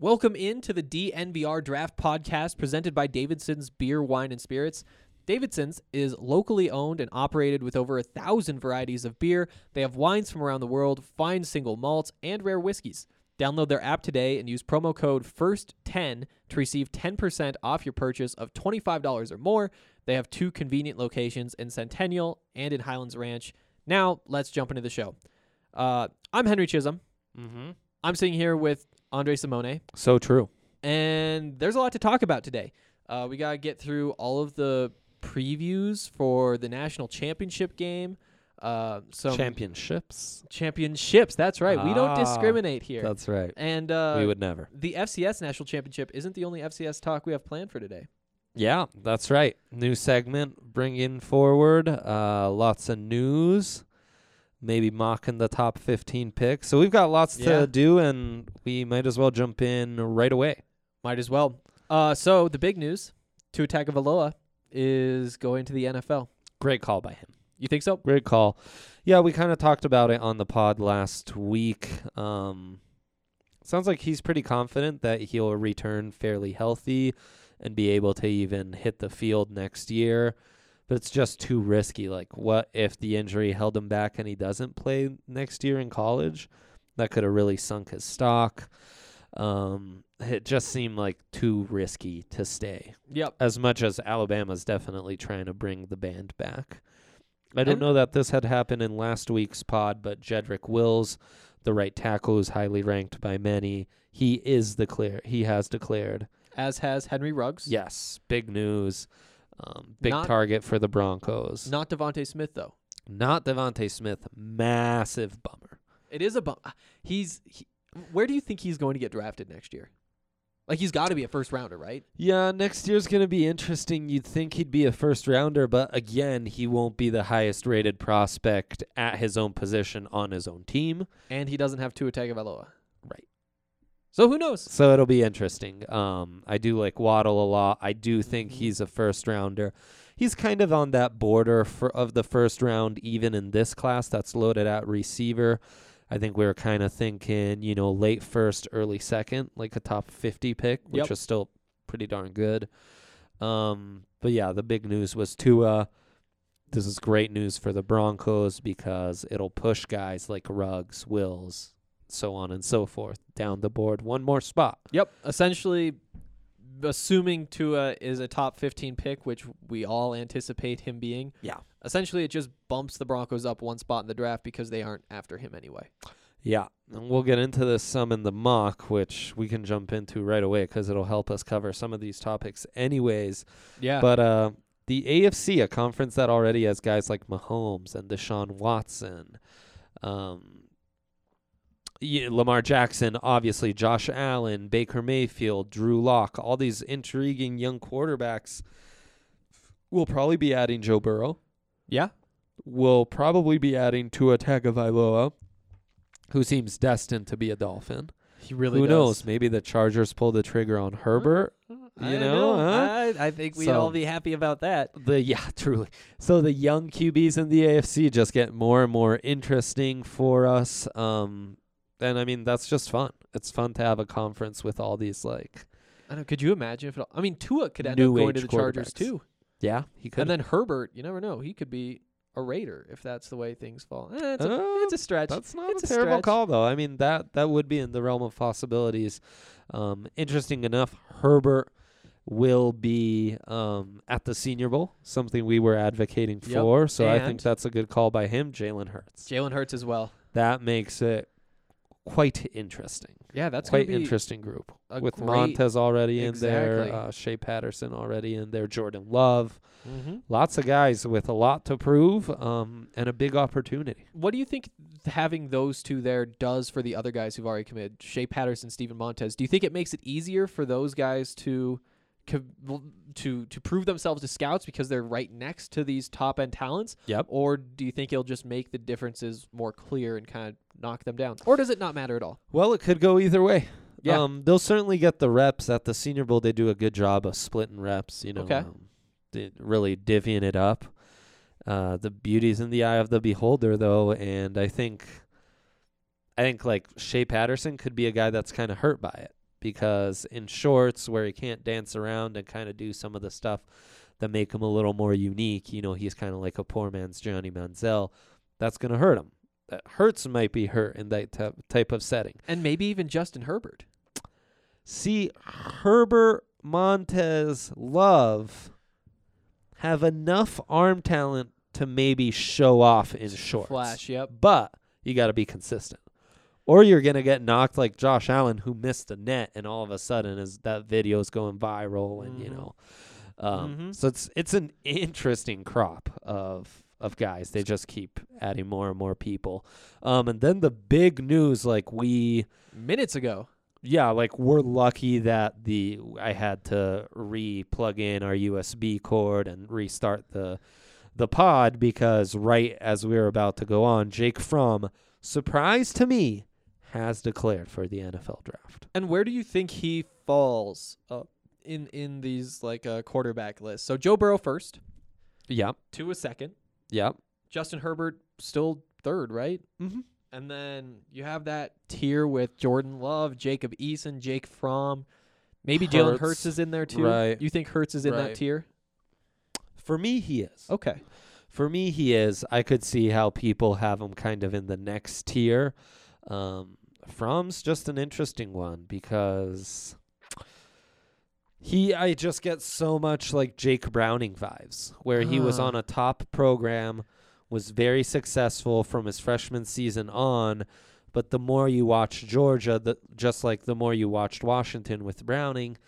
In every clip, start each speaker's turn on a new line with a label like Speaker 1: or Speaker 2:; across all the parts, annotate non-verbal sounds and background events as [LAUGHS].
Speaker 1: Welcome in to the DNVR Draft Podcast presented by Davidson's Beer, Wine, and Spirits. Davidson's is locally owned and operated with over a thousand varieties of beer. They have wines from around the world, fine single malts, and rare whiskeys. Download their app today and use promo code FIRST10 to receive 10% off your purchase of $25 or more. They have two convenient locations in Centennial and in Highlands Ranch. Now, let's jump into the show. Uh, I'm Henry Chisholm.
Speaker 2: Mm-hmm.
Speaker 1: I'm sitting here with Andre Simone,
Speaker 2: So true.
Speaker 1: and there's a lot to talk about today. Uh, we got to get through all of the previews for the national championship game. Uh, some
Speaker 2: Championships.
Speaker 1: championships. That's right. We don't
Speaker 2: Ah,
Speaker 1: discriminate here.
Speaker 2: That's right.
Speaker 1: and uh,
Speaker 2: we would never.
Speaker 1: the FCS national championship isn't the only FCS talk we have planned for today.
Speaker 2: Yeah, that's right. New segment bringing forward. Uh, lots of news. Maybe mocking the top 15 picks. So we've got lots
Speaker 1: Yeah.
Speaker 2: to do, and we might as well jump in right away.
Speaker 1: Might as well. Uh, so the big news: Tua Tagovailoa is going to the NFL.
Speaker 2: Great call by him.
Speaker 1: You think so?
Speaker 2: Great call. Yeah, we kind of talked about it on the pod last week. Um, sounds like he's pretty confident that he'll return fairly healthy and be able to even hit the field next year. But it's just too risky. Like, what if the injury held him back and he doesn't play next year in college? That could have really sunk his stock. Um, it just seemed like too risky to stay
Speaker 1: Yep.
Speaker 2: as much as Alabama's definitely trying to bring the band back. I
Speaker 1: And-
Speaker 2: don't know that this had happened in last week's pod, but Jedrick Wills, the right tackle, is highly ranked by many. He is declare he has declared.
Speaker 1: As has Henry Ruggs.
Speaker 2: Yes, big news. Um, big
Speaker 1: Not-
Speaker 2: target for the Broncos.
Speaker 1: Not Devonte Smith though.
Speaker 2: Not Devontae Smith. Massive bummer.
Speaker 1: It is a bum. uh, He's he, where do you think he's going to get drafted next year? Like he's got to be a first rounder, right?
Speaker 2: Yeah, next year's going to be interesting. You'd think he'd be a first rounder, but again, he won't be the highest rated prospect at his own position on his own team.
Speaker 1: And he doesn't have Tua Tagovailoa.
Speaker 2: Right.
Speaker 1: So who knows?
Speaker 2: So it'll be interesting. Um, I do like Waddle a lot. I do think
Speaker 1: Mhm.
Speaker 2: he's a first rounder. He's kind of on that border for, of the first round, even in this class that's loaded at receiver. I think we were kind of thinking, you know, late first, early second, like a top 50 pick, which
Speaker 1: Yep.
Speaker 2: is still pretty darn good. Um, but yeah, the big news was Tua. This is great news for the Broncos because it'll push guys like Ruggs, Wills, so on and so forth down the board one more spot.
Speaker 1: Yep. Essentially, assuming Tua is a top 15 pick, which we all anticipate him being.
Speaker 2: Yeah.
Speaker 1: Essentially, it just bumps the Broncos up one spot in the draft because they aren't after him anyway.
Speaker 2: Yeah. And we'll get into this some in the mock, which we can jump into right away because it'll help us cover some of these topics, anyways.
Speaker 1: Yeah.
Speaker 2: But uh, the AFC, a conference that already has guys like Mahomes and Deshaun Watson, um, yeah, Lamar Jackson, obviously, Josh Allen, Baker Mayfield, Drew Locke, all these intriguing young quarterbacks will probably be adding Joe Burrow.
Speaker 1: yeah.
Speaker 2: will probably be adding Tua Tagovailoa, who seems destined to be a Dolphin.
Speaker 1: He really
Speaker 2: who
Speaker 1: does. Hmm. Uh,
Speaker 2: knows? Maybe the Chargers pull the trigger on Herbert.
Speaker 1: I
Speaker 2: You know, huh?
Speaker 1: I, I think we'd
Speaker 2: So-
Speaker 1: all be happy about that.
Speaker 2: The [LAUGHS] yeah, truly. So the young QBs in the AFC just get more and more interesting for us. Um, and I mean that's just fun. It's fun to have a conference with all these like
Speaker 1: I know. Could you imagine if it all, I mean Tua could end
Speaker 2: New
Speaker 1: up going to
Speaker 2: age
Speaker 1: the Chargers
Speaker 2: quarterbacks.
Speaker 1: too,
Speaker 2: yeah. He could
Speaker 1: and then Herbert. You never know. He could be a Raider if that's the way things fall. Eh, it's, a,
Speaker 2: Uh,
Speaker 1: it's a stretch.
Speaker 2: That's not
Speaker 1: it's a
Speaker 2: a terrible
Speaker 1: stretch.
Speaker 2: call, though. I mean, that that would be in the realm of possibilities. Um, interesting enough, Herbert will be um, at the Senior Bowl, something we were advocating
Speaker 1: Yep.
Speaker 2: for. So I
Speaker 1: And-
Speaker 2: think that's a good call by him, Jalen Hurts.
Speaker 1: Jalen Hurts as well.
Speaker 2: That makes it quite interesting.
Speaker 1: Yeah, that's
Speaker 2: quite
Speaker 1: gonna be
Speaker 2: interesting group
Speaker 1: a
Speaker 2: with
Speaker 1: great-
Speaker 2: Montez already in
Speaker 1: Exactly.
Speaker 2: there, uh, Shea Patterson already in there, Jordan Love.
Speaker 1: Mhm.
Speaker 2: Lots of guys with a lot to prove um, and a big opportunity.
Speaker 1: What do you think th- having those two there does for the other guys who've already committed? Shea Patterson, Stephen Montez. Do you think it makes it easier for those guys to co- to to prove themselves to scouts because they're right next to these top end talents?
Speaker 2: Yep.
Speaker 1: or do you think it'll just make the differences more clear and kind of knock them down? Or does it not matter at all?
Speaker 2: Well, it could go either way.
Speaker 1: Yeah.
Speaker 2: Um, they'll certainly get the reps at the Senior Bowl. They do a good job of splitting reps, you know,
Speaker 1: Okay.
Speaker 2: um, di- really divvying it up. Uh, the beauty's in the eye of the beholder, though, and I think, I think like Shea Patterson could be a guy that's kind of hurt by it. because in shorts where he can't dance around and kind of do some of the stuff that make him a little more unique, you know, he's kind of like a poor man's Johnny Manziel. That's going to hurt him. That Hurts might be hurt in that type type of setting.
Speaker 1: and maybe even Justin Herbert.
Speaker 2: See Herbert Montez Love have enough arm talent to maybe show off in shorts.
Speaker 1: Flash, yep.
Speaker 2: But you got to be consistent. Or you're going to get knocked like Josh Allen who missed a net and all of a sudden is that video is going viral and you
Speaker 1: Mhm.
Speaker 2: know. Um,
Speaker 1: Mhm.
Speaker 2: so it's it's an interesting crop of of guys. They just keep adding more and more people. Um, and then the big news like we
Speaker 1: Minutes ago.
Speaker 2: yeah, like we're lucky that the I had to re-plug in our USB cord and restart the the pod because right as we were about to go on, Jake Fromm, surprise to me, has declared for the NFL draft.
Speaker 1: And where do you think he falls uh, in in these like uh, quarterback lists? So Joe Burrow first,
Speaker 2: Yep,
Speaker 1: Tua second,
Speaker 2: yep.
Speaker 1: Justin Herbert still third, right?
Speaker 2: Mm-hmm.
Speaker 1: And then you have that tier with Jordan Love, Jacob Eason, Jake Fromm. Maybe Jalen
Speaker 2: Hurts.
Speaker 1: Hurts is in there too.
Speaker 2: Right.
Speaker 1: You think Hurts is in that
Speaker 2: Right.
Speaker 1: tier?
Speaker 2: For me, he is.
Speaker 1: Okay.
Speaker 2: For me, he is. I could see how people have him kind of in the next tier. Um, Fromm's just an interesting one because he, I just get so much like Jake Browning vibes, where he was
Speaker 1: Ah.
Speaker 2: on a top program, was very successful from his freshman season on. But the more you watch Georgia, the, just like the more you watched Washington with Browning,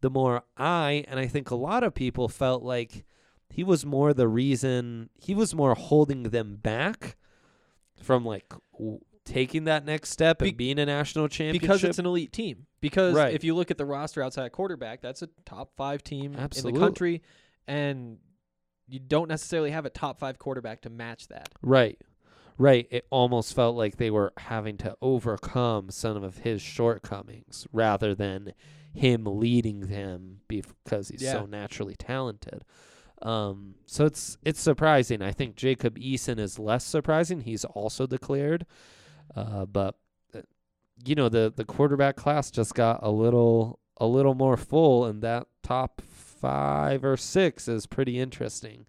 Speaker 2: the more I, and I think a lot of people felt like he was more the reason, he was more holding them back from like w- taking that next step and
Speaker 1: Be-
Speaker 2: being a national championship.
Speaker 1: Because it's an elite team. Because
Speaker 2: Right.
Speaker 1: if you look at the roster outside of quarterback, that's a top five team in
Speaker 2: Absolutely.
Speaker 1: the country, and you don't necessarily have a top five quarterback to match that.
Speaker 2: right. Right. It almost felt like they were having to overcome some of his shortcomings rather than him leading them because he's
Speaker 1: Yeah.
Speaker 2: so naturally talented. Um, so it's it's surprising. I think Jacob Eason is less surprising. He's also declared, uh, but uh, you know the the quarterback class just got a little a little more full, and that top five or six is pretty interesting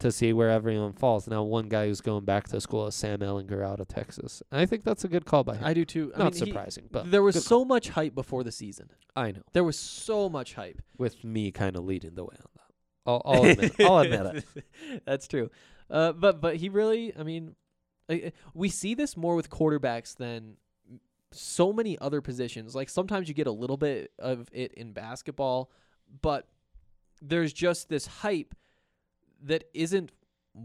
Speaker 2: to see where everyone falls. Now, one guy who's going back to school is Sam Ellinger out of Texas, and I think that's a good call by him.
Speaker 1: I do too. I
Speaker 2: Not
Speaker 1: mean, he-
Speaker 2: surprising, but
Speaker 1: there was
Speaker 2: good
Speaker 1: so much hype before the season.
Speaker 2: I know
Speaker 1: There was so much hype.
Speaker 2: with me kind of leading the way on that. I'll, I'll admit, it. I'll admit [LAUGHS] it.
Speaker 1: [LAUGHS] That's true. Uh, but but he really, I mean, I- I- we see this more with quarterbacks than so many other positions. Like sometimes you get a little bit of it in basketball, but there's just this hype that isn't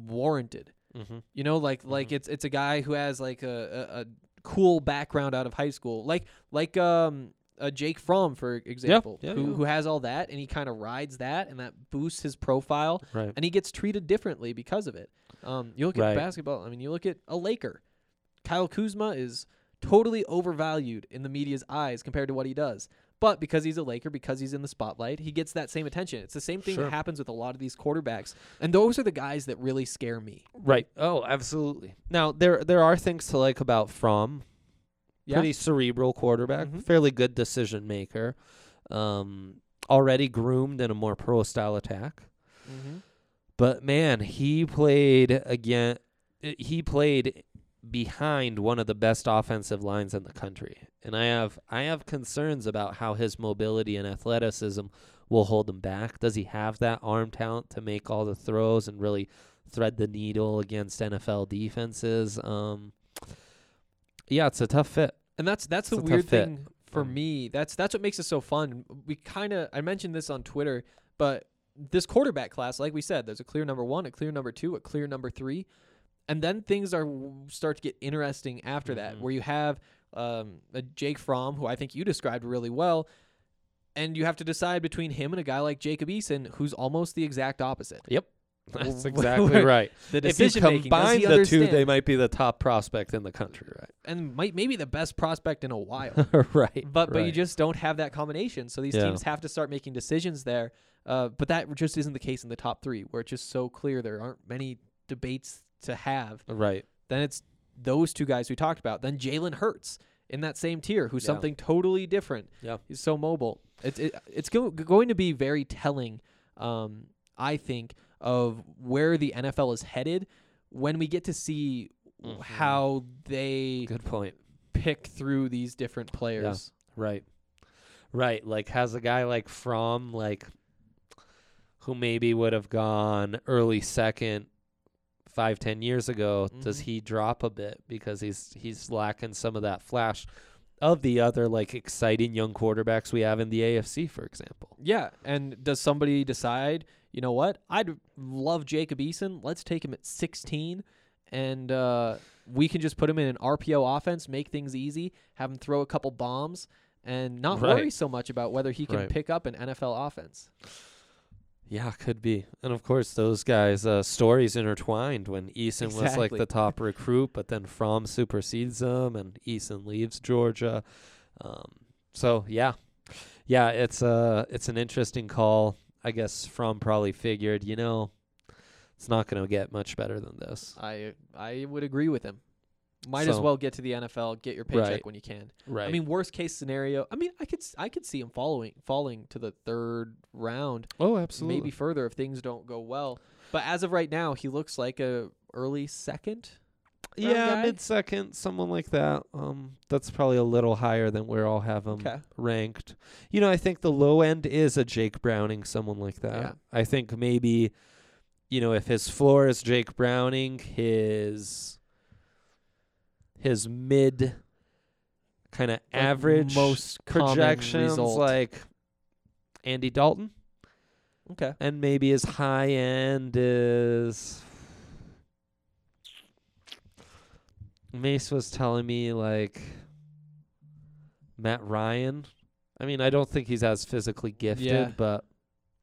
Speaker 1: warranted.
Speaker 2: Mm-hmm.
Speaker 1: You know, like like
Speaker 2: Mhm.
Speaker 1: it's it's a guy who has like a, a, a cool background out of high school, like like um a Jake Fromm for e-, example,
Speaker 2: yeah,
Speaker 1: who
Speaker 2: yeah.
Speaker 1: who has all that and he kind of rides that and that boosts his profile
Speaker 2: Right.
Speaker 1: and he gets treated differently because of it. Um, you look at
Speaker 2: Right.
Speaker 1: basketball. I mean, you look at a Laker. Kyle Kuzma is totally overvalued in the media's eyes compared to what he does. But because he's a Laker, because he's in the spotlight, he gets that same attention. It's the same thing
Speaker 2: Sure.
Speaker 1: that happens with a lot of these quarterbacks, and those are the guys that really scare me.
Speaker 2: Right. Oh, absolutely. Now there there are things to like about Fromm.
Speaker 1: Yeah.
Speaker 2: Pretty cerebral quarterback,
Speaker 1: Mhm.
Speaker 2: fairly good decision maker. Um, already groomed in a more pro style attack.
Speaker 1: Mm-hmm.
Speaker 2: But man, he played again. eh, He played behind one of the best offensive lines in the country, and I have I have concerns about how his mobility and athleticism will hold him back. Does he have that arm talent to make all the throws and really thread the needle against NFL defenses? Um, yeah, it's a tough fit. [LAUGHS]
Speaker 1: And that's that's the
Speaker 2: It's a tough
Speaker 1: weird
Speaker 2: fit.
Speaker 1: thing for
Speaker 2: Um,
Speaker 1: me. That's that's what makes it so fun. We kind of I mentioned this on Twitter, but this quarterback class, like we said, there's a clear number one, a clear number two, a clear number three, and then things are start to get interesting after that,
Speaker 2: Mhm.
Speaker 1: where you have um, a Jake Fromm, who I think you described really well, and you have to decide between him and a guy like Jacob Eason, who's almost the exact opposite.
Speaker 2: That's
Speaker 1: Wh- [LAUGHS]
Speaker 2: exactly right.
Speaker 1: The
Speaker 2: If you
Speaker 1: decision making,
Speaker 2: combine
Speaker 1: he
Speaker 2: the two, they
Speaker 1: understand?
Speaker 2: might be the top prospect in the country,
Speaker 1: [LAUGHS] and might maybe the best prospect in a while.
Speaker 2: right? right.
Speaker 1: but but you
Speaker 2: right.
Speaker 1: just don't have that combination. So these
Speaker 2: Yeah.
Speaker 1: teams have to start making decisions there. Uh, but that just isn't the case in the top three, where it's just so clear there aren't many debates to have.
Speaker 2: right.
Speaker 1: Then it's those two guys we talked about. Then Jalen Hurts in that same tier who's
Speaker 2: Yeah.
Speaker 1: something totally different.
Speaker 2: Yeah.
Speaker 1: He's so mobile. It's it, it's go- going to be very telling um I think of where the NFL is headed when we get to see
Speaker 2: Mhm.
Speaker 1: how they
Speaker 2: Good point.
Speaker 1: pick through these different players.
Speaker 2: Right. Right. Like has a guy like From like who maybe would have gone early second five, ten years ago, does
Speaker 1: Mhm.
Speaker 2: he drop a bit because he's he's lacking some of that flash of the other like exciting young quarterbacks we have in the AFC, for example.
Speaker 1: Yeah. And does somebody decide, you know what? I'd love Jacob Eason. Let's take him at 16 and uh, we can just put him in an RPO offense, make things easy, have him throw a couple bombs and not
Speaker 2: Right.
Speaker 1: worry so much about whether he can
Speaker 2: Right.
Speaker 1: pick up an NFL offense.
Speaker 2: Yeah, could be. And of course those guys uh, stories intertwined when Eason was like
Speaker 1: Exactly.
Speaker 2: the top recruit, but then From supersedes him and Eason leaves Georgia. Um, so yeah, yeah, it's uh it's an interesting call. I guess From probably figured, you know, it's not going to get much better than this.
Speaker 1: I I would agree with him. Might as
Speaker 2: So-
Speaker 1: well get to the NFL, get your paycheck
Speaker 2: Right.
Speaker 1: when you can.
Speaker 2: Right.
Speaker 1: I mean, worst case scenario. I mean, I could s- I could see him following falling to the third round,
Speaker 2: oh, absolutely.
Speaker 1: maybe further if things don't go well. But as of right now, he looks like a early second. round
Speaker 2: yeah,
Speaker 1: guy?
Speaker 2: mid second, someone like that. Um, that's probably a little higher than where I'll have him
Speaker 1: Okay.
Speaker 2: ranked. You know, I think the low end is a Jake Browning, someone like that.
Speaker 1: Yeah.
Speaker 2: I think maybe, you know, if his floor is Jake Browning, his his mid kind of average
Speaker 1: most common
Speaker 2: projections
Speaker 1: result.
Speaker 2: like Andy Dalton,
Speaker 1: Okay.
Speaker 2: and maybe his high end is. Mace was telling me like Matt Ryan. I mean, I don't think he's as physically gifted,
Speaker 1: Yeah.
Speaker 2: but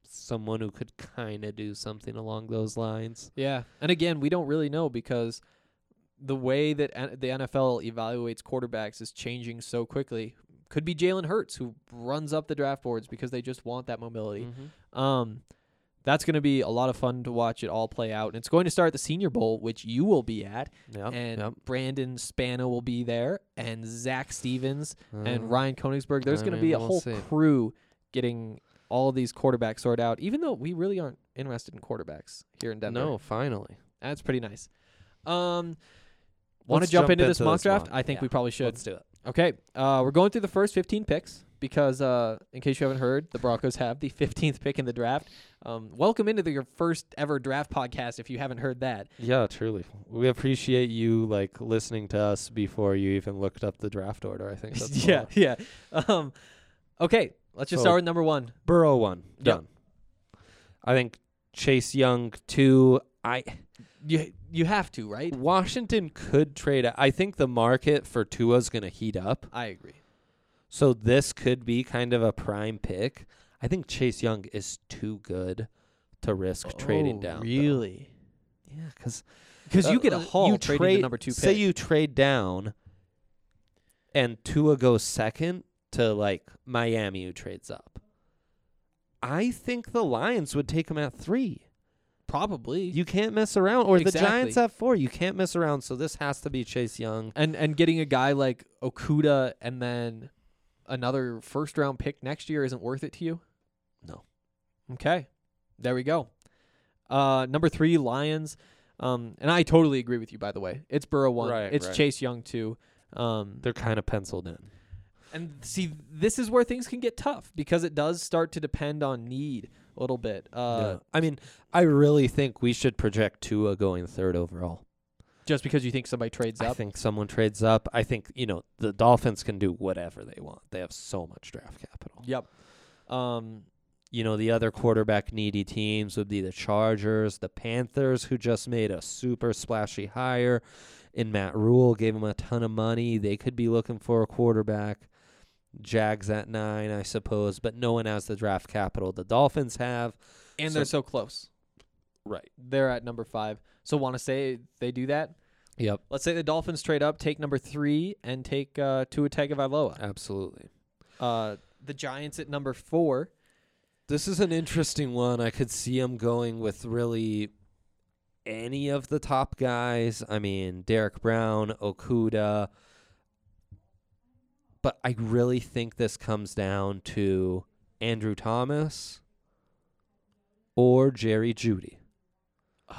Speaker 2: someone who could kind of do something along those lines.
Speaker 1: Yeah. And again, we don't really know because the way that N- the NFL evaluates quarterbacks is changing so quickly. Could be Jalen Hurts who runs up the draft boards because they just want that mobility.
Speaker 2: Mm-hmm.
Speaker 1: Um, that's going to be a lot of fun to watch it all play out. And it's going to start at the Senior Bowl, which you will be at.
Speaker 2: Yep,
Speaker 1: and
Speaker 2: yep.
Speaker 1: Brandon Spano will be there, and Zach Stevens,
Speaker 2: Uh,
Speaker 1: and Ryan Konigsberg. There's
Speaker 2: I
Speaker 1: going to
Speaker 2: mean,
Speaker 1: be a
Speaker 2: we'll
Speaker 1: whole
Speaker 2: see.
Speaker 1: crew getting all these quarterbacks sorted out, even though we really aren't interested in quarterbacks here in Denver.
Speaker 2: no, finally.
Speaker 1: That's pretty nice. Um, Want to
Speaker 2: Let's
Speaker 1: jump,
Speaker 2: jump
Speaker 1: into, this
Speaker 2: into
Speaker 1: mock
Speaker 2: this
Speaker 1: draft?
Speaker 2: mock.
Speaker 1: I think
Speaker 2: Yeah.
Speaker 1: we probably should.
Speaker 2: Let's do it.
Speaker 1: Okay, uh, we're going through the first 15 picks because, uh, in case you haven't heard, the Broncos have the 15th pick in the draft. Um, welcome into the, your first ever draft podcast if you haven't heard that.
Speaker 2: Yeah, truly. We appreciate you like listening to us before you even looked up the draft order.
Speaker 1: [LAUGHS]
Speaker 2: I think that's a
Speaker 1: yeah,
Speaker 2: lot.
Speaker 1: yeah. Um, okay, let's just
Speaker 2: So-
Speaker 1: start with number one.
Speaker 2: Burrow one
Speaker 1: Yep.
Speaker 2: done. I think Chase Young two. I
Speaker 1: You you have to,
Speaker 2: Mm.
Speaker 1: right?
Speaker 2: Washington could trade. I think the market for Tua's going to heat up,
Speaker 1: I agree.
Speaker 2: so this could be kind of a prime pick. I think Chase Young is too good to risk trading down. though.
Speaker 1: Oh,
Speaker 2: Uh,
Speaker 1: Really?
Speaker 2: Yeah, because
Speaker 1: Because you get a haul trading the number two pick.
Speaker 2: Say you trade down, and Tua goes second to like Miami, who trades up. I think the Lions would take him at three.
Speaker 1: probably.
Speaker 2: You can't mess around. Or the
Speaker 1: Exactly.
Speaker 2: Giants have four. You can't mess around. So this has to be Chase Young.
Speaker 1: and and getting a guy like Okuda and then another first round pick next year isn't worth it to you.
Speaker 2: No.
Speaker 1: Okay, there we go. Uh, number three, Lions. Um, and I totally agree with you. By the way, it's Burrow one.
Speaker 2: Right,
Speaker 1: it's
Speaker 2: right.
Speaker 1: Chase Young two. Um,
Speaker 2: They're kind of penciled in.
Speaker 1: And see, this is where things can get tough because it does start to depend on need a little bit. Uh,
Speaker 2: Yeah. I mean, I really think we should project Tua going third overall.
Speaker 1: Just because you think somebody trades
Speaker 2: I
Speaker 1: up.
Speaker 2: think someone trades up. I think, you know, the Dolphins can do whatever they want. They have so much draft capital.
Speaker 1: Yep. Um,
Speaker 2: You know, the other quarterback needy teams would be the Chargers, the Panthers, who just made a super splashy hire in Matt Rule, gave him a ton of money. They could be looking for a quarterback. Jags at nine, I suppose, but no one has the draft capital the Dolphins have.
Speaker 1: and
Speaker 2: So-
Speaker 1: they're so close.
Speaker 2: Right.
Speaker 1: They're at number five. So want to say they do that?
Speaker 2: Yep.
Speaker 1: Let's say the Dolphins trade up, take number three, and take uh, Tua Tagovailoa.
Speaker 2: Absolutely.
Speaker 1: Uh, the Giants at number four.
Speaker 2: This is an interesting one. I could see him going with really any of the top guys. I mean, Derek Brown, Okuda. But I really think this comes down to Andrew Thomas or Jerry Judy.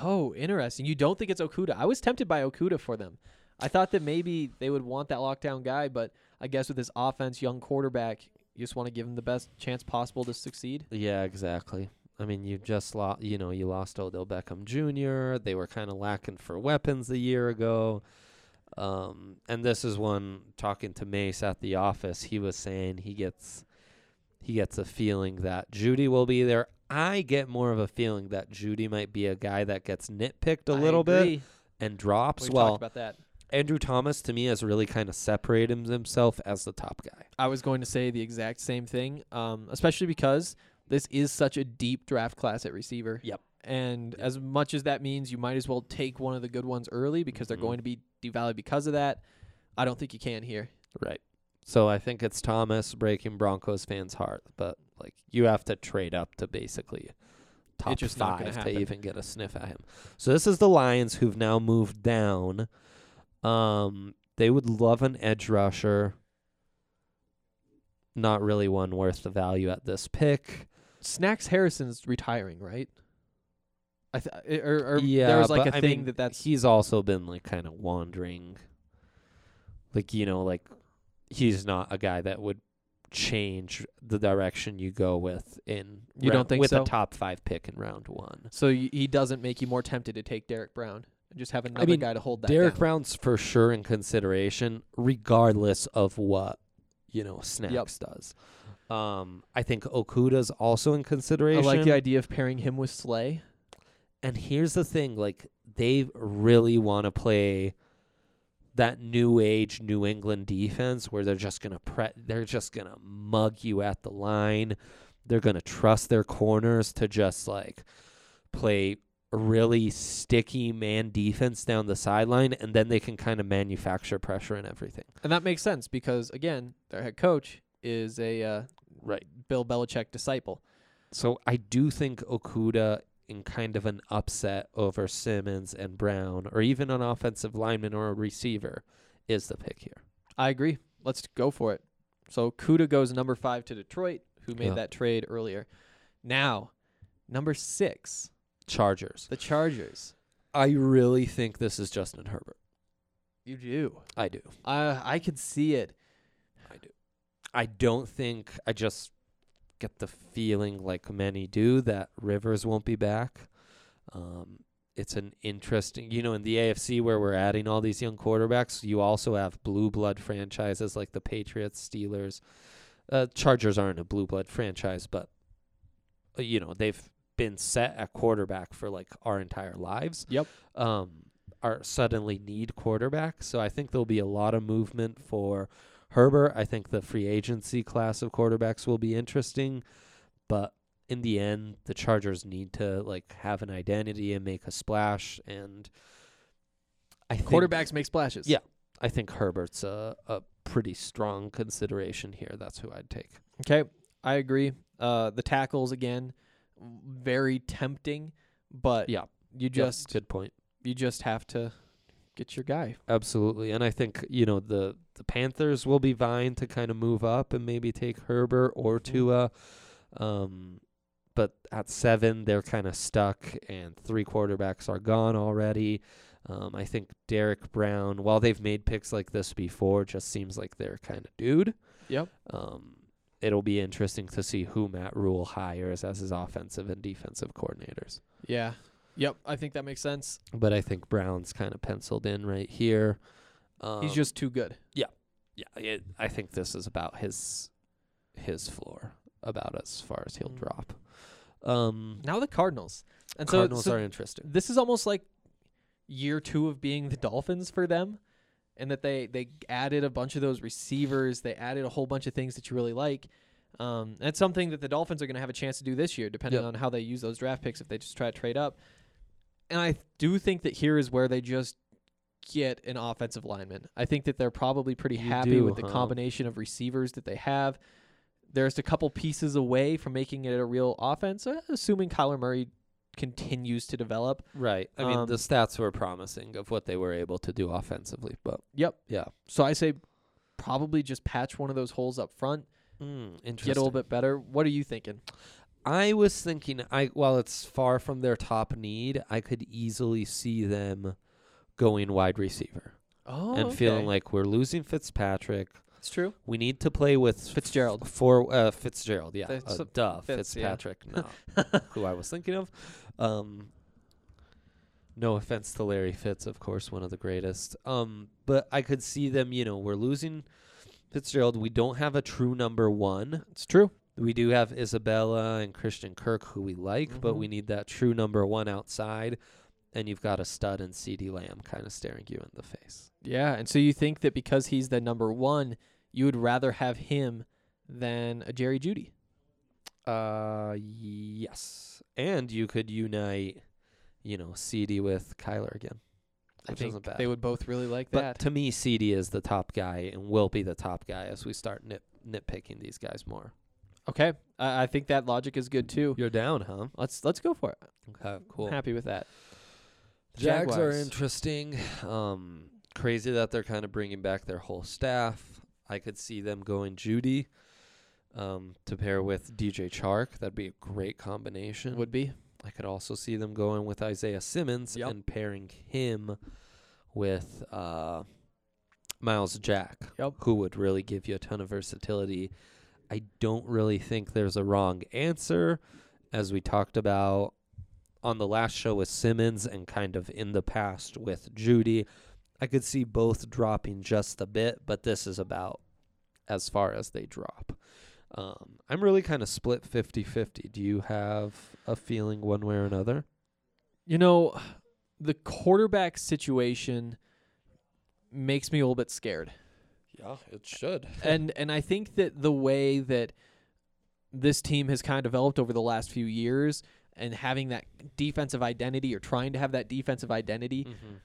Speaker 1: Oh, interesting. You don't think it's Okuda? I was tempted by Okuda for them. I thought that maybe they would want that lockdown guy, but I guess with this offense, young quarterback, you just want to give him the best chance possible to succeed.
Speaker 2: Yeah, exactly. I mean, you just lost, you know, you lost Odell Beckham Jr. They were kind of lacking for weapons a year ago. Um, and this is one talking to Mace at the office. He was saying he gets he gets a feeling that Judy will be there. I get more of a feeling that Judy might be a guy that gets nitpicked a
Speaker 1: I
Speaker 2: little bit
Speaker 1: agree.
Speaker 2: and drops.
Speaker 1: We've
Speaker 2: well,
Speaker 1: talked about that.
Speaker 2: Andrew Thomas to me has really kind of separated himself as the top guy.
Speaker 1: I was going to say the exact same thing, um, especially because this is such a deep draft class at receiver.
Speaker 2: Yep.
Speaker 1: And as much as that means you might as well take one of the good ones early because they're
Speaker 2: Mhm.
Speaker 1: going to be devalued because of that, I don't think you can here.
Speaker 2: Right. So I think it's Thomas breaking Broncos fans' heart, but like you have to trade up to basically top
Speaker 1: just not gonna
Speaker 2: five to
Speaker 1: happen.
Speaker 2: even get a sniff at him. So this is the Lions who've now moved down. Um, they would love an edge rusher. Not really one worth the value at this pick.
Speaker 1: Snacks Harrison's retiring, right? I th- i- or, or
Speaker 2: yeah,
Speaker 1: there was like
Speaker 2: but
Speaker 1: a
Speaker 2: I
Speaker 1: thing
Speaker 2: mean,
Speaker 1: that that's
Speaker 2: he's also been like kind of wandering. Like you know, like he's not a guy that would change the direction you go with in
Speaker 1: You don't
Speaker 2: round-
Speaker 1: think
Speaker 2: with
Speaker 1: so?
Speaker 2: a top five pick in round one.
Speaker 1: so y- he doesn't make you more tempted to take Derek Brown and just have another
Speaker 2: mean,
Speaker 1: guy to hold that.
Speaker 2: Derek
Speaker 1: down.
Speaker 2: Brown's for sure in consideration, regardless of what you know Snacks does. Um, I think Okuda's also in
Speaker 1: I
Speaker 2: consideration.
Speaker 1: like the idea of pairing him with Slay.
Speaker 2: and here's the thing like they really want to play that new age new england defense where they're just going to pre- they're just going to mug you at the line they're going to trust their corners to just like play really sticky man defense down the sideline and then they can kind of manufacture pressure and everything
Speaker 1: And that makes sense because again, their head coach is a uh,
Speaker 2: Right.
Speaker 1: Bill Belichick disciple.
Speaker 2: so i do think okuda in kind of an upset over simmons and brown or even an offensive lineman or a receiver is the pick here
Speaker 1: I agree. Let's go for it. So Kuda goes number five to Detroit, who made
Speaker 2: Yeah.
Speaker 1: that trade earlier. Now, number six,
Speaker 2: Chargers.
Speaker 1: the Chargers.
Speaker 2: I really think this is Justin Herbert.
Speaker 1: You do.
Speaker 2: I do.
Speaker 1: Uh, I could see it.
Speaker 2: I don't think I just get the feeling like many do that Rivers won't be back. Um it's an interesting, you know, in the AFC where we're adding all these young quarterbacks, you also have blue blood franchises like the Patriots, Steelers. Uh, Chargers aren't a blue blood franchise, but uh, you know they've been set at quarterback for like our entire lives.
Speaker 1: Yep.
Speaker 2: Um, are suddenly need quarterbacks, so I think there'll be a lot of movement for Herbert. I think the free agency class of quarterbacks will be interesting, but in the end, the Chargers need to like have an identity and make a splash. And I think,
Speaker 1: Quarterbacks make splashes.
Speaker 2: Yeah. I think Herbert's a, a pretty strong consideration here. That's who I'd take.
Speaker 1: Okay. I agree. Uh, the tackles again, very tempting, but
Speaker 2: Yeah.
Speaker 1: you just
Speaker 2: good point.
Speaker 1: you just have to get your guy.
Speaker 2: Absolutely. And I think, you know, the the Panthers will be vying to kind of move up and maybe take Herbert or
Speaker 1: Mm-hmm.
Speaker 2: Tua. Um but at seven they're kind of stuck and three quarterbacks are gone already. Um, I think Derek Brown, while they've made picks like this before, just seems like they're kind of dude.
Speaker 1: Yep.
Speaker 2: Um, it'll be interesting to see who Matt Rule hires as his offensive and defensive coordinators.
Speaker 1: Yeah. Yep. I think that makes sense.
Speaker 2: But I think Brown's kind of penciled in right here. Um,
Speaker 1: He's just too good.
Speaker 2: yeah, it, I think this is about his his floor, about as far as he'll
Speaker 1: Mm.
Speaker 2: drop. Um,
Speaker 1: Now the Cardinals. And so,
Speaker 2: Cardinals
Speaker 1: so
Speaker 2: are interesting.
Speaker 1: this is almost like year two of being the Dolphins for them, and that they they added a bunch of those receivers. They added a whole bunch of things that you really like. Um, that's something that the Dolphins are going to have a chance to do this year, depending
Speaker 2: Yep.
Speaker 1: on how they use those draft picks. If they just try to trade up, and I do think that here is where they just get an offensive lineman. I think that they're probably pretty
Speaker 2: You
Speaker 1: happy
Speaker 2: do,
Speaker 1: with the
Speaker 2: huh?
Speaker 1: combination of receivers that they have. They're just a couple pieces away from making it a real offense, uh, assuming Kyler Murray continues to develop.
Speaker 2: Right. I mean, the
Speaker 1: Um,
Speaker 2: stats were promising of what they were able to do offensively, but
Speaker 1: Yep.
Speaker 2: yeah,
Speaker 1: So I say probably just patch one of those holes up front,
Speaker 2: Mm, interesting.
Speaker 1: Hmm, get a little bit better. What are you thinking?
Speaker 2: I was thinking, I while it's far from their top need, I could easily see them going wide receiver
Speaker 1: Oh,
Speaker 2: and feeling like we're losing Fitzpatrick.
Speaker 1: it's true.
Speaker 2: We need to play with
Speaker 1: Fitzgerald.
Speaker 2: for uh, Fitzgerald. Yeah,
Speaker 1: Fitz-
Speaker 2: uh, duh,
Speaker 1: Fitz, yeah.
Speaker 2: Fitzpatrick. No,
Speaker 1: [LAUGHS]
Speaker 2: who I was thinking of. Um, no offense to Larry Fitz, of course, one of the greatest. Um, but I could see them. You know, we're losing Fitzgerald. We don't have a true number one.
Speaker 1: It's true.
Speaker 2: We do have Isabella and Christian Kirk, who we like, but
Speaker 1: Mhm.
Speaker 2: we need that true number one outside. And you've got a stud and CD Lamb kind of staring you in the face.
Speaker 1: Yeah, and so you think that because he's the number one, you would rather have him than a Jerry Judy?
Speaker 2: Uh, yes. And you could unite, you know, CD with Kyler again,
Speaker 1: I
Speaker 2: which
Speaker 1: think
Speaker 2: isn't bad.
Speaker 1: they would both really like
Speaker 2: but
Speaker 1: that.
Speaker 2: to me, CD is the top guy and will be the top guy as we start nit- nitpicking these guys more.
Speaker 1: okay, I I think that logic is good too.
Speaker 2: You're down, huh?
Speaker 1: Let's let's go for it.
Speaker 2: Okay, cool.
Speaker 1: I'm Mm-hmm. happy with that.
Speaker 2: Jags are
Speaker 1: Jaguars.
Speaker 2: interesting. Um, crazy that they're kind of bringing back their whole staff. I could see them going Judy um, to pair with DJ Chark. That'd be a great combination.
Speaker 1: Would be
Speaker 2: I could also see them going with Isaiah Simmons
Speaker 1: Yep.
Speaker 2: and pairing him with uh, Miles Jack,
Speaker 1: Yep.
Speaker 2: who would really give you a ton of versatility. I don't really think there's a wrong answer, as we talked about on the last show with Simmons and kind of in the past with Judy. I could see both dropping just a bit, but this is about as far as they drop. Um, I'm really kind of split 50 50. Do you have a feeling one way or another?
Speaker 1: You know, the quarterback situation makes me a little bit scared.
Speaker 2: Yeah, it should.
Speaker 1: and and I think that the way that this team has kind of developed over the last few years and having that defensive identity or trying to have that defensive identity,
Speaker 2: Mm-hmm.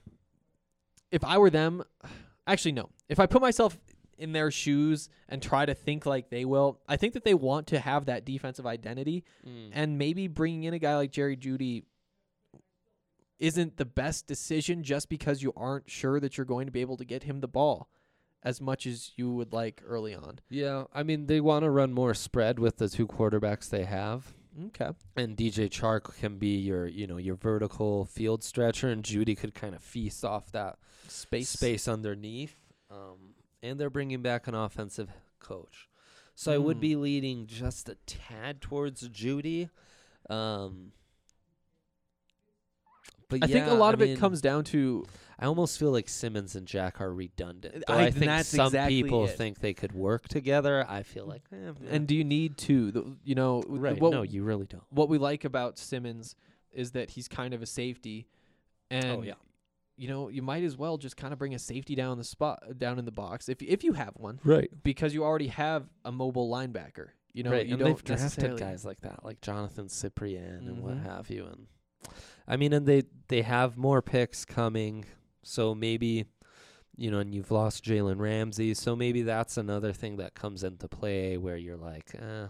Speaker 1: if I were them, [SIGHS] actually no. If I put myself in their shoes and try to think like they will, I think that they want to have that defensive identity
Speaker 2: Mm-hmm.
Speaker 1: and maybe bringing in a guy like Jerry Judy isn't the best decision just because you aren't sure that you're going to be able to get him the ball as much as you would like early on.
Speaker 2: Yeah, I mean, they want to run more spread with the two quarterbacks they have.
Speaker 1: Okay.
Speaker 2: And DJ Chark can be your, you know, your vertical field stretcher, and Judy could kind of feast off that
Speaker 1: Space.
Speaker 2: space underneath. Um, and they're bringing back an offensive coach. So I would
Speaker 1: Mm.
Speaker 2: be leading just a tad towards Judy. Um, but
Speaker 1: I think
Speaker 2: yeah,
Speaker 1: a lot
Speaker 2: I
Speaker 1: of
Speaker 2: mean,
Speaker 1: it comes down to
Speaker 2: I almost feel like Simmons and Jack are redundant. Though
Speaker 1: I-
Speaker 2: I,
Speaker 1: and
Speaker 2: think
Speaker 1: that's
Speaker 2: some
Speaker 1: exactly
Speaker 2: people
Speaker 1: it.
Speaker 2: think they could work together. I feel like, eh,
Speaker 1: and do you need to the, you know w-
Speaker 2: right?
Speaker 1: what
Speaker 2: no, you really don't.
Speaker 1: what we like about Simmons is that he's kind of a safety and
Speaker 2: Oh, yeah.
Speaker 1: you know you might as well just kind of bring a safety down the spot down in the box if if you have one
Speaker 2: Right,
Speaker 1: because you already have a mobile linebacker. You know,
Speaker 2: right.
Speaker 1: you
Speaker 2: and
Speaker 1: don't
Speaker 2: they've drafted
Speaker 1: necessarily-
Speaker 2: guys like that, like Jonathan Cyprian and what
Speaker 1: Mhm.
Speaker 2: have you. And I mean, and they they have more picks coming, so maybe you know, and you've lost Jalen Ramsey, so maybe that's another thing that comes into play where you're like, eh.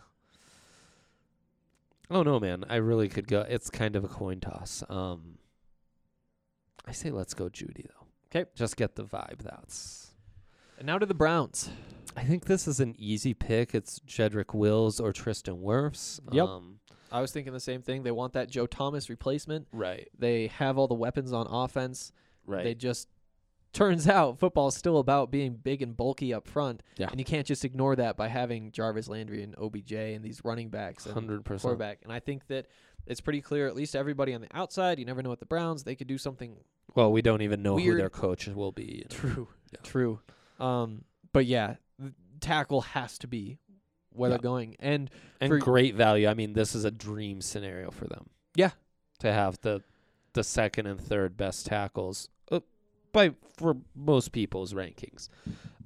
Speaker 2: Oh no, man! I really could go. It's kind of a coin toss. Um, I say let's go Judy though.
Speaker 1: 'Kay.
Speaker 2: just get the vibe. That's.
Speaker 1: And now to the Browns.
Speaker 2: I think this is an easy pick. It's Jedrick Wills or Tristan Wirfs.
Speaker 1: Yep.
Speaker 2: Um,
Speaker 1: I was thinking the same thing. They want that Joe Thomas replacement.
Speaker 2: right.
Speaker 1: They have all the weapons on offense.
Speaker 2: Right.
Speaker 1: They just turns [LAUGHS] out football's still about being big and bulky up front.
Speaker 2: Yeah.
Speaker 1: And you can't just ignore that by having Jarvis Landry and OBJ and these running backs and
Speaker 2: Hundred percent.
Speaker 1: quarterback. And I think that it's pretty clear, at least to everybody on the outside, you never know what the Browns, they could do something
Speaker 2: Well, we don't even know who
Speaker 1: Weird.
Speaker 2: their coach will be. you know.
Speaker 1: True.
Speaker 2: Yeah.
Speaker 1: True. Um, but yeah, th- tackle has to be where
Speaker 2: Yeah.
Speaker 1: they're going. And
Speaker 2: And
Speaker 1: For-
Speaker 2: great value. I mean, this is a dream scenario for them.
Speaker 1: Yeah.
Speaker 2: To have the the second and third best tackles uh, by for most people's rankings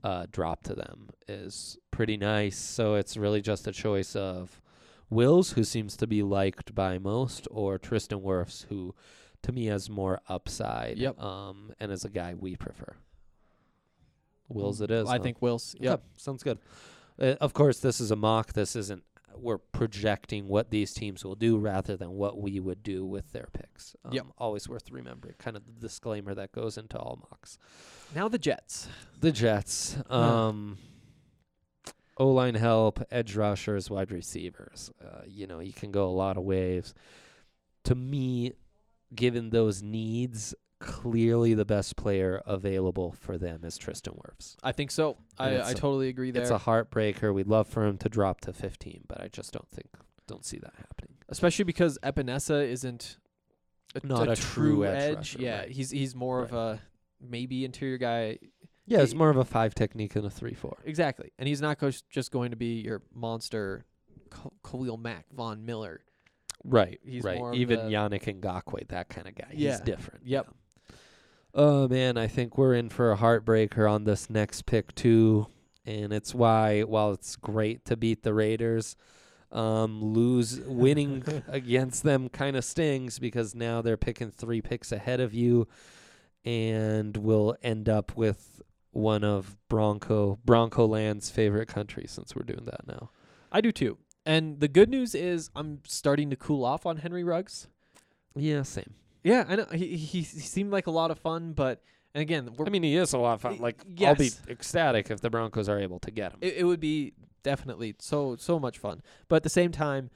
Speaker 2: uh, drop to them is pretty nice. So it's really just a choice of Wills, who seems to be liked by most, or Tristan Wirfs, who to me has more upside.
Speaker 1: Yep.
Speaker 2: Um, and is a guy we prefer. Wills, it is.
Speaker 1: I
Speaker 2: huh?
Speaker 1: Mm, think Wills.
Speaker 2: Yeah,
Speaker 1: Yep.
Speaker 2: sounds good. Uh, of course, this is a mock. This isn't we're projecting what these teams will do rather than what we would do with their picks. Um,
Speaker 1: Yep.
Speaker 2: Always worth remembering. Kind of the disclaimer that goes into all mocks.
Speaker 1: Now the Jets.
Speaker 2: The Jets. Um, O line help, edge rushers, wide receivers. Uh, you know, you can go a lot of ways. To me, given those needs, clearly the best player available for them is Tristan Wirfs.
Speaker 1: I think so. I,
Speaker 2: it's
Speaker 1: I
Speaker 2: a-
Speaker 1: totally agree there.
Speaker 2: It's a heartbreaker. We'd love for him to drop to 15, but I just don't think, don't see that happening.
Speaker 1: Especially because Epinesa isn't a,
Speaker 2: Not
Speaker 1: a
Speaker 2: a true edge
Speaker 1: edge.
Speaker 2: rusher,
Speaker 1: yeah,
Speaker 2: right.
Speaker 1: he's he's more of a maybe interior guy.
Speaker 2: Yeah, it's
Speaker 1: He-
Speaker 2: more of a five technique than a three four.
Speaker 1: Exactly, and he's not goes- just going to be your monster, Kh- Khalil Mack, Von Miller.
Speaker 2: Right,
Speaker 1: He's
Speaker 2: right.
Speaker 1: more of
Speaker 2: Even
Speaker 1: the-
Speaker 2: Yannick Ngakwe, that kind of guy.
Speaker 1: Yeah.
Speaker 2: He's different.
Speaker 1: Yep.
Speaker 2: yeah. Oh man, I think we're in for a heartbreaker on this next pick too, and it's why while it's great to beat the Raiders, um, lose
Speaker 1: [LAUGHS]
Speaker 2: winning against them kind of stings because now they're picking three picks ahead of you, and we'll end up with one of Bronco Bronco Land's favorite countries since we're doing that now.
Speaker 1: I do too. And the good news is I'm starting to cool off on Henry Ruggs.
Speaker 2: Yeah, same.
Speaker 1: Yeah, I know he he, he seemed like a lot of fun, but and again, we're,
Speaker 2: I mean, he is a lot of fun.
Speaker 1: Y-
Speaker 2: Like, I'll be
Speaker 1: yes.
Speaker 2: ecstatic if the Broncos are able to get him.
Speaker 1: it, it would be definitely so so much fun. But at the same time,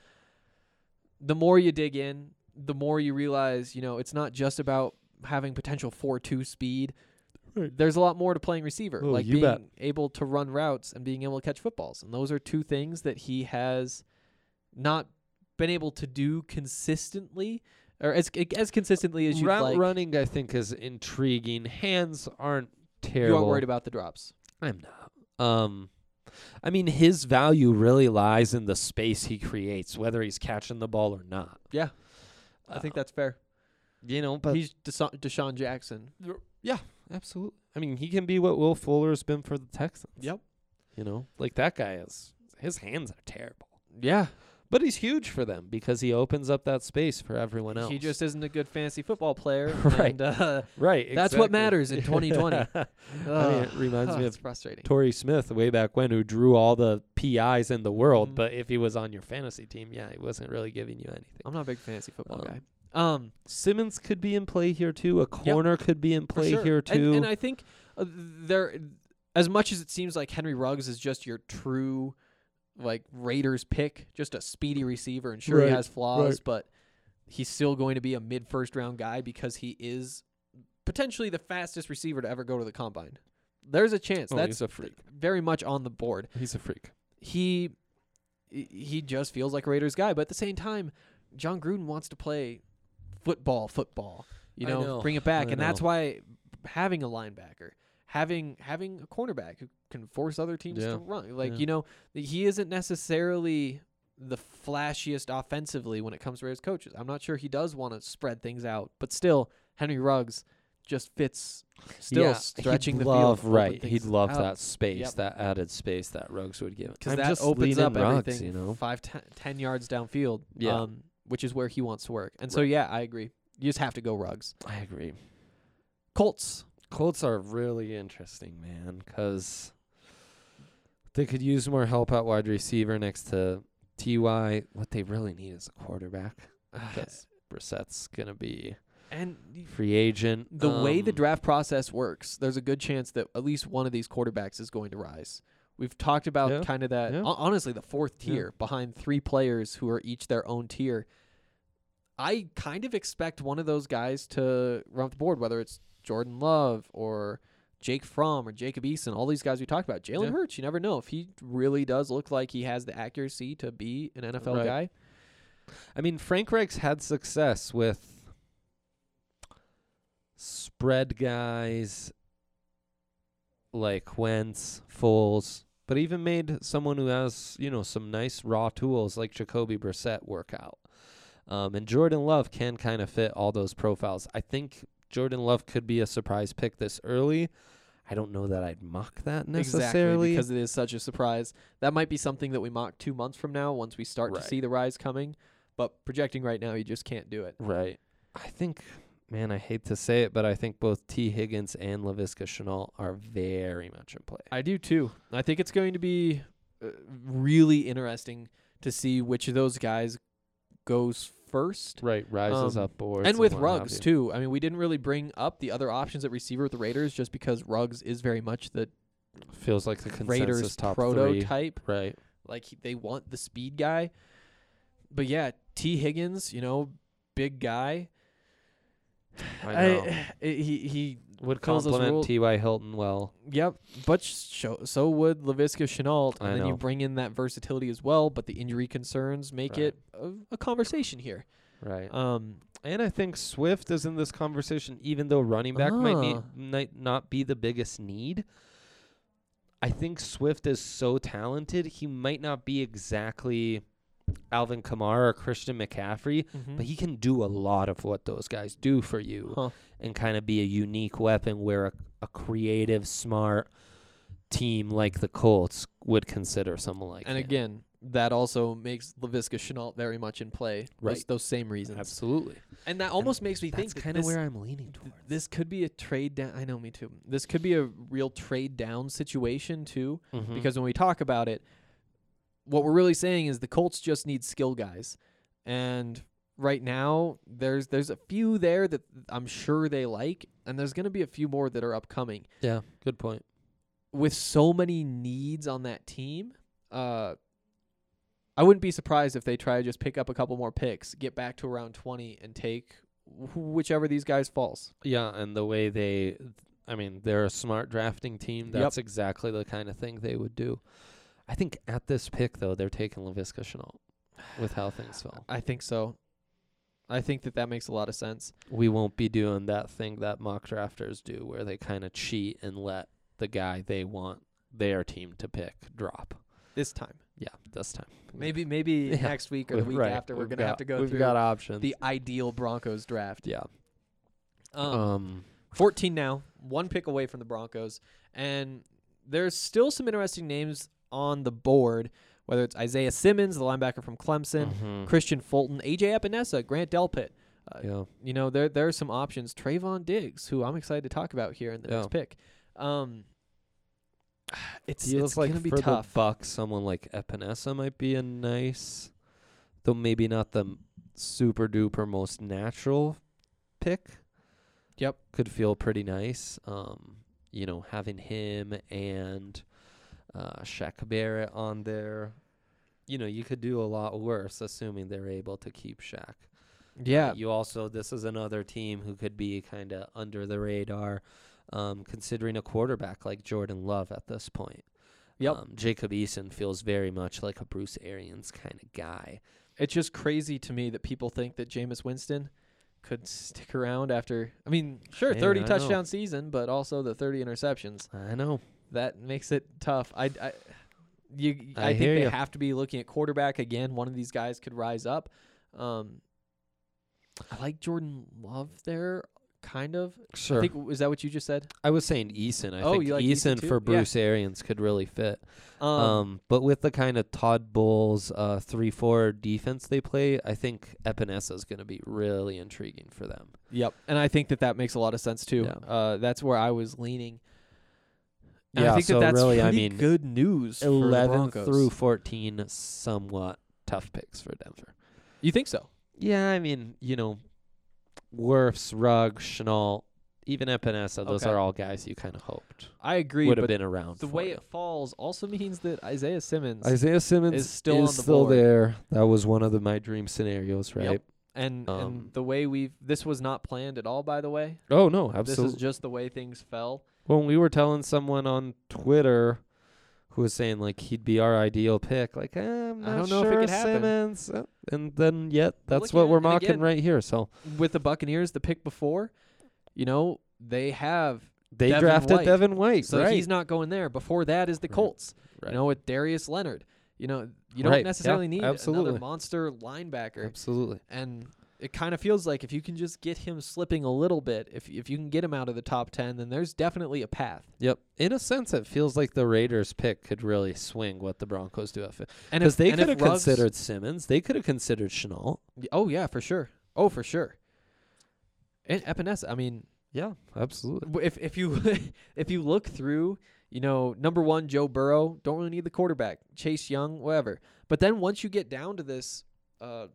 Speaker 1: the more you dig in, the more you realize, you know, it's not just about having potential four two speed.
Speaker 2: Right.
Speaker 1: There's a lot more to playing receiver,
Speaker 2: Oh,
Speaker 1: like
Speaker 2: you
Speaker 1: being
Speaker 2: bet.
Speaker 1: able to run routes and being able to catch footballs. And those are two things that he has not been able to do consistently or as as consistently as you'd
Speaker 2: Route
Speaker 1: like.
Speaker 2: running, I think, is intriguing. Hands aren't
Speaker 1: you
Speaker 2: terrible.
Speaker 1: aren't worried about the drops.
Speaker 2: I'm not. Um, I mean, his value really lies in the space he creates, whether he's catching the ball or not.
Speaker 1: Yeah. I think
Speaker 2: Uh,
Speaker 1: that's fair.
Speaker 2: you know, but
Speaker 1: He's Desha- Deshaun Jackson.
Speaker 2: absolutely. I mean, he can be what Will Fuller's been for the Texans.
Speaker 1: Yep.
Speaker 2: You know, like that guy is. His hands are terrible,
Speaker 1: Yeah.
Speaker 2: but he's huge for them because he opens up that space for everyone else.
Speaker 1: He just isn't a good fantasy football
Speaker 2: [LAUGHS]
Speaker 1: player.
Speaker 2: Right.
Speaker 1: And, uh,
Speaker 2: right.
Speaker 1: That's what
Speaker 2: exactly.
Speaker 1: matters
Speaker 2: [LAUGHS]
Speaker 1: in 2020.
Speaker 2: I mean,
Speaker 1: [LAUGHS] ugh,
Speaker 2: it reminds me
Speaker 1: it's
Speaker 2: of
Speaker 1: frustrating.
Speaker 2: Torrey Smith way back when, who drew all the PIs in the world.
Speaker 1: Mhm.
Speaker 2: But if he was on your fantasy team, yeah, he wasn't really giving you anything.
Speaker 1: I'm not a big fantasy football
Speaker 2: Um,
Speaker 1: guy. Um,
Speaker 2: Simmons could be in play here too. A corner could be in
Speaker 1: for
Speaker 2: play
Speaker 1: sure.
Speaker 2: here
Speaker 1: And-
Speaker 2: too.
Speaker 1: And, I think uh, there, as much as it seems like Henry Ruggs is just your true, like Raiders pick, just a speedy receiver, and sure he
Speaker 2: Right,
Speaker 1: has flaws, but he's still going to be a mid first round guy because he is potentially the fastest receiver to ever go to the combine. There's a chance.
Speaker 2: Oh,
Speaker 1: That's
Speaker 2: he's a freak.
Speaker 1: very much on the board.
Speaker 2: He's a freak.
Speaker 1: he he just feels like a Raiders guy. But at the same time, John Gruden wants to play football, football. You
Speaker 2: I
Speaker 1: know,
Speaker 2: know,
Speaker 1: bring it back,
Speaker 2: I
Speaker 1: and that's
Speaker 2: know.
Speaker 1: why having a linebacker, having having a cornerback who can force other teams
Speaker 2: Yeah,
Speaker 1: to run, like
Speaker 2: yeah.
Speaker 1: you know, he isn't necessarily the flashiest offensively when it comes to Raiders coaches. I'm not sure he does want to spread things out, but still, Henry Ruggs just fits. Still
Speaker 2: Yeah,
Speaker 1: stretching
Speaker 2: he'd
Speaker 1: the
Speaker 2: love,
Speaker 1: field,
Speaker 2: right? He'd love
Speaker 1: loved
Speaker 2: that space,
Speaker 1: Yep.
Speaker 2: that added space that Ruggs would give.
Speaker 1: because
Speaker 2: I'm
Speaker 1: that
Speaker 2: just
Speaker 1: opens
Speaker 2: leaning
Speaker 1: up
Speaker 2: Ruggs,
Speaker 1: everything
Speaker 2: you know.
Speaker 1: five ten, ten yards downfield
Speaker 2: Yeah.
Speaker 1: um, which is where he wants to work and so yeah i agree you just have to go rugs
Speaker 2: I agree. [SIGHS]
Speaker 1: colts
Speaker 2: Colts are really interesting, man, because they could use more help at wide receiver next to Ty. What they really need is a quarterback. Because Brissett's gonna be
Speaker 1: and
Speaker 2: free agent.
Speaker 1: the way the
Speaker 2: Um,
Speaker 1: draft process works there's a good chance that at least one of these quarterbacks is going to rise we've talked about
Speaker 2: Yeah,
Speaker 1: kind of that
Speaker 2: yeah.
Speaker 1: hon- honestly the fourth
Speaker 2: Yeah.
Speaker 1: tier behind three players who are each their own tier i kind of expect one of those guys to run up the board whether it's jordan love or Jake Fromm or Jacob Eason, all these guys we talked about. Jalen
Speaker 2: Yeah.
Speaker 1: Hurts, you never know. If he really does look like he has the accuracy to be an NFL
Speaker 2: Right.
Speaker 1: guy,
Speaker 2: I mean, Frank Reich's had success with spread guys like Wentz, Foles, but even made someone who has, you know, some nice raw tools like Jacoby Brissett work out. Um, and Jordan Love can kind of fit all those profiles. I think Jordan Love could be a surprise pick this early. I don't know that I'd mock that
Speaker 1: exactly
Speaker 2: necessarily.
Speaker 1: because it is such a surprise. That might be something that we mock two months from now once we start
Speaker 2: Right.
Speaker 1: to see the rise coming. But projecting right now, you just can't do it.
Speaker 2: Right. I think, man, I hate to say it, but I think both T. Higgins and LaVisca Chenault are very much in play.
Speaker 1: I do too. I think it's going to be uh, really interesting to see which of those guys goes first.
Speaker 2: Right, rises
Speaker 1: Um,
Speaker 2: up boards.
Speaker 1: And with
Speaker 2: what have
Speaker 1: Ruggs
Speaker 2: you.
Speaker 1: too. I mean, we didn't really bring up the other options at receiver with the Raiders just because Ruggs is very much the
Speaker 2: feels like the consensus
Speaker 1: Raiders
Speaker 2: top three.
Speaker 1: prototype.
Speaker 2: Right.
Speaker 1: Like he, they want the speed guy. But yeah, T Higgins, you know, big guy. [SIGHS]
Speaker 2: I know. [LAUGHS]
Speaker 1: eh, he he
Speaker 2: would
Speaker 1: Fills those rule-
Speaker 2: complement T.Y. Hilton well.
Speaker 1: Yep, but so, so would Lavisca Chenault, and
Speaker 2: I
Speaker 1: then you
Speaker 2: know.
Speaker 1: bring in that versatility as well. But the injury concerns make
Speaker 2: Right.
Speaker 1: it a, a conversation here.
Speaker 2: Right.
Speaker 1: Um,
Speaker 2: And I think Swift is in this conversation, even though running back might, be,
Speaker 1: Ah.
Speaker 2: might not be the biggest need. I think Swift is so talented, he might not be exactly Alvin Kamara or Christian McCaffrey, but he can do a lot of what those guys do for you
Speaker 1: Huh.
Speaker 2: and kind of be a unique weapon where a, a creative, smart team like the Colts would consider someone like
Speaker 1: and
Speaker 2: him.
Speaker 1: again, that also makes Lavisca Chenault very much in play. those- Those,
Speaker 2: Right.
Speaker 1: same reasons,
Speaker 2: absolutely.
Speaker 1: and that almost makes me think
Speaker 2: That's
Speaker 1: that
Speaker 2: kind of
Speaker 1: this-
Speaker 2: where I'm leaning towards.
Speaker 1: th- this could be a trade down. I know, me too. This could be a real trade down situation too,
Speaker 2: Mhm.
Speaker 1: because when we talk about it, what we're really saying is the Colts just need skill guys, and right now there's there's a few there that I'm sure they like, and there's going to be a few more that are upcoming.
Speaker 2: yeah, good point.
Speaker 1: With so many needs on that team, uh, I wouldn't be surprised if they try to just pick up a couple more picks, get back to around 20, and take wh- whichever these guys falls.
Speaker 2: Yeah, and the way they, I mean, they're a smart drafting team.
Speaker 1: Yep.
Speaker 2: That's exactly the kind of thing they would do. I think at this pick though, they're taking Lavisca Chenault with how things fell.
Speaker 1: I think so. I think that that makes a lot of sense.
Speaker 2: We won't be doing that thing that mock drafters do, where they kind of cheat and let the guy they want their team to pick drop.
Speaker 1: This time,
Speaker 2: Yeah, this time.
Speaker 1: maybe maybe
Speaker 2: [LAUGHS] Yeah.
Speaker 1: next week or the
Speaker 2: We've-
Speaker 1: week
Speaker 2: [LAUGHS] right,
Speaker 1: after, we're
Speaker 2: we've
Speaker 1: gonna have
Speaker 2: got-
Speaker 1: to go
Speaker 2: We've
Speaker 1: through
Speaker 2: got options.
Speaker 1: the ideal Broncos draft.
Speaker 2: yeah.
Speaker 1: Um,
Speaker 2: Um.
Speaker 1: 14 now, one pick away from the Broncos, and there's still some interesting names on the board. Whether it's Isaiah Simmons, the linebacker from Clemson,
Speaker 2: mhm.
Speaker 1: Christian Fulton, AJ Epinesa, Grant Delpit. Uh,
Speaker 2: Yeah.
Speaker 1: You know, there there are some options. Trayvon Diggs, who I'm excited to talk about here in the next
Speaker 2: Yeah.
Speaker 1: pick. Um, [SIGHS] it's
Speaker 2: feels
Speaker 1: it's
Speaker 2: like
Speaker 1: gonna be
Speaker 2: for
Speaker 1: tough.
Speaker 2: the Bucks, someone like Epinesa might be a nice, though maybe not the m- super duper most natural pick.
Speaker 1: Yep.
Speaker 2: could feel pretty nice. Um, you know, having him and uh, Shaq Barrett on there, you know, you could do a lot worse, assuming they're able to keep Shaq.
Speaker 1: yeah,
Speaker 2: You also, this is another team who could be kind of under the radar, um, considering a quarterback like Jordan Love at this point.
Speaker 1: Yep.
Speaker 2: Um, Jacob Eason feels very much like a Bruce Arians kind of guy.
Speaker 1: it's just crazy to me that people think that Jameis Winston could stick around after. I mean, sure,
Speaker 2: Hey,
Speaker 1: thirty
Speaker 2: I know.
Speaker 1: touchdown season, but also the thirty interceptions.
Speaker 2: I know.
Speaker 1: That makes it tough. I, I you, I,
Speaker 2: I
Speaker 1: think
Speaker 2: hear
Speaker 1: they
Speaker 2: ya.
Speaker 1: have to be looking at quarterback again. One of these guys could rise up. Um, I like Jordan Love there, kind of.
Speaker 2: Sure.
Speaker 1: I
Speaker 2: I,
Speaker 1: think is that what you just said?
Speaker 2: was saying Eason. I
Speaker 1: Oh,
Speaker 2: think
Speaker 1: you like Eason
Speaker 2: Eason,
Speaker 1: too?
Speaker 2: for
Speaker 1: Yeah.
Speaker 2: Bruce Arians could really fit.
Speaker 1: Um,
Speaker 2: Um, but with the kind of Todd Bowles uh, 3 4 defense they play, I think Epinesa is going to be really intriguing for them.
Speaker 1: yep, and I think that that makes a lot of sense too.
Speaker 2: Yeah.
Speaker 1: Uh, that's where I was leaning. And I
Speaker 2: Yeah,
Speaker 1: think
Speaker 2: so
Speaker 1: that that's
Speaker 2: really, I
Speaker 1: pretty
Speaker 2: mean,
Speaker 1: good news. for the
Speaker 2: 11
Speaker 1: Broncos.
Speaker 2: through 14 somewhat tough picks for denver
Speaker 1: You think so?
Speaker 2: yeah i mean you know werfs rugg Chenault, even epinesa those
Speaker 1: Okay.
Speaker 2: are all guys you kind of hoped
Speaker 1: I agree.
Speaker 2: would have
Speaker 1: but
Speaker 2: been around
Speaker 1: the
Speaker 2: for
Speaker 1: way
Speaker 2: you.
Speaker 1: it falls also means that Isaiah Simmons
Speaker 2: isaiah simmons
Speaker 1: is still on the
Speaker 2: still
Speaker 1: board.
Speaker 2: there that was one of the my dream scenarios right
Speaker 1: and
Speaker 2: um,
Speaker 1: and the way we've this was not planned at all. By the way,
Speaker 2: oh no
Speaker 1: this
Speaker 2: absolutely
Speaker 1: is just the way things fell.
Speaker 2: when we were telling someone on twitter who was saying like he'd be our ideal pick like eh, i'm
Speaker 1: I
Speaker 2: not
Speaker 1: don't know if it
Speaker 2: sure
Speaker 1: could happen.
Speaker 2: simmons Uh, and then yet that's
Speaker 1: looking
Speaker 2: what
Speaker 1: at
Speaker 2: we're
Speaker 1: it
Speaker 2: mocking
Speaker 1: again.
Speaker 2: right here so
Speaker 1: With the Buccaneers, the pick before, you know they have
Speaker 2: They
Speaker 1: Devin
Speaker 2: drafted
Speaker 1: White.
Speaker 2: Devin White,
Speaker 1: so
Speaker 2: right?
Speaker 1: he's not going there. Before that is the
Speaker 2: Right.
Speaker 1: Colts.
Speaker 2: Right.
Speaker 1: You know with Darius Leonard. You know you don't
Speaker 2: Right. Yeah,
Speaker 1: necessarily need
Speaker 2: absolutely.
Speaker 1: another monster linebacker.
Speaker 2: Absolutely.
Speaker 1: and it kind of feels like if you can just get him slipping a little bit, if if you can get him out of the top ten, then there's definitely a path.
Speaker 2: Yep. In a sense, it feels like the Raiders' pick could really swing what the Broncos do.
Speaker 1: And
Speaker 2: Because
Speaker 1: if
Speaker 2: they
Speaker 1: and
Speaker 2: could
Speaker 1: if
Speaker 2: have
Speaker 1: Ruggs-
Speaker 2: considered Simmons. They could have considered Chenault.
Speaker 1: Y- Oh yeah, for sure. Oh for sure. And Epinesa. I mean,
Speaker 2: Yeah, absolutely.
Speaker 1: w- if if you [LAUGHS] if you look through, you know, number one Joe Burrow. Don't really need the quarterback. Chase Young, whatever. But then once you get down to this uh,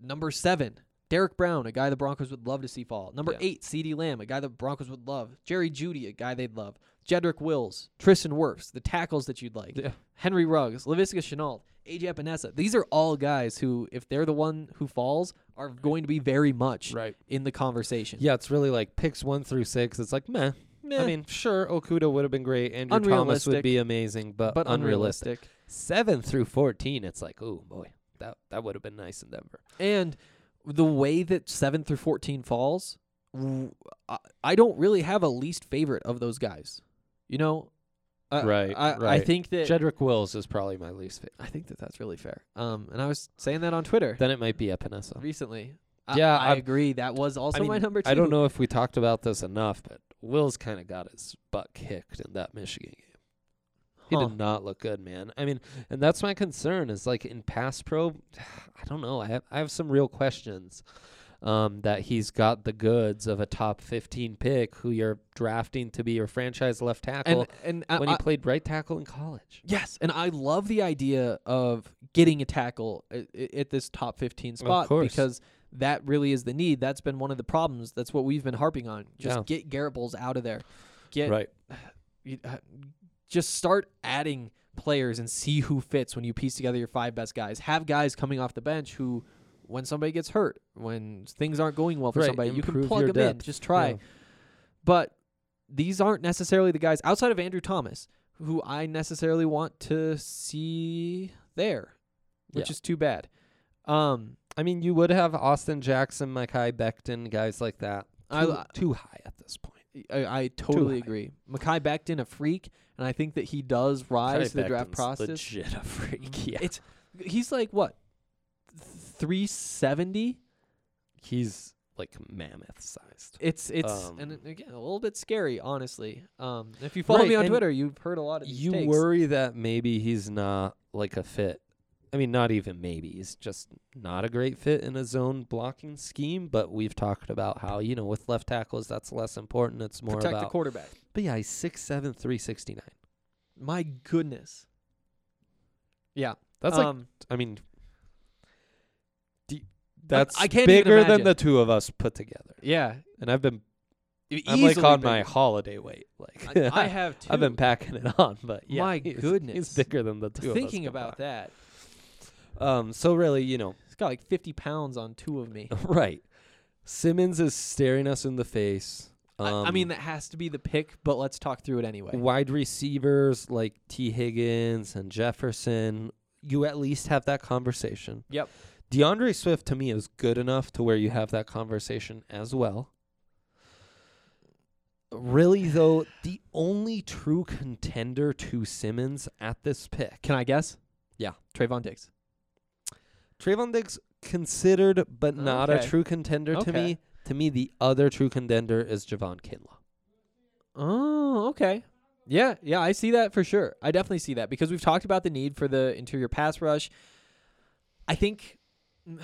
Speaker 1: number seven, Derek Brown, a guy the Broncos would love to see fall. Number
Speaker 2: Yeah.
Speaker 1: eight, C.D. Lamb, a guy the Broncos would love. Jerry Judy, a guy they'd love. Jedrick Wills, Tristan Wirfs, the tackles that you'd like.
Speaker 2: Yeah.
Speaker 1: Henry Ruggs, Lavisca Chenault, AJ Epinesa. These are all guys who, if they're the one who falls, are going to be very much
Speaker 2: Right.
Speaker 1: in the conversation.
Speaker 2: Yeah, it's really like picks one through six. It's like meh.
Speaker 1: Meh,
Speaker 2: I mean, sure, Okuda would have been great. Andrew Thomas
Speaker 1: Unrealistic.
Speaker 2: would be amazing, but,
Speaker 1: but
Speaker 2: unrealistic.
Speaker 1: unrealistic.
Speaker 2: Seven through fourteen, it's like, oh boy, that that would have been nice in Denver.
Speaker 1: And the way that 7 through 14 falls, w- I- I don't really have a least favorite of those guys. You know? I-
Speaker 2: Right,
Speaker 1: I, I
Speaker 2: right.
Speaker 1: think that
Speaker 2: Jedrick Wills is probably my least favorite.
Speaker 1: I think that that's really fair. Um, and I was saying that on Twitter
Speaker 2: Then it might be Epinesa.
Speaker 1: recently.
Speaker 2: Yeah,
Speaker 1: I, I
Speaker 2: I'm-
Speaker 1: agree. That was also
Speaker 2: I mean,
Speaker 1: my number two.
Speaker 2: I don't know if we talked about this enough, but Wills kind of got his butt kicked in that Michigan game. He
Speaker 1: Huh.
Speaker 2: did not look good, man. I mean, and that's my concern is like in pass pro, [SIGHS] I don't know. I have I have some real questions um, that he's got the goods of a top 15 pick who you're drafting to be your franchise left tackle
Speaker 1: And and I-
Speaker 2: when
Speaker 1: I,
Speaker 2: he played right tackle in college.
Speaker 1: yes, and I love the idea of getting a tackle at, at this top fifteen spot
Speaker 2: course.
Speaker 1: because that really is the need. That's been one of the problems. That's what we've been harping on. Just
Speaker 2: Yeah.
Speaker 1: get Garrett Bowles out of there. Get
Speaker 2: Right.
Speaker 1: you, uh, just start adding players and see who fits when you piece together your five best guys. Have guys coming off the bench who, when somebody gets hurt, when things aren't going well for
Speaker 2: Right,
Speaker 1: somebody, you can
Speaker 2: improve
Speaker 1: plug
Speaker 2: your
Speaker 1: them in.
Speaker 2: depth,
Speaker 1: Just try. But these aren't necessarily the guys outside of Andrew Thomas who I necessarily want to see there, which
Speaker 2: Yeah.
Speaker 1: is too bad. Um,
Speaker 2: I mean, you would have Austin Jackson, Mckay Becton, guys like that.
Speaker 1: I-
Speaker 2: Too- too high at this point.
Speaker 1: I, I totally
Speaker 2: high.
Speaker 1: agree. Makai Becton, a freak, and I think that he does rise to the draft process.
Speaker 2: Legit a freak. [LAUGHS] Yeah.
Speaker 1: Mm. It's he's like what 370.
Speaker 2: he's like mammoth sized.
Speaker 1: It's it's and
Speaker 2: Um,
Speaker 1: again a little bit scary, honestly. Um, if you follow
Speaker 2: Right,
Speaker 1: me on
Speaker 2: and
Speaker 1: Twitter, you've heard a lot of these
Speaker 2: You
Speaker 1: takes.
Speaker 2: worry that maybe he's not like a fit. I mean, not even maybe. He's just not a great fit in a zone blocking scheme. But we've talked about how you know with left tackles that's less important. It's more
Speaker 1: protect the
Speaker 2: about.
Speaker 1: quarterback.
Speaker 2: but yeah, he's six seven, three sixty nine.
Speaker 1: My goodness,
Speaker 2: That's like
Speaker 1: um,
Speaker 2: I mean, d- that's
Speaker 1: I can't even
Speaker 2: bigger than
Speaker 1: imagine.
Speaker 2: the two of us put together.
Speaker 1: yeah.
Speaker 2: And I've been
Speaker 1: e-
Speaker 2: I'm like
Speaker 1: easily
Speaker 2: on my
Speaker 1: bigger.
Speaker 2: holiday weight.
Speaker 1: [LAUGHS]
Speaker 2: Like [LAUGHS]
Speaker 1: I, I have too.
Speaker 2: I've been packing it on, but yeah,
Speaker 1: My
Speaker 2: he's-
Speaker 1: goodness.
Speaker 2: he's thicker than the two.
Speaker 1: thinking
Speaker 2: of us
Speaker 1: about that.
Speaker 2: that. Um, so really, you
Speaker 1: [LAUGHS]
Speaker 2: know,
Speaker 1: It's got like 50 pounds on two of me.
Speaker 2: right? Simmons is staring us in the face. Um,
Speaker 1: I, I mean, that has to be the pick, but let's talk through it anyway.
Speaker 2: wide receivers like T. Higgins and Jefferson. You at least have that conversation.
Speaker 1: Yep.
Speaker 2: DeAndre Swift to me is good enough to where you have that conversation as well. Really though, the only true contender to Simmons at this pick
Speaker 1: Can I guess?
Speaker 2: Yeah.
Speaker 1: Trayvon Diggs.
Speaker 2: Trayvon Diggs considered, but not
Speaker 1: Okay.
Speaker 2: a true contender
Speaker 1: Okay.
Speaker 2: to me. To me, the other true contender is Javon Kinlaw.
Speaker 1: Oh, okay. Yeah, yeah, I see that for sure. I definitely see that because we've talked about the need for the interior pass rush. I think mm,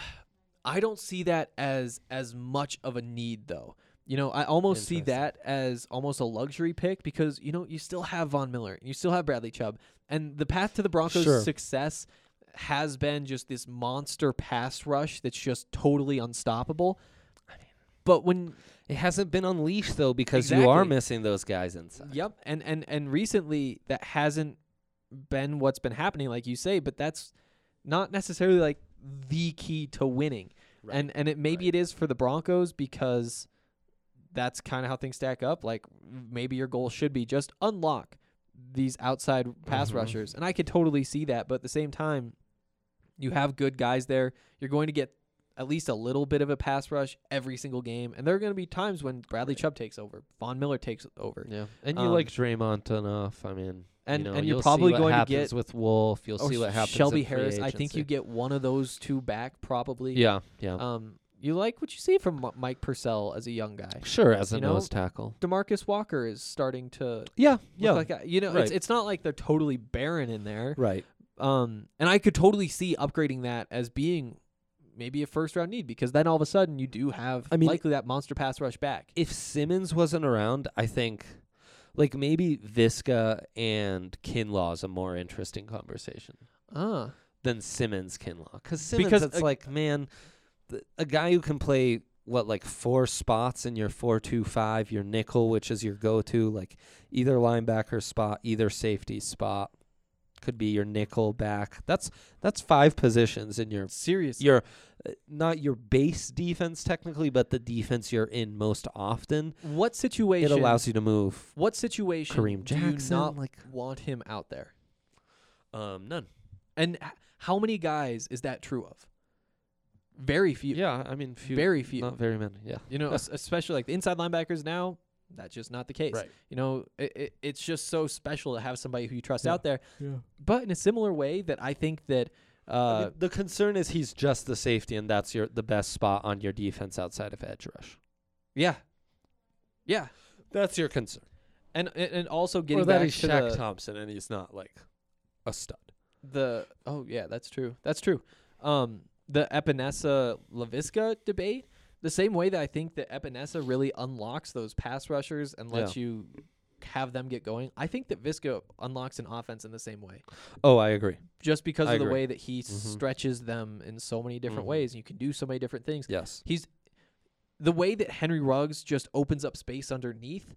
Speaker 1: I don't see that as as much of a need though. You know, I almost see
Speaker 2: Interesting.
Speaker 1: that as almost a luxury pick because you know you still have Von Miller, you still have Bradley Chubb, and the path to the Broncos'
Speaker 2: Sure.
Speaker 1: success has been just this monster pass rush that's just totally unstoppable. But when
Speaker 2: It hasn't been unleashed though because you are
Speaker 1: Exactly.
Speaker 2: missing those guys inside.
Speaker 1: Yep, and and and recently that hasn't been what's been happening, like you say. But that's not necessarily like the key to winning.
Speaker 2: Right,
Speaker 1: And and it maybe it is for the Broncos because that's kind of how things stack up. Like maybe your goal should be just unlock these outside pass
Speaker 2: Mhm.
Speaker 1: rushers, and I could totally see that. But at the same time, you have good guys there. You're going to get at least a little bit of a pass rush every single game, and there are going to be times when Bradley
Speaker 2: Right.
Speaker 1: Chubb takes over, Von Miller takes over
Speaker 2: Yeah, and you
Speaker 1: Um,
Speaker 2: like Draymond enough. I mean,
Speaker 1: and
Speaker 2: you know,
Speaker 1: and
Speaker 2: you'll
Speaker 1: you're
Speaker 2: see
Speaker 1: probably
Speaker 2: what
Speaker 1: going to
Speaker 2: happens
Speaker 1: get
Speaker 2: with Wolf. You'll
Speaker 1: oh,
Speaker 2: see what happens.
Speaker 1: Shelby
Speaker 2: in free
Speaker 1: Harris. I think you
Speaker 2: agency.
Speaker 1: get one of those two back probably.
Speaker 2: Yeah, yeah.
Speaker 1: Um, you like what you see from Mi- Mike Purcell as a young guy.
Speaker 2: sure, as a
Speaker 1: you know,
Speaker 2: nose tackle.
Speaker 1: Demarcus Walker is starting to look
Speaker 2: Yeah,
Speaker 1: like a, you know it's
Speaker 2: right.
Speaker 1: it's not like they're totally barren in there.
Speaker 2: right.
Speaker 1: Um, and I could totally see upgrading that as being maybe a first round need because then all of a sudden you do have
Speaker 2: I mean-
Speaker 1: likely that monster pass rush back.
Speaker 2: If Simmons wasn't around, I think, like maybe Visca and Kinlaw is a more interesting conversation.
Speaker 1: Ah,
Speaker 2: than Simmons Kinlaw. Cause Simmons,
Speaker 1: Because
Speaker 2: it's
Speaker 1: a-
Speaker 2: like man, th- a guy who can play what like four spots in your four two five, your nickel, which is your go to, like either linebacker spot, either safety spot, could be your nickel back. That's that's five positions in your
Speaker 1: Seriously.
Speaker 2: your uh, not your base defense technically, but the defense you're in most often.
Speaker 1: What situation?
Speaker 2: It allows you to move
Speaker 1: What situation?
Speaker 2: Kareem
Speaker 1: Do you not
Speaker 2: Jackson, like
Speaker 1: want him out there?
Speaker 2: um none.
Speaker 1: And h- how many guys is that true of? Very few.
Speaker 2: Yeah, I mean few,
Speaker 1: very few.
Speaker 2: not very many. Yeah,
Speaker 1: You know, es- especially like the inside linebackers now, that's just not the case.
Speaker 2: Right.
Speaker 1: You know, it, it, it's just so special to have somebody who you trust
Speaker 2: Yeah.
Speaker 1: out there.
Speaker 2: yeah.
Speaker 1: But in a similar way that I think that
Speaker 2: I
Speaker 1: uh,
Speaker 2: mean, the concern is he's just the safety, and that's your the best spot on your defense outside of edge rush.
Speaker 1: yeah. Yeah.
Speaker 2: That's your concern.
Speaker 1: And and and also getting
Speaker 2: or that
Speaker 1: back
Speaker 2: he's
Speaker 1: to
Speaker 2: Shaq
Speaker 1: the,
Speaker 2: Thompson, and he's not like a stud.
Speaker 1: the oh yeah, that's true. That's true. Um, the Epinesa Laviska debate, the same way that I think that Epinesa really unlocks those pass rushers and lets you have them get going. I think that Visca unlocks an offense in the same way,
Speaker 2: Oh, I agree.
Speaker 1: just because
Speaker 2: I
Speaker 1: of the
Speaker 2: agree. Mm-hmm.
Speaker 1: way that he stretches them in so many different
Speaker 2: Mhm.
Speaker 1: ways. You can do so many different things.
Speaker 2: Yes.
Speaker 1: He's the way that Henry Ruggs just opens up space underneath.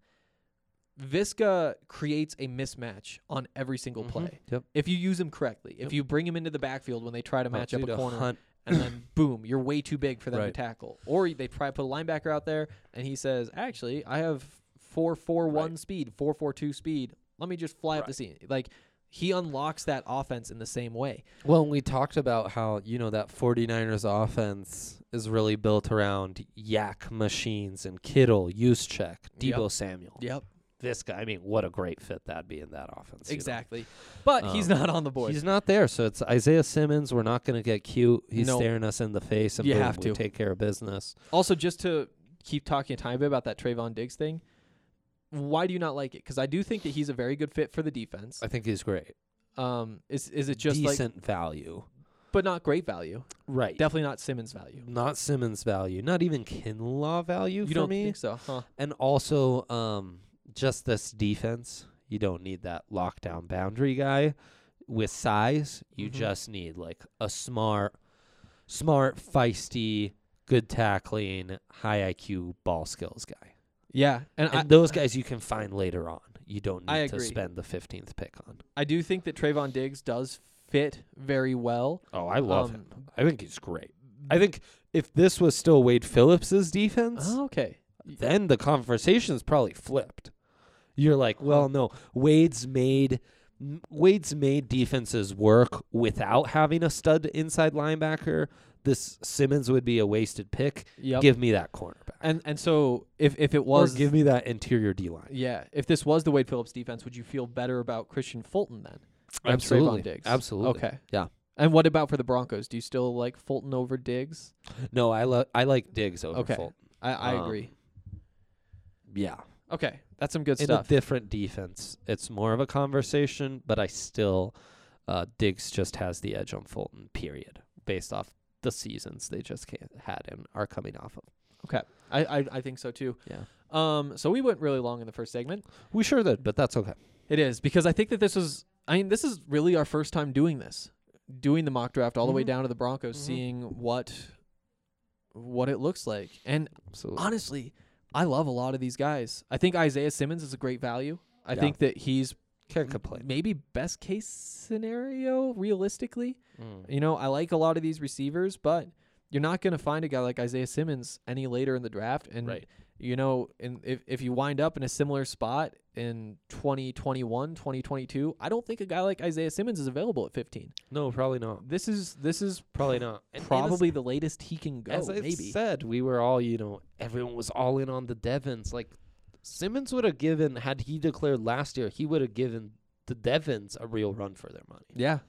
Speaker 1: Visca creates a mismatch on every single
Speaker 2: Mhm.
Speaker 1: play
Speaker 2: Yep.
Speaker 1: if you use him correctly, if
Speaker 2: Yep. Oh,
Speaker 1: you bring him into the backfield when they try to match up
Speaker 2: Opportunity
Speaker 1: a
Speaker 2: to
Speaker 1: corner,
Speaker 2: hunt.
Speaker 1: and then
Speaker 2: [COUGHS]
Speaker 1: boom, you're way too big for them to
Speaker 2: Right.
Speaker 1: tackle. Or they try to put a linebacker out there, and he says, "Actually, I have four four one
Speaker 2: Right.
Speaker 1: speed, four four two speed. Let me just fly up the
Speaker 2: Right.
Speaker 1: scene." Like he unlocks that offense in the same way.
Speaker 2: Well, and we talked about how, you know, that 49ers offense is really built around yak machines and Kittle, Juszczyk,
Speaker 1: Yep.
Speaker 2: Debo Samuel.
Speaker 1: Yep,
Speaker 2: This guy, I mean, what a great fit that'd be in that offense. you know?
Speaker 1: exactly. But he's
Speaker 2: Um,
Speaker 1: not on the board.
Speaker 2: He's not there, so it's Isaiah Simmons. We're not going to get cute. He's
Speaker 1: No.
Speaker 2: staring us in the face, and
Speaker 1: You
Speaker 2: boom,
Speaker 1: have
Speaker 2: we
Speaker 1: to.
Speaker 2: take care of business.
Speaker 1: Also, just to keep talking a tiny bit about that Trayvon Diggs thing, why do you not like it? Because I do think that he's a very good fit for the defense.
Speaker 2: I think he's great.
Speaker 1: Um, is is it just like,
Speaker 2: Decent value,
Speaker 1: but not great value?
Speaker 2: right?
Speaker 1: Definitely not Simmons value.
Speaker 2: not Simmons value, not even Kinlaw value
Speaker 1: You
Speaker 2: for
Speaker 1: don't
Speaker 2: me.
Speaker 1: think so, huh?
Speaker 2: And also, um, just this defense. You don't need that lockdown boundary guy with size. You
Speaker 1: Mhm.
Speaker 2: just need like a smart, smart, feisty, good tackling, high IQ ball skills guy.
Speaker 1: Yeah, and,
Speaker 2: And those guys you can find later on. You don't
Speaker 1: I
Speaker 2: need to
Speaker 1: agree.
Speaker 2: spend the 15th pick on.
Speaker 1: I I do think that Trayvon Diggs does fit very well. Um,
Speaker 2: Oh, I
Speaker 1: love him.
Speaker 2: I think he's great. I think if this was still Wade Phillips's defense,
Speaker 1: Oh, okay,
Speaker 2: then the conversation's probably flipped. You're like, well, no, Wade's made m- Wade's made defenses work without having a stud inside linebacker. This Simmons would be a wasted pick.
Speaker 1: yep.
Speaker 2: Give me that cornerback.
Speaker 1: and and so if if it
Speaker 2: Or
Speaker 1: was
Speaker 2: give me that interior D line.
Speaker 1: yeah, if this was the Wade Phillips defense, would you feel better about Christian Fulton then? than Trayvon
Speaker 2: Absolutely.
Speaker 1: Diggs?
Speaker 2: Absolutely.
Speaker 1: Okay.
Speaker 2: Yeah.
Speaker 1: And what about for the Broncos? Do you still like Fulton over Diggs?
Speaker 2: No, I lo- I like Diggs over
Speaker 1: Okay.
Speaker 2: Fulton.
Speaker 1: I, I
Speaker 2: Um,
Speaker 1: agree.
Speaker 2: Yeah.
Speaker 1: Okay, that's some good
Speaker 2: in
Speaker 1: stuff.
Speaker 2: a different defense. It's more of a conversation, but I still uh, Diggs just has the edge on Fulton. Period, based off the seasons they just can had and are coming off of.
Speaker 1: I, I I think so too.
Speaker 2: Yeah,
Speaker 1: Um, so we went really long in the first segment.
Speaker 2: we sure did, but that's okay.
Speaker 1: It is because I think that this was. I mean, this is really our first time doing this, doing the mock draft all the way
Speaker 2: Mhm.
Speaker 1: down to the Broncos,
Speaker 2: Mhm.
Speaker 1: seeing what what it looks like. And
Speaker 2: Absolutely.
Speaker 1: honestly, I love a lot of these guys. I think Isaiah Simmons is a great value. I
Speaker 2: Yeah.
Speaker 1: think that he's
Speaker 2: Can't complain.
Speaker 1: maybe best case scenario realistically. You know, I like a lot of these receivers, but you're not going to find a guy like Isaiah Simmons any later in the draft. And
Speaker 2: Right.
Speaker 1: you know, and if if you wind up in a similar spot in 2021, 2022, I don't think a guy like Isaiah Simmons is available at 15.
Speaker 2: No, probably not.
Speaker 1: This is this is
Speaker 2: Probably not. And- and as-
Speaker 1: probably the latest he can go.
Speaker 2: as I
Speaker 1: maybe.
Speaker 2: said, we were all you know. Everyone was all in on the Devons. Like Simmons would have given had he declared last year, he would have given the Devons a real run for their money.
Speaker 1: Yeah,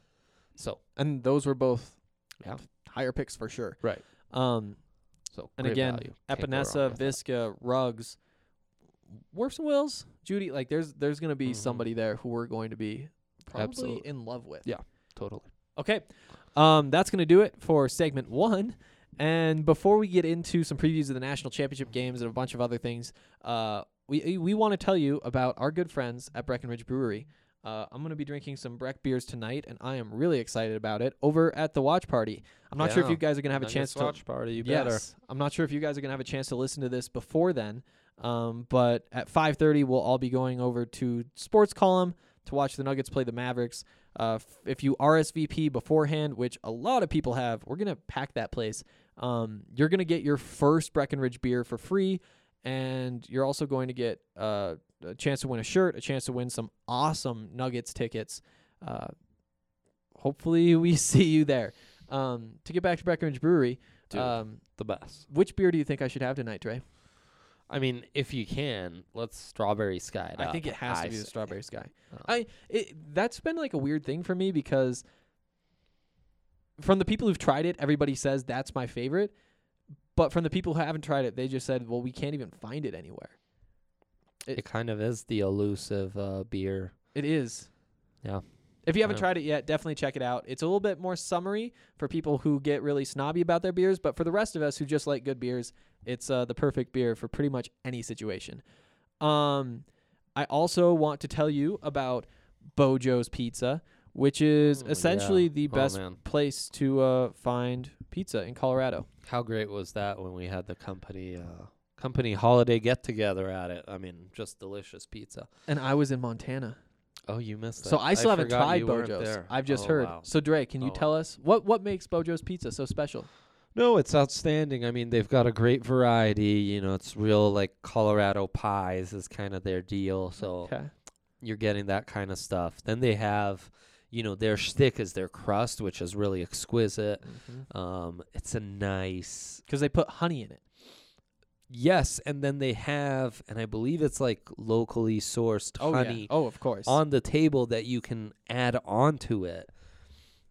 Speaker 2: So
Speaker 1: and those were both
Speaker 2: Yeah.
Speaker 1: higher picks for sure.
Speaker 2: right.
Speaker 1: Um,
Speaker 2: So
Speaker 1: and
Speaker 2: great
Speaker 1: again,
Speaker 2: value. Can't go wrong
Speaker 1: Epinesa,
Speaker 2: with that.
Speaker 1: Visca, Ruggs, Worfs and Wills, Judy. Like, there's there's gonna be
Speaker 2: Mhm.
Speaker 1: somebody there who we're going to be probably
Speaker 2: Absolutely.
Speaker 1: in love with.
Speaker 2: Yeah. Totally.
Speaker 1: Okay, um, that's gonna do it for segment one. And before we get into some previews of the national championship games and a eh, bunch of other things, uh, we we want to tell you about our good friends at Breckenridge Brewery. Uh, I'm going to be drinking some Breck beers tonight, and I am really excited about it over at the watch party. I'm not sure if
Speaker 2: Yeah.
Speaker 1: you guys are going to have a
Speaker 2: Nuggets
Speaker 1: chance to.
Speaker 2: watch party. You better.
Speaker 1: Yes. I'm not sure if you guys are going to have a chance to listen to this before then, um, but at 5:30 we'll all be going over to Sports Column to watch the Nuggets play the Mavericks. Uh, f- if you RSVP beforehand, which a lot of people have, we're gonna pack that place. Um, you're gonna get your first Breckenridge beer for free, and you're also going to get uh, a chance to win a shirt, a chance to win some awesome Nuggets tickets. Uh, hopefully, we [LAUGHS] see you there. Um, to get back to Breckenridge Brewery,
Speaker 2: Dude.
Speaker 1: um,
Speaker 2: The best.
Speaker 1: which beer do you think I should have tonight, Dre?
Speaker 2: I mean, if you can, let's strawberry sky it
Speaker 1: I
Speaker 2: up,
Speaker 1: think it has
Speaker 2: I
Speaker 1: to be the
Speaker 2: say.
Speaker 1: strawberry sky.
Speaker 2: Oh.
Speaker 1: I it, that's been like a weird thing for me because from the people who've tried it, everybody says that's my favorite. But from the people who haven't tried it, they just said, "Well, we can't even find it anywhere."
Speaker 2: It kind of is the elusive uh, beer.
Speaker 1: It is.
Speaker 2: Yeah.
Speaker 1: If you haven't
Speaker 2: Yeah.
Speaker 1: tried it yet, definitely check it out. It's a little bit more summery for people who get really snobby about their beers, but for the rest of us who just like good beers, it's uh, the perfect beer for pretty much any situation. Um, I also want to tell you about Bojo's Pizza, which is
Speaker 2: Oh, yeah.
Speaker 1: essentially the
Speaker 2: Oh,
Speaker 1: best
Speaker 2: man.
Speaker 1: place to uh, find pizza in Colorado.
Speaker 2: How great was that when we had the company uh, company holiday get together at it? I mean, just delicious pizza.
Speaker 1: And I was in Montana.
Speaker 2: Oh, you missed that.
Speaker 1: So I still haven't
Speaker 2: forgot
Speaker 1: tried
Speaker 2: you weren't
Speaker 1: Bojo's.
Speaker 2: there.
Speaker 1: I've just
Speaker 2: Oh,
Speaker 1: heard.
Speaker 2: wow.
Speaker 1: So Dre, can you
Speaker 2: Oh,
Speaker 1: tell us what what makes Bojo's Pizza so special?
Speaker 2: No, it's outstanding. I mean, they've got a great variety. You know, it's real like Colorado pies is kind of their deal. So
Speaker 1: Okay.
Speaker 2: you're getting that kind of stuff. Then they have, you know, their shtick is their crust, which is really exquisite. Um, it's a nice
Speaker 1: because they put honey in it.
Speaker 2: yes, and then they have, and I believe it's like locally sourced honey
Speaker 1: Oh, of course.
Speaker 2: on the table that you can add onto it.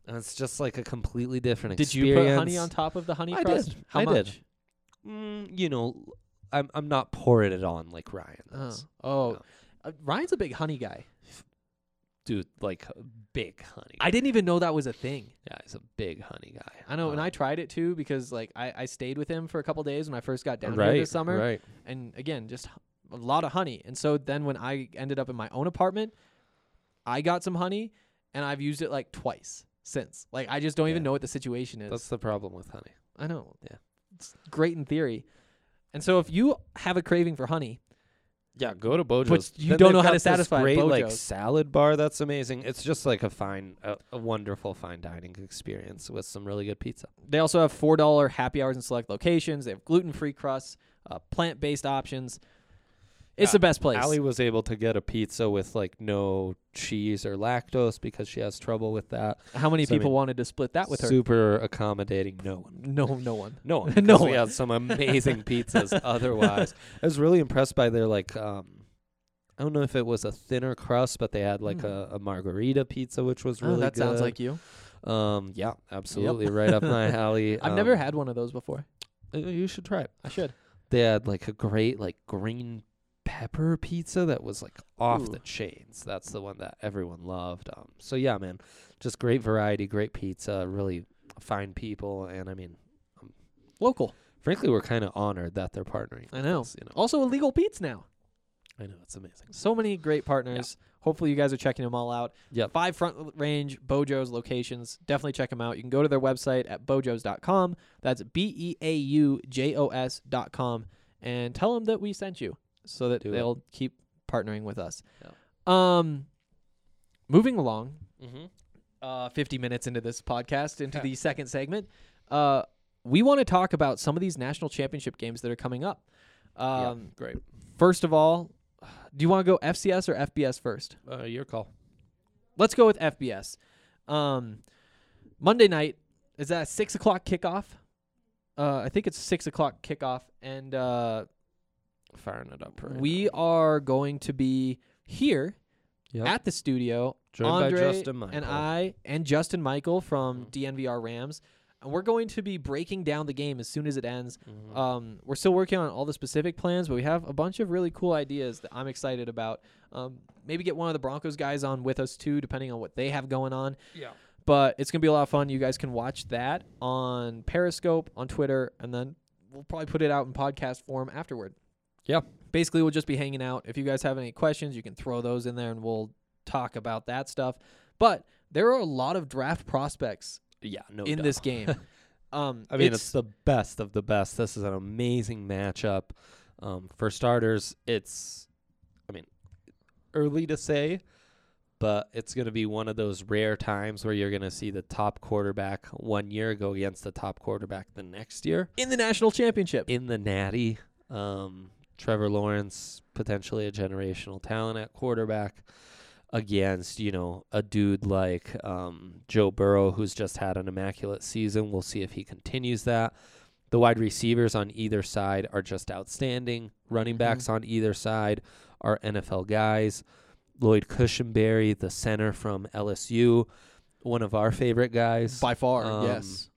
Speaker 2: And it's just like a completely different
Speaker 1: Did you
Speaker 2: experience.
Speaker 1: put honey on top of the honey
Speaker 2: I
Speaker 1: crust?
Speaker 2: did.
Speaker 1: How
Speaker 2: I
Speaker 1: much?
Speaker 2: did. Mm, you know, I'm I'm not pouring it on like Ryan
Speaker 1: Oh,
Speaker 2: does.
Speaker 1: oh.
Speaker 2: No.
Speaker 1: Uh, Ryan's a big honey guy.
Speaker 2: Dude, like a big honey.
Speaker 1: I didn't even know that was a thing.
Speaker 2: yeah, he's a big honey guy.
Speaker 1: I know, and
Speaker 2: Um,
Speaker 1: I tried it too because like I, I stayed with him for a couple days when I first got down
Speaker 2: right,
Speaker 1: here this summer,
Speaker 2: Right.
Speaker 1: and again just h- a lot of honey. And so then when I ended up in my own apartment, I got some honey, and I've used it like twice since. Like I just don't even
Speaker 2: Yeah.
Speaker 1: know what the situation is.
Speaker 2: That's the problem with honey.
Speaker 1: I know.
Speaker 2: Yeah.
Speaker 1: it's great in theory. And so if you have a craving for honey,
Speaker 2: Yeah, go to Bojo's.
Speaker 1: you
Speaker 2: Then
Speaker 1: don't
Speaker 2: they've
Speaker 1: know how
Speaker 2: got
Speaker 1: to
Speaker 2: this
Speaker 1: satisfy
Speaker 2: great like
Speaker 1: Bojo's.
Speaker 2: salad bar. That's amazing. It's just like a fine, a, a wonderful fine dining experience with some really good pizza.
Speaker 1: They also have four dollar happy hours in select locations. They have gluten free crusts, uh, plant based options. It's
Speaker 2: Yeah,
Speaker 1: the best place.
Speaker 2: Allie was able to get a pizza with like no cheese or lactose because she has trouble with that.
Speaker 1: How many
Speaker 2: so, I
Speaker 1: people
Speaker 2: mean,
Speaker 1: wanted to split that with her?
Speaker 2: super accommodating. No one.
Speaker 1: No, no one.
Speaker 2: No,
Speaker 1: [LAUGHS] No
Speaker 2: one, because we
Speaker 1: one.
Speaker 2: had
Speaker 1: [LAUGHS]
Speaker 2: some amazing pizzas. [LAUGHS] Otherwise, I was really impressed by their like. um I don't know if it was a thinner crust, but they had like
Speaker 1: Mm.
Speaker 2: a, a margarita pizza, which was
Speaker 1: [LAUGHS]
Speaker 2: really
Speaker 1: oh, that
Speaker 2: good.
Speaker 1: sounds like you.
Speaker 2: Um, yeah, absolutely right
Speaker 1: [LAUGHS]
Speaker 2: up my alley.
Speaker 1: I've
Speaker 2: Um,
Speaker 1: never had one of those before.
Speaker 2: uh, You should try it.
Speaker 1: I should.
Speaker 2: They had like a great like green pepper pizza that was like off
Speaker 1: Ooh.
Speaker 2: the chains. That's the one that everyone loved. Um, so yeah, man, just great variety, great pizza, really fine people, and I mean,
Speaker 1: Local.
Speaker 2: frankly, we're kind of honored that they're partnering.
Speaker 1: I
Speaker 2: with
Speaker 1: know. Oh.
Speaker 2: us, you know,
Speaker 1: Also, illegal beats now.
Speaker 2: I know it's amazing.
Speaker 1: So many great partners. Hopefully, you guys are checking them all out.
Speaker 2: Yep.
Speaker 1: Five front range Bojo's locations. Definitely check them out. You can go to their website at bojos.com. That's B E A U J O S.com. And tell them that we sent you so that
Speaker 2: Do it.
Speaker 1: they'll keep partnering with us.
Speaker 2: Yep.
Speaker 1: Um, moving along,
Speaker 2: Mm-hmm.
Speaker 1: uh, 50 minutes into this podcast, into the second segment, uh, we want to talk about some of these national championship games that are coming up. Um,
Speaker 2: great.
Speaker 1: First of all, do you want to go FCS or FBS first?
Speaker 2: Uh, your call.
Speaker 1: Let's go with FBS. Um, Monday night is that a six o'clock kickoff? Uh, I think it's six o'clock kickoff, and uh,
Speaker 2: Firing it up. Right
Speaker 1: we
Speaker 2: now.
Speaker 1: are going to be here
Speaker 2: Yep.
Speaker 1: at the studio.
Speaker 2: Joined by
Speaker 1: Andre
Speaker 2: Justin
Speaker 1: and
Speaker 2: Michael. Mm.
Speaker 1: I and Justin Michael from DNVR Rams, and we're going to be breaking down the game as soon as it ends.
Speaker 2: Mm-hmm.
Speaker 1: Um, we're still working on all the specific plans, but we have a bunch of really cool ideas that I'm excited about. Um, maybe get one of the Broncos guys on with us too, depending on what they have going on.
Speaker 2: yeah.
Speaker 1: but it's gonna be a lot of fun. You guys can watch that on Periscope, on Twitter, and then we'll probably put it out in podcast form afterward.
Speaker 2: Yeah.
Speaker 1: Basically, we'll just be hanging out. If you guys have any questions, you can throw those in there, and we'll talk about that stuff. But there are a lot of draft prospects
Speaker 2: Yeah, no.
Speaker 1: in
Speaker 2: doubt.
Speaker 1: this
Speaker 2: [LAUGHS]
Speaker 1: game. Um,
Speaker 2: I mean, it's, the best of the best. This is an amazing matchup. Um, for starters, it's, I mean, early to say, but it's going to be one of those rare times where you're going to see the top quarterback one year go against the top quarterback the next year
Speaker 1: in the national championship.
Speaker 2: in the Natty. Um, Trevor Lawrence, potentially a generational talent at quarterback, against you know a dude like um, Joe Burrow, who's just had an immaculate season. We'll see if he continues that. The wide receivers on either side are just outstanding. Running
Speaker 1: Mhm.
Speaker 2: backs on either side are NFL guys. Lloyd Cushenberry, the center from LSU, one of our favorite guys
Speaker 1: by far,
Speaker 2: um,
Speaker 1: yes.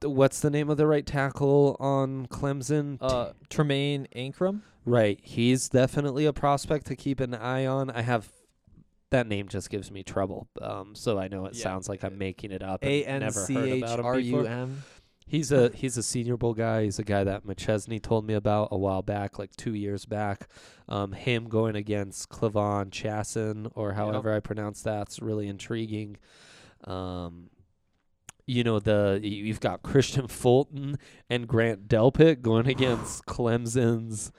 Speaker 2: th- what's the name of the right tackle on Clemson?
Speaker 1: Uh, Tremaine Ankrum.
Speaker 2: right, he's definitely a prospect to keep an eye on. I have that name just gives me trouble. Um, so I know it
Speaker 1: Yeah.
Speaker 2: sounds like I'm making it up.
Speaker 1: A
Speaker 2: and
Speaker 1: N
Speaker 2: never
Speaker 1: C
Speaker 2: heard
Speaker 1: H
Speaker 2: about him
Speaker 1: R
Speaker 2: before.
Speaker 1: U M.
Speaker 2: He's a he's a Senior Bowl guy. He's a guy that McChesney told me about a while back, like two years back. Um, him going against Clavon Chasson or however I pronounce that's really intriguing. Um, you know the y- you've got Christian Fulton and Grant
Speaker 1: [SIGHS]
Speaker 2: Delpit going against Clemson's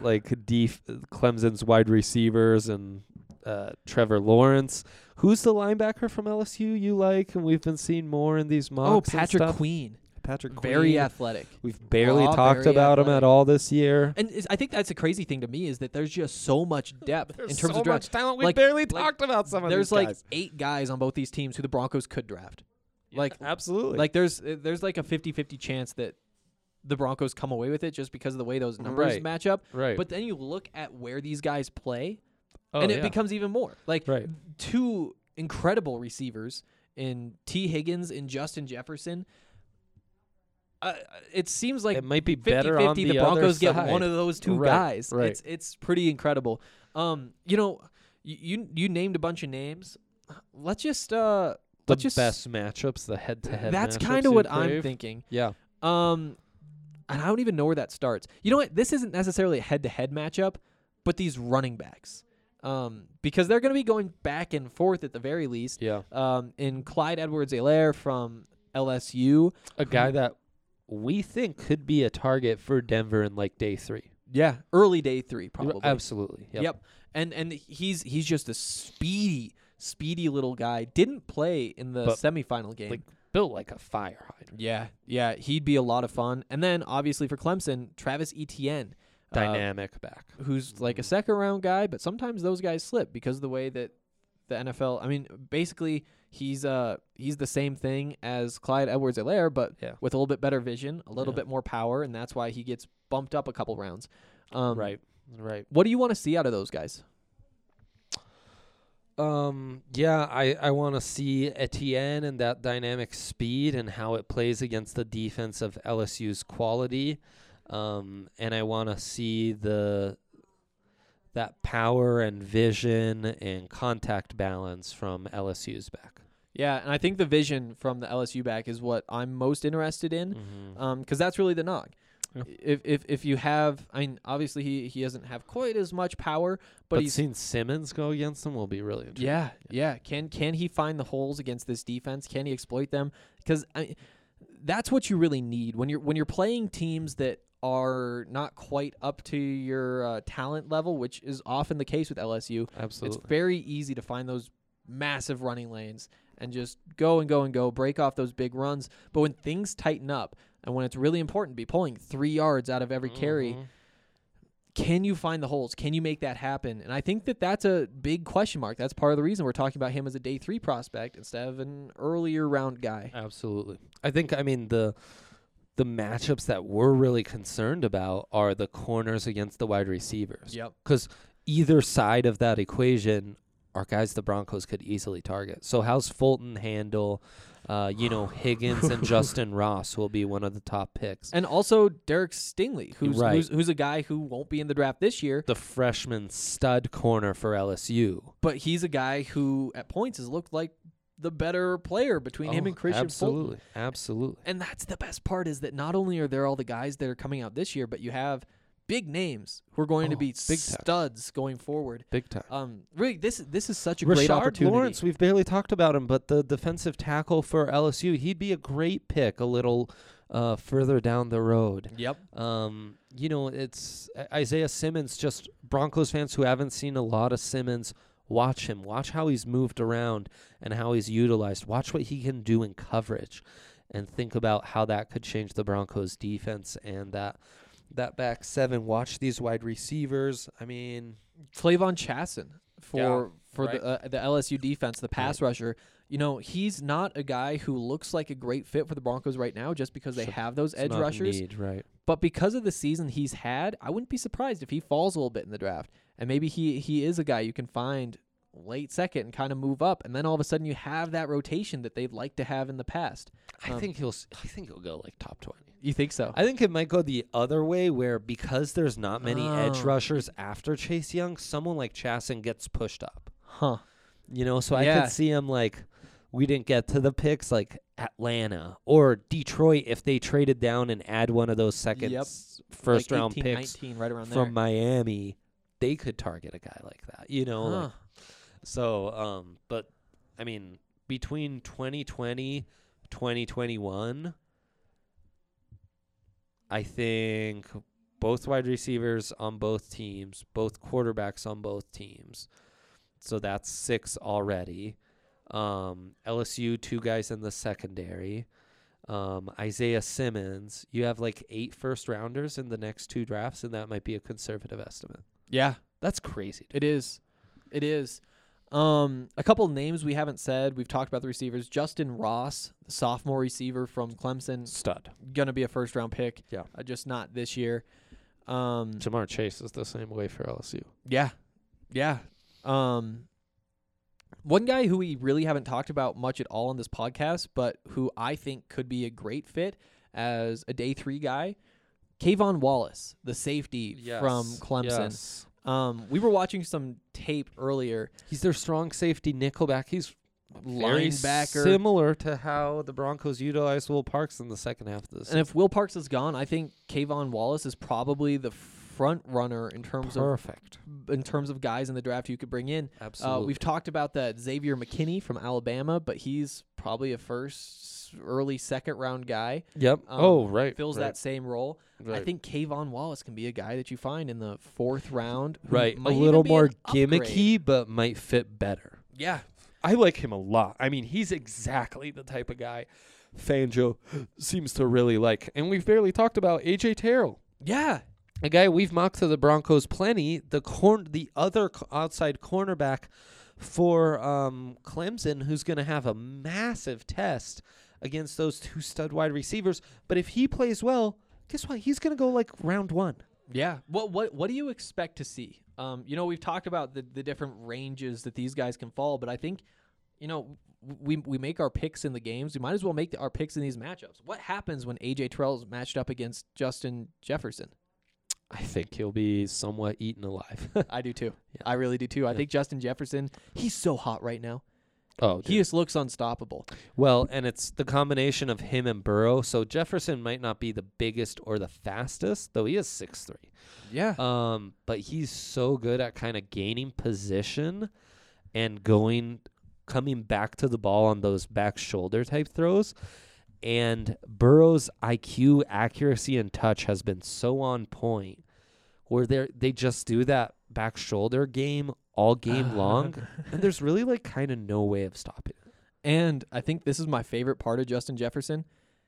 Speaker 2: like def- Clemson's wide receivers and uh, Trevor Lawrence. Who's the linebacker from LSU you like? And we've been seeing more in these
Speaker 1: Oh,
Speaker 2: mocks. and
Speaker 1: Patrick
Speaker 2: stuff?
Speaker 1: Queen.
Speaker 2: Patrick Queen.
Speaker 1: Very athletic.
Speaker 2: We've barely
Speaker 1: Aw,
Speaker 2: talked
Speaker 1: very
Speaker 2: about him
Speaker 1: athletic.
Speaker 2: at all this year.
Speaker 1: And is, I think that's a crazy thing to me is that there's just so
Speaker 2: [LAUGHS]
Speaker 1: much depth in terms of draft.
Speaker 2: talent.
Speaker 1: we like-
Speaker 2: barely
Speaker 1: talked
Speaker 2: about some
Speaker 1: There's like eight guys on both these teams who the Broncos could draft. like
Speaker 2: absolutely.
Speaker 1: like there's uh, there's like a 50-50 chance that the Broncos come away with it just because of the way those numbers
Speaker 2: Right.
Speaker 1: match up.
Speaker 2: right.
Speaker 1: But then you look at where these guys play
Speaker 2: oh,
Speaker 1: and
Speaker 2: yeah.
Speaker 1: it becomes even more. Like
Speaker 2: right.
Speaker 1: two incredible receivers in T Higgins and Justin Jefferson. Uh, it seems like
Speaker 2: it might be
Speaker 1: 50
Speaker 2: better on
Speaker 1: 50
Speaker 2: the,
Speaker 1: the,
Speaker 2: other
Speaker 1: Broncos get
Speaker 2: side.
Speaker 1: one of those two
Speaker 2: Right,
Speaker 1: guys.
Speaker 2: right.
Speaker 1: It's it's pretty incredible. Um, you know, you you, you named a bunch of names. Let's just uh
Speaker 2: the
Speaker 1: let's just
Speaker 2: best matchups, the head-to-head.
Speaker 1: That's
Speaker 2: matchups
Speaker 1: kind of
Speaker 2: you
Speaker 1: what I'm
Speaker 2: crave.
Speaker 1: thinking.
Speaker 2: Yeah.
Speaker 1: Um and I don't even know where that starts. You know what? This isn't necessarily a head-to-head matchup, but these running backs. Um, because they're going to be going back and forth at the very least
Speaker 2: Yeah.
Speaker 1: um, in Clyde Edwards Alaire from LSU.
Speaker 2: A guy that we think could be a target for Denver in like day three.
Speaker 1: Yeah, early day three probably.
Speaker 2: Absolutely.
Speaker 1: Yep. and and he's he's just a speedy, speedy little guy. Didn't play in the
Speaker 2: But,
Speaker 1: semifinal game.
Speaker 2: like- Built like a fire hydrant.
Speaker 1: yeah, yeah, he'd be a lot of fun. And then obviously for Clemson, Travis Etienne,
Speaker 2: Um,
Speaker 1: uh,
Speaker 2: Dynamic back.
Speaker 1: who's like a second round guy, but sometimes those guys slip because of the way that the NFL. I mean, basically he's uh he's the same thing as Clyde Edwards Alaire, but
Speaker 2: Yeah.
Speaker 1: with a little bit better vision, a little
Speaker 2: Yeah.
Speaker 1: bit more power, and that's why he gets bumped up a couple rounds. Um,
Speaker 2: Right. Right.
Speaker 1: What do you want to see out of those guys?
Speaker 2: Um, yeah, I, I want to see Etienne and that dynamic speed and how it plays against the defense of LSU's quality. Um, and I want to see the that power and vision and contact balance from LSU's back.
Speaker 1: Yeah, and I think the vision from the LSU back is what I'm most interested in,
Speaker 2: Mm-hmm.
Speaker 1: because that's really the knock.
Speaker 2: Yeah.
Speaker 1: If, if if you have, I mean, obviously he he doesn't have quite as much power, but,
Speaker 2: But,
Speaker 1: he's
Speaker 2: seeing Simmons go against them will be really interesting.
Speaker 1: yeah, yeah Can can he find the holes against this defense? Can he exploit them? Because I that's what you really need when you're when you're playing teams that are not quite up to your uh, talent level, which is often the case with LSU.
Speaker 2: absolutely.
Speaker 1: It's very easy to find those massive running lanes and just go and go and go, break off those big runs. But when things tighten up and when it's really important to be pulling three yards out of every carry,
Speaker 2: Mhm.
Speaker 1: can you find the holes? Can you make that happen? And I think that that's a big question mark. That's part of the reason we're talking about him as a day three prospect instead of an earlier round guy.
Speaker 2: Absolutely. I think I mean the the matchups that we're really concerned about are the corners against the wide receivers.
Speaker 1: Yep.
Speaker 2: Cuz either side of that equation are guys the Broncos could easily target. So how's Fulton handle uh,
Speaker 1: [SIGHS]
Speaker 2: you know Higgins and
Speaker 1: [LAUGHS]
Speaker 2: Justin Ross will be one of the top picks.
Speaker 1: And also Derek Stingley, who's,
Speaker 2: Right.
Speaker 1: who's who's a guy who won't be in the draft this year,
Speaker 2: The freshman stud corner for LSU.
Speaker 1: but he's a guy who at points has looked like the better player between him
Speaker 2: Oh,
Speaker 1: and Christian
Speaker 2: absolutely.
Speaker 1: Fulton.
Speaker 2: Absolutely.
Speaker 1: And that's the best part is that not only are there all the guys that are coming out this year, but you have big names who are going to
Speaker 2: Oh,
Speaker 1: be
Speaker 2: big time.
Speaker 1: studs going forward.
Speaker 2: Big time.
Speaker 1: Um, really, this this is such a
Speaker 2: Rashard
Speaker 1: great opportunity.
Speaker 2: Lawrence, we've barely talked about him, but the defensive tackle for LSU, he'd be a great pick a little uh, further down the road.
Speaker 1: Yep.
Speaker 2: Um, you know, it's I- Isaiah Simmons. Just Broncos fans who haven't seen a lot of Simmons, watch him. Watch how he's moved around and how he's utilized. Watch what he can do in coverage, and think about how that could change the Broncos' defense and that that back seven. Watch these wide receivers. I mean,
Speaker 1: Clavon Chasen for
Speaker 2: Yeah,
Speaker 1: for
Speaker 2: right.
Speaker 1: the uh, the LSU defense, the pass rusher. You know, he's not a guy who looks like a great fit for the Broncos right now just because they
Speaker 2: Sure.
Speaker 1: have those
Speaker 2: it's
Speaker 1: edge
Speaker 2: not a
Speaker 1: rushers.
Speaker 2: need, right?
Speaker 1: But because of the season he's had, I wouldn't be surprised if he falls a little bit in the draft. And maybe he he is a guy you can find late second and kind of move up and then all of a sudden you have that rotation that they'd like to have in the past.
Speaker 2: I
Speaker 1: Um,
Speaker 2: think he'll. s- I think he'll go like top twenty.
Speaker 1: You think so?
Speaker 2: I think it might go the other way where because there's not many edge
Speaker 1: Oh.
Speaker 2: rushers after Chase Young, someone like Chasen gets pushed up.
Speaker 1: Huh.
Speaker 2: You know, so I
Speaker 1: Yeah.
Speaker 2: could see him like we didn't get to the picks like Atlanta or Detroit if they traded down and add one of those second
Speaker 1: Yep.
Speaker 2: s- first
Speaker 1: Like
Speaker 2: round
Speaker 1: 18,
Speaker 2: picks
Speaker 1: 19, right around
Speaker 2: from Miami, they could target a guy like that. You know,
Speaker 1: there.
Speaker 2: like,
Speaker 1: Huh.
Speaker 2: so, um, but I mean, between 2020, 2021, I think both wide receivers on both teams, both quarterbacks on both teams. So that's six already. Um, LSU, two guys in the secondary. Um, Isaiah Simmons, you have like eight first rounders in the next two drafts, and that might be a conservative estimate.
Speaker 1: Yeah.
Speaker 2: That's crazy. dude.
Speaker 1: It is. It is. Um, a couple names we haven't said. We've talked about the receivers. Justin Ross, the sophomore receiver from Clemson,
Speaker 2: Stud.
Speaker 1: gonna be a first round pick.
Speaker 2: Yeah.
Speaker 1: Uh, just not this year. Um,
Speaker 2: Jamar Chase is the same way for LSU.
Speaker 1: yeah, yeah. Um, one guy who we really haven't talked about much at all on this podcast, but who I think could be a great fit as a day three guy, Kayvon Wallace, the safety from Clemson. Um, we were watching some tape earlier.
Speaker 2: He's their strong safety nickelback. He's very
Speaker 1: Linebacker.
Speaker 2: similar to how the Broncos utilized Will Parks in the second half of this.
Speaker 1: And if Will Parks is gone, I think Kayvon Wallace is probably the front runner in terms
Speaker 2: Perfect.
Speaker 1: of in terms of guys in the draft you could bring in. Uh,
Speaker 2: Absolutely.
Speaker 1: we've talked about that Xavier McKinney from Alabama, but he's probably a first, early second round guy.
Speaker 2: yep.
Speaker 1: um,
Speaker 2: oh, right.
Speaker 1: Fills
Speaker 2: right,
Speaker 1: that same role. I
Speaker 2: right.
Speaker 1: think Kayvon Wallace can be a guy that you find in the fourth round. who
Speaker 2: right. A
Speaker 1: might even
Speaker 2: little
Speaker 1: be
Speaker 2: more
Speaker 1: an upgrade.
Speaker 2: gimmicky, but might fit better.
Speaker 1: Yeah,
Speaker 2: I like him a lot. I mean, he's exactly the type of guy Fangio [GASPS] seems to really like. And we've barely talked about AJ Terrell.
Speaker 1: yeah,
Speaker 2: a guy we've mocked to the Broncos plenty, the corn, the other c- outside cornerback for um, Clemson, who's going to have a massive test against those two stud wide receivers. But if he plays well, guess what? He's going to go like round one.
Speaker 1: yeah. What what what do you expect to see? Um, you know, we've talked about the the different ranges that these guys can fall, but I think you know, w- we we make our picks in the games. We might as well make our picks in these matchups. What happens when AJ Terrell is matched up against Justin Jefferson?
Speaker 2: [LAUGHS] I think he'll be somewhat eaten alive. [LAUGHS]
Speaker 1: I do too.
Speaker 2: Yeah.
Speaker 1: I really do too. I
Speaker 2: Yeah.
Speaker 1: think Justin Jefferson, he's so hot right now.
Speaker 2: oh,
Speaker 1: He just looks unstoppable.
Speaker 2: Well, and it's the combination of him and Burrow. So Jefferson might not be the biggest or the fastest, though he is six three.
Speaker 1: Yeah.
Speaker 2: Um, but he's so good at kind of gaining position and going coming back to the ball on those back shoulder type throws. And Burrow's IQ, accuracy, and touch has been so on point where they they just do that back shoulder game all game [LAUGHS] long. and there's really like kind of no way of stopping it.
Speaker 1: And I think this is my favorite part of Justin Jefferson.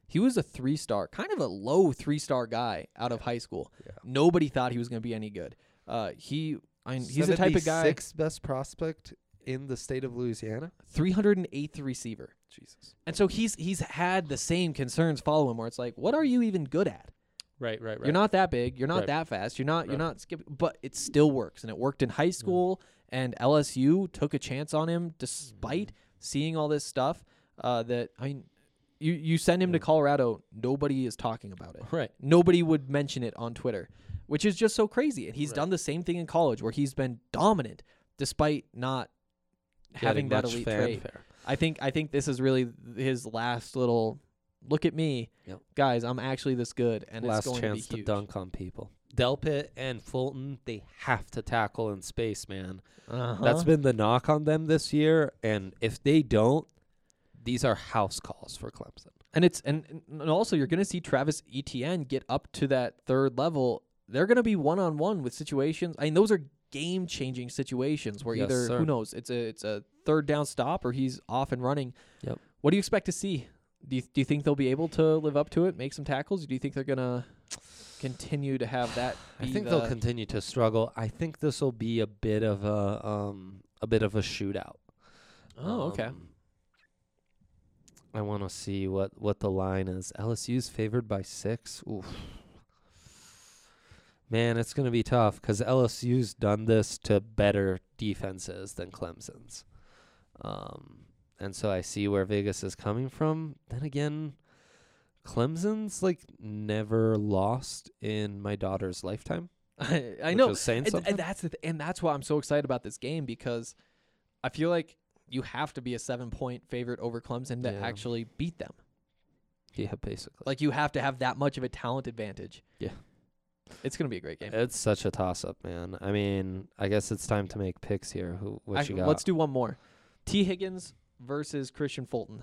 Speaker 1: He was a three star, kind of a low three star guy out of high school.
Speaker 2: Yeah.
Speaker 1: Nobody thought he was going to be any good. Uh, he, I, he's the type of guy.
Speaker 2: sixth best prospect in the state of Louisiana.
Speaker 1: 308th receiver.
Speaker 2: Jesus.
Speaker 1: And so he's he's had the same concerns follow him where it's like, what are you even good at?
Speaker 2: Right, right, right.
Speaker 1: You're not that big. You're not
Speaker 2: Right.
Speaker 1: that fast. You're not you're
Speaker 2: Right. Mm-hmm.
Speaker 1: not skipping. But it still works, and it worked in high school. And LSU took a chance on him despite
Speaker 2: Mm-hmm.
Speaker 1: seeing all this stuff. Uh, that I mean, you you send him to
Speaker 2: Yeah.
Speaker 1: Colorado, nobody is talking about it.
Speaker 2: right.
Speaker 1: Nobody would mention it on Twitter, which is just so crazy. And he's
Speaker 2: Right.
Speaker 1: done the same thing in college where he's been dominant despite not having
Speaker 2: Getting
Speaker 1: that
Speaker 2: much
Speaker 1: elite trait.
Speaker 2: fanfare.
Speaker 1: I think I think this is really his last little look at me,
Speaker 2: Yep.
Speaker 1: guys. I'm actually this good, and
Speaker 2: last
Speaker 1: it's going
Speaker 2: chance
Speaker 1: to be huge.
Speaker 2: dunk on people. Delpit and Fulton, they have to tackle in space, man.
Speaker 1: Uh-huh.
Speaker 2: That's been the knock on them this year, and if they don't, these are house calls for Clemson.
Speaker 1: and it's and, and also you're going to see Travis Etienne get up to that third level. They're going to be one on one with situations. I mean, those are game changing situations where
Speaker 2: Yes,
Speaker 1: either
Speaker 2: sir.
Speaker 1: who knows it's a it's a third down stop or he's off and running.
Speaker 2: Yep.
Speaker 1: What do you expect to see? Do you, do you think they'll be able to live up to it, make some tackles? Do you think they're going to continue to have that?
Speaker 2: [SIGHS] I
Speaker 1: be
Speaker 2: think they'll
Speaker 1: the-
Speaker 2: continue to struggle. I think this will be a bit of a um a bit of a shootout.
Speaker 1: Oh, okay.
Speaker 2: Um, I want to see what what the line is. LSU's favored by six. Oof. Man, it's gonna be tough because LSU's done this to better defenses than Clemson's, um, and so I see where Vegas is coming from. Then again, Clemson's like never lost in my daughter's lifetime.
Speaker 1: [LAUGHS] I, I
Speaker 2: which
Speaker 1: know.
Speaker 2: is saying
Speaker 1: and, uh,
Speaker 2: something.
Speaker 1: and that's the th- and that's why I'm so excited about this game because I feel like you have to be a seven point favorite over Clemson to
Speaker 2: Yeah.
Speaker 1: actually beat them.
Speaker 2: yeah, basically.
Speaker 1: Like you have to have that much of a talent advantage.
Speaker 2: Yeah. Eh,
Speaker 1: it's gonna be a great game.
Speaker 2: It's such a toss up, man. I mean, I guess it's time to make picks here. Who what
Speaker 1: Actually,
Speaker 2: you got?
Speaker 1: let's do one more. T Higgins versus Christian Fulton.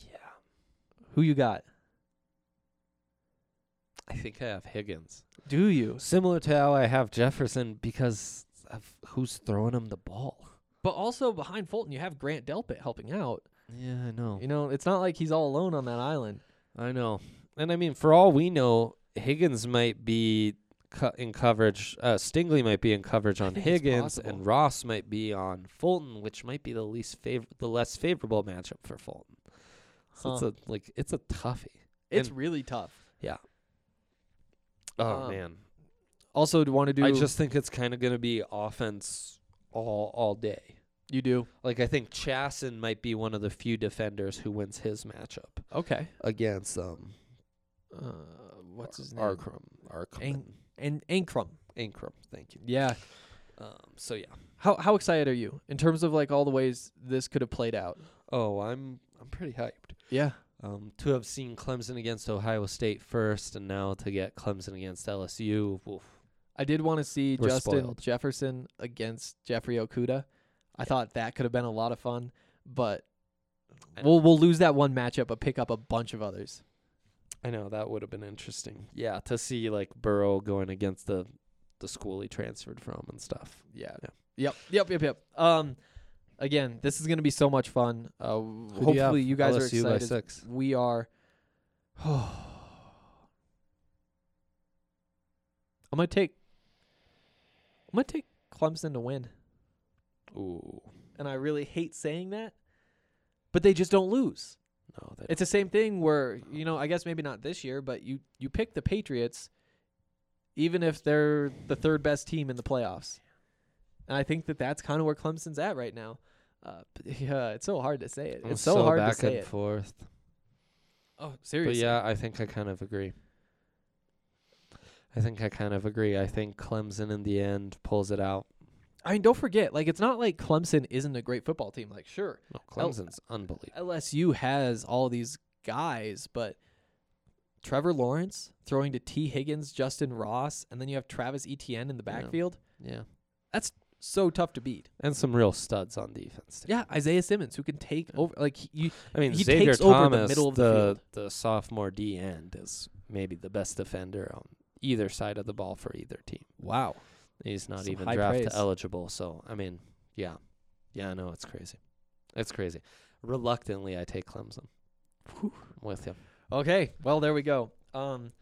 Speaker 2: yeah.
Speaker 1: Who you got?
Speaker 2: I think I have Higgins.
Speaker 1: Do you?
Speaker 2: Similar to how I have Jefferson because of who's throwing him the ball.
Speaker 1: But also behind Fulton, you have Grant Delpit helping out.
Speaker 2: Yeah, I know.
Speaker 1: You know, it's not like he's all alone on that island.
Speaker 2: I know. And I mean, for all we know, Higgins might be co- in coverage. Uh, Stingley might be in coverage on
Speaker 1: think it's
Speaker 2: Higgins,
Speaker 1: possible.
Speaker 2: and Ross might be on Fulton, which might be the least favor- the less favorable matchup for Fulton. So
Speaker 1: Huh.
Speaker 2: it's a like it's a toughie.
Speaker 1: It's
Speaker 2: And-
Speaker 1: really tough.
Speaker 2: Oh
Speaker 1: Um,
Speaker 2: man,
Speaker 1: Also, do want to do?
Speaker 2: I just think it's kind of going to be offense all all day.
Speaker 1: you do.
Speaker 2: Like I think Chasen might be one of the few defenders who wins his matchup
Speaker 1: Okay.
Speaker 2: against um
Speaker 1: Uh, what's his name?
Speaker 2: Arkrum Arkrum
Speaker 1: and Ankrum.
Speaker 2: Ankrum. Thank you.
Speaker 1: Yeah.
Speaker 2: Um, so yeah.
Speaker 1: How how excited are you in terms of like all the ways this could have played out?
Speaker 2: Oh, I'm I'm pretty hyped.
Speaker 1: Yeah.
Speaker 2: Um, to have seen Clemson against Ohio State first, and now to get Clemson against LSU. Oof.
Speaker 1: I did want to see
Speaker 2: We're
Speaker 1: Justin
Speaker 2: spoiled.
Speaker 1: Jefferson against Jeffrey Okuda. I thought that could have been a lot of fun, but
Speaker 2: I
Speaker 1: we'll we'll lose that one matchup but pick up a bunch of others.
Speaker 2: I know that would have been interesting. Yeah, to see like Burrow going against the the school he transferred from and stuff.
Speaker 1: Yeah.
Speaker 2: Yeah.
Speaker 1: Yep. Yep. Yep. Yep. Um, again, this is gonna be so much fun. Uh,
Speaker 2: Who do you
Speaker 1: hopefully
Speaker 2: have?
Speaker 1: you guys
Speaker 2: LSU
Speaker 1: are
Speaker 2: by
Speaker 1: excited.
Speaker 2: six.
Speaker 1: We [SIGHS] are. I'm gonna take. I'm gonna take Clemson to win,
Speaker 2: Ooh,
Speaker 1: and I really hate saying that, but they just don't lose.
Speaker 2: no, they
Speaker 1: It's the same thing where you know, I guess maybe not this year, but you you pick the Patriots, even if they're the third best team in the playoffs, and I think that that's kind of where Clemson's at right now. Uh, [LAUGHS] but yeah, it's so hard to say it.
Speaker 2: don't.
Speaker 1: It's so, hard
Speaker 2: back
Speaker 1: to say
Speaker 2: and
Speaker 1: it.
Speaker 2: forth.
Speaker 1: Oh,
Speaker 2: But
Speaker 1: seriously.
Speaker 2: yeah, I think I kind of agree. I think I kind of agree. I think Clemson in the end pulls it out.
Speaker 1: I mean, don't forget, like it's not like Clemson isn't a great football team. Like, sure,
Speaker 2: No, Clemson's unbelievable.
Speaker 1: LSU has all these guys, but Trevor Lawrence throwing to T. Higgins, Justin Ross, and then you have Travis Etienne in the
Speaker 2: Yeah.
Speaker 1: backfield.
Speaker 2: Yeah,
Speaker 1: So tough to beat.
Speaker 2: and some real studs on defense. Too.
Speaker 1: Yeah, Isaiah Simmons who can take
Speaker 2: Yeah.
Speaker 1: over. Like he, you,
Speaker 2: I mean
Speaker 1: He
Speaker 2: Xavier
Speaker 1: takes
Speaker 2: Thomas,
Speaker 1: over the middle of the field.
Speaker 2: the sophomore D end, is maybe the best defender on either side of the ball for either team.
Speaker 1: wow,
Speaker 2: He's not
Speaker 1: Some
Speaker 2: even
Speaker 1: high
Speaker 2: draft
Speaker 1: praise.
Speaker 2: eligible. So I mean, yeah, yeah, I know it's crazy. It's crazy. Reluctantly, I take Clemson
Speaker 1: Whew.
Speaker 2: with him.
Speaker 1: Okay, well there we go. Um,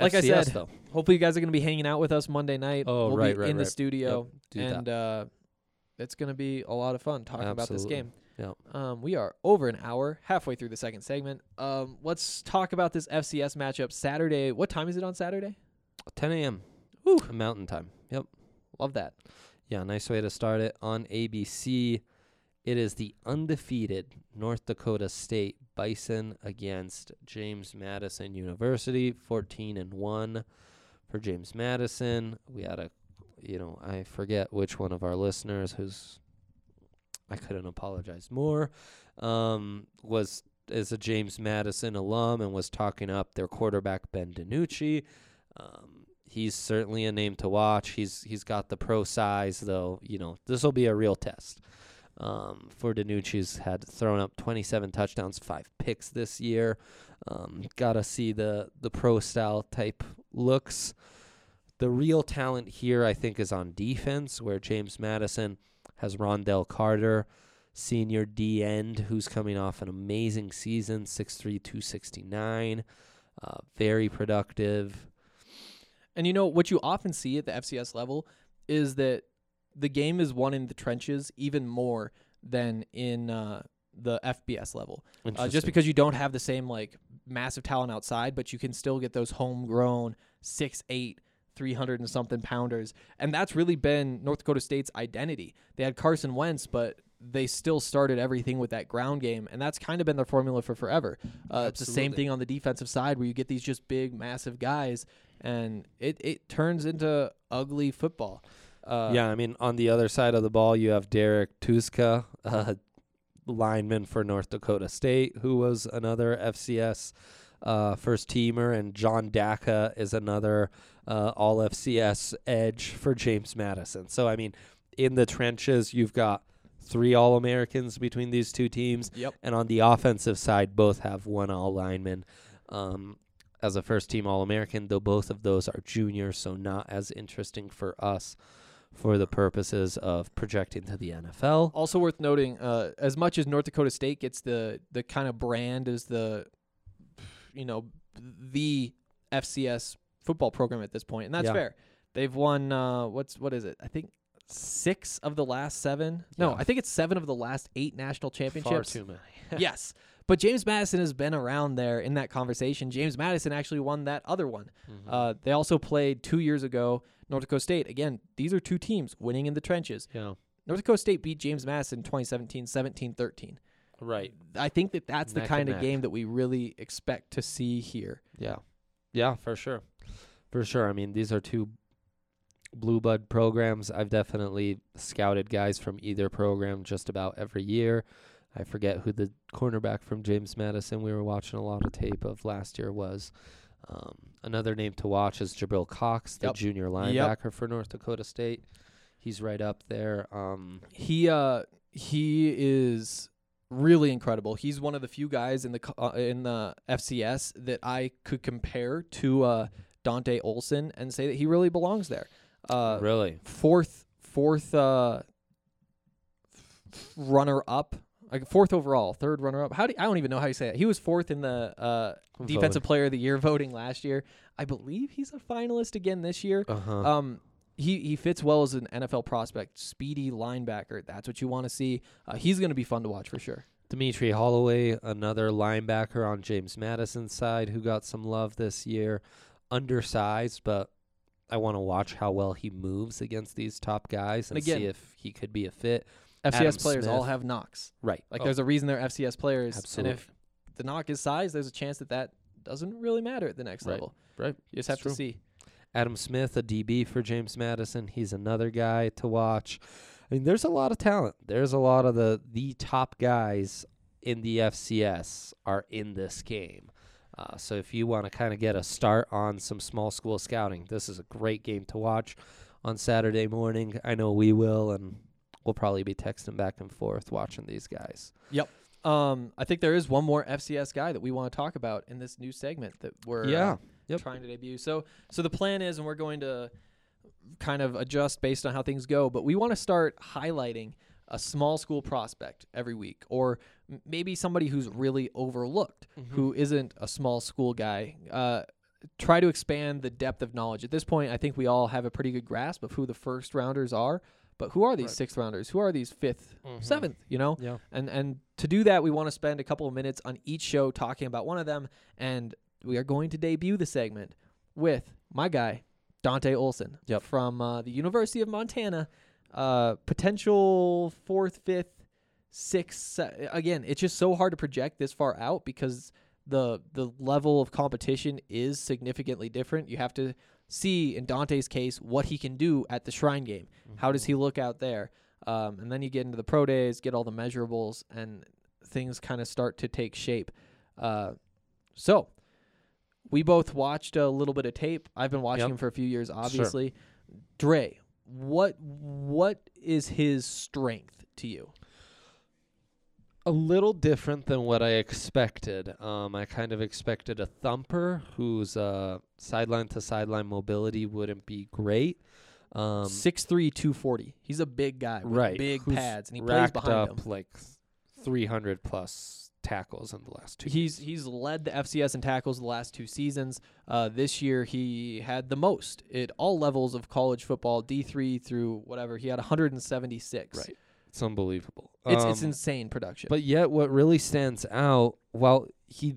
Speaker 1: Like I
Speaker 2: FCS,
Speaker 1: said,
Speaker 2: though,
Speaker 1: hopefully you guys are gonna be hanging out with us Monday night.
Speaker 2: Oh,
Speaker 1: we'll
Speaker 2: right,
Speaker 1: be
Speaker 2: right,
Speaker 1: in the
Speaker 2: right.
Speaker 1: studio,
Speaker 2: do that.
Speaker 1: and uh, it's gonna be a lot of fun talking about this
Speaker 2: Absolutely.
Speaker 1: game. Um, we are over an hour, halfway through the second segment. Um, let's talk about this FCS matchup Saturday. What time is it on Saturday?
Speaker 2: 10 a.m.
Speaker 1: Whew.
Speaker 2: Mountain time. Yep.
Speaker 1: Love that.
Speaker 2: Yeah, nice way to start it on ABC. It is the undefeated North Dakota State Bison against James Madison University, 14 and 1 for James Madison. We had a you know, I forget which one of our listeners who's I couldn't apologize more um was is a James Madison alum and was talking up their quarterback Ben DiNucci. Um, he's certainly a name to watch. He's he's got the pro size though. You know this will be a real test. Um, for DiNucci's had thrown up 27 touchdowns, five picks this year. Um, gotta see the the pro style type looks. The real talent here, I think, is on defense, where James Madison has Rondell Carter, senior D end, who's coming off an amazing season 6'3, 269. Uh, very productive.
Speaker 1: And you know what you often see at the FCS level is that the game is won in the trenches even more than in uh, the FBS level. Uh, just
Speaker 2: Interesting.
Speaker 1: because you don't have the same like massive talent outside, but you can still get those homegrown six eight. 300 and something pounders. And that's really been North Dakota State's identity. They had Carson Wentz, but they still started everything with that ground game. And that's kind of been their formula for forever. Uh, it's the same
Speaker 2: Absolutely.
Speaker 1: thing on the defensive side where you get these just big, massive guys, and it, it turns into ugly football. Uh,
Speaker 2: yeah, I mean, on the other side of the ball, you have Derek Tuzka, [LAUGHS] uh, lineman for North Dakota State, who was another FCS uh, first teamer, and John Daka is another uh, All FCS edge for James Madison. So, I mean, in the trenches, you've got three All Americans between these two teams,
Speaker 1: Yep.
Speaker 2: and on the offensive side, both have one All lineman. Um, as a first team All American, though both of those are juniors, so not as interesting for us for the purposes of projecting to the NFL.
Speaker 1: Also worth noting, uh, as much as North Dakota State gets the the kind of brand as the, you know, the FCS football program at this point, and that's
Speaker 2: Yeah.
Speaker 1: fair. They've won uh, what's what is it? I think six of the last seven. No,
Speaker 2: Yeah.
Speaker 1: I think it's seven of the last eight national championships.
Speaker 2: Far too many.
Speaker 1: [LAUGHS]
Speaker 2: [LAUGHS]
Speaker 1: yes. But James Madison has been around there in that conversation. James Madison actually won that other one.
Speaker 2: Mm-hmm.
Speaker 1: Uh, they also played two years ago North Dakota State. Again, these are two teams winning in the trenches.
Speaker 2: yeah,
Speaker 1: North Dakota State beat James Madison 2017, 17 13.
Speaker 2: right.
Speaker 1: I think that that's the
Speaker 2: Neck and
Speaker 1: kind of
Speaker 2: neck.
Speaker 1: game that we really expect to see here.
Speaker 2: Yeah. Yeah, for sure. For sure. I mean, these are two blue blood programs. I've definitely scouted guys from either program just about every year. I forget who the cornerback from James Madison we were watching a lot of tape of last year was. Um, another name to watch is Jabril Cox, the
Speaker 1: Yep.
Speaker 2: junior linebacker for North Dakota State. He's right up there. Um,
Speaker 1: He uh he is really incredible. He's one of the few guys in the co- uh, in the FCS that I could compare to uh Dante Olson and say that he really belongs there. Uh
Speaker 2: really?
Speaker 1: fourth fourth uh runner up like fourth overall, third runner up. How do I don't even know how you say it. He was fourth in the uh defensive player of the year [LAUGHS] voting last year. I believe he's a finalist again this year.
Speaker 2: Uh huh.
Speaker 1: Um, he he fits well as an NFL prospect, speedy linebacker. That's what you want to see. Uh, he's going to be fun to watch for sure.
Speaker 2: Dimitri Holloway, another linebacker on James Madison's side who got some love this year. Undersized, but I want to watch how well he moves against these top guys and
Speaker 1: And again-
Speaker 2: see if he could be a fit. Oh.
Speaker 1: FCS
Speaker 2: Adam
Speaker 1: players all
Speaker 2: Smith.
Speaker 1: have knocks.
Speaker 2: Right.
Speaker 1: Like there's a reason they're FCS players.
Speaker 2: Absolutely.
Speaker 1: And if the knock is size, there's a chance that that doesn't really matter at the next
Speaker 2: Right.
Speaker 1: level.
Speaker 2: Right.
Speaker 1: You just
Speaker 2: It's
Speaker 1: have
Speaker 2: true.
Speaker 1: to see.
Speaker 2: Adam Smith, a DB for James Madison. He's another guy to watch. I mean, there's a lot of talent. There's a lot of the the top guys in the FCS are in this game. Uh, so if you want to kind of get a start on some small school scouting, this is a great game to watch on Saturday morning. I know we will, and we'll probably be texting back and forth watching these guys.
Speaker 1: Um, I think there is one more FCS guy that we want to talk about in this new segment that we're uh,
Speaker 2: Yeah. Yep.
Speaker 1: trying to debut. So so the plan is, and we're going to kind of adjust based on how things go. But we want to start highlighting a small school prospect every week, or m- maybe somebody who's really overlooked,
Speaker 2: Mm-hmm.
Speaker 1: who isn't a small school guy. Uh, try to expand the depth of knowledge. At this point, I think we all have a pretty good grasp of who the first rounders are. But who are these
Speaker 2: Right. Mm-hmm.
Speaker 1: sixth rounders? Who are these 5th seventh? You know,
Speaker 2: Yeah.
Speaker 1: and and to do that, we want to spend a couple of minutes on each show talking about one of them, and we are going to debut the segment with my guy Dante Olson
Speaker 2: Yep.
Speaker 1: from uh, the University of Montana, uh, potential fourth, fifth, sixth. Se- again, it's just so hard to project this far out because the the level of competition is significantly different. You have to see in Dante's case what he can do at the Shrine Game. How does he look out there? Um, and then you get into the pro days, get all the measurables, and things kind of start to take shape. Uh, so we both watched a little bit of tape. I've been watching
Speaker 2: Yep.
Speaker 1: him for a few years, obviously. Dre, what what is his strength to you?
Speaker 2: a little different than what I expected. Um, I kind of expected a thumper whose uh, sideline to sideline mobility wouldn't be great. Um,
Speaker 1: Six three, two forty. He's a big guy, with
Speaker 2: right,
Speaker 1: Big
Speaker 2: who's
Speaker 1: pads, and he plays
Speaker 2: racked
Speaker 1: behind
Speaker 2: up
Speaker 1: him.
Speaker 2: like 300 plus tackles in the last two.
Speaker 1: He's he's led the FCS in tackles the last two seasons. Uh, this year he had the most at all levels of college football, D three through whatever. He had 176.
Speaker 2: Right. it's unbelievable.
Speaker 1: It's it's
Speaker 2: Um,
Speaker 1: insane production.
Speaker 2: But yet, what really stands out, while he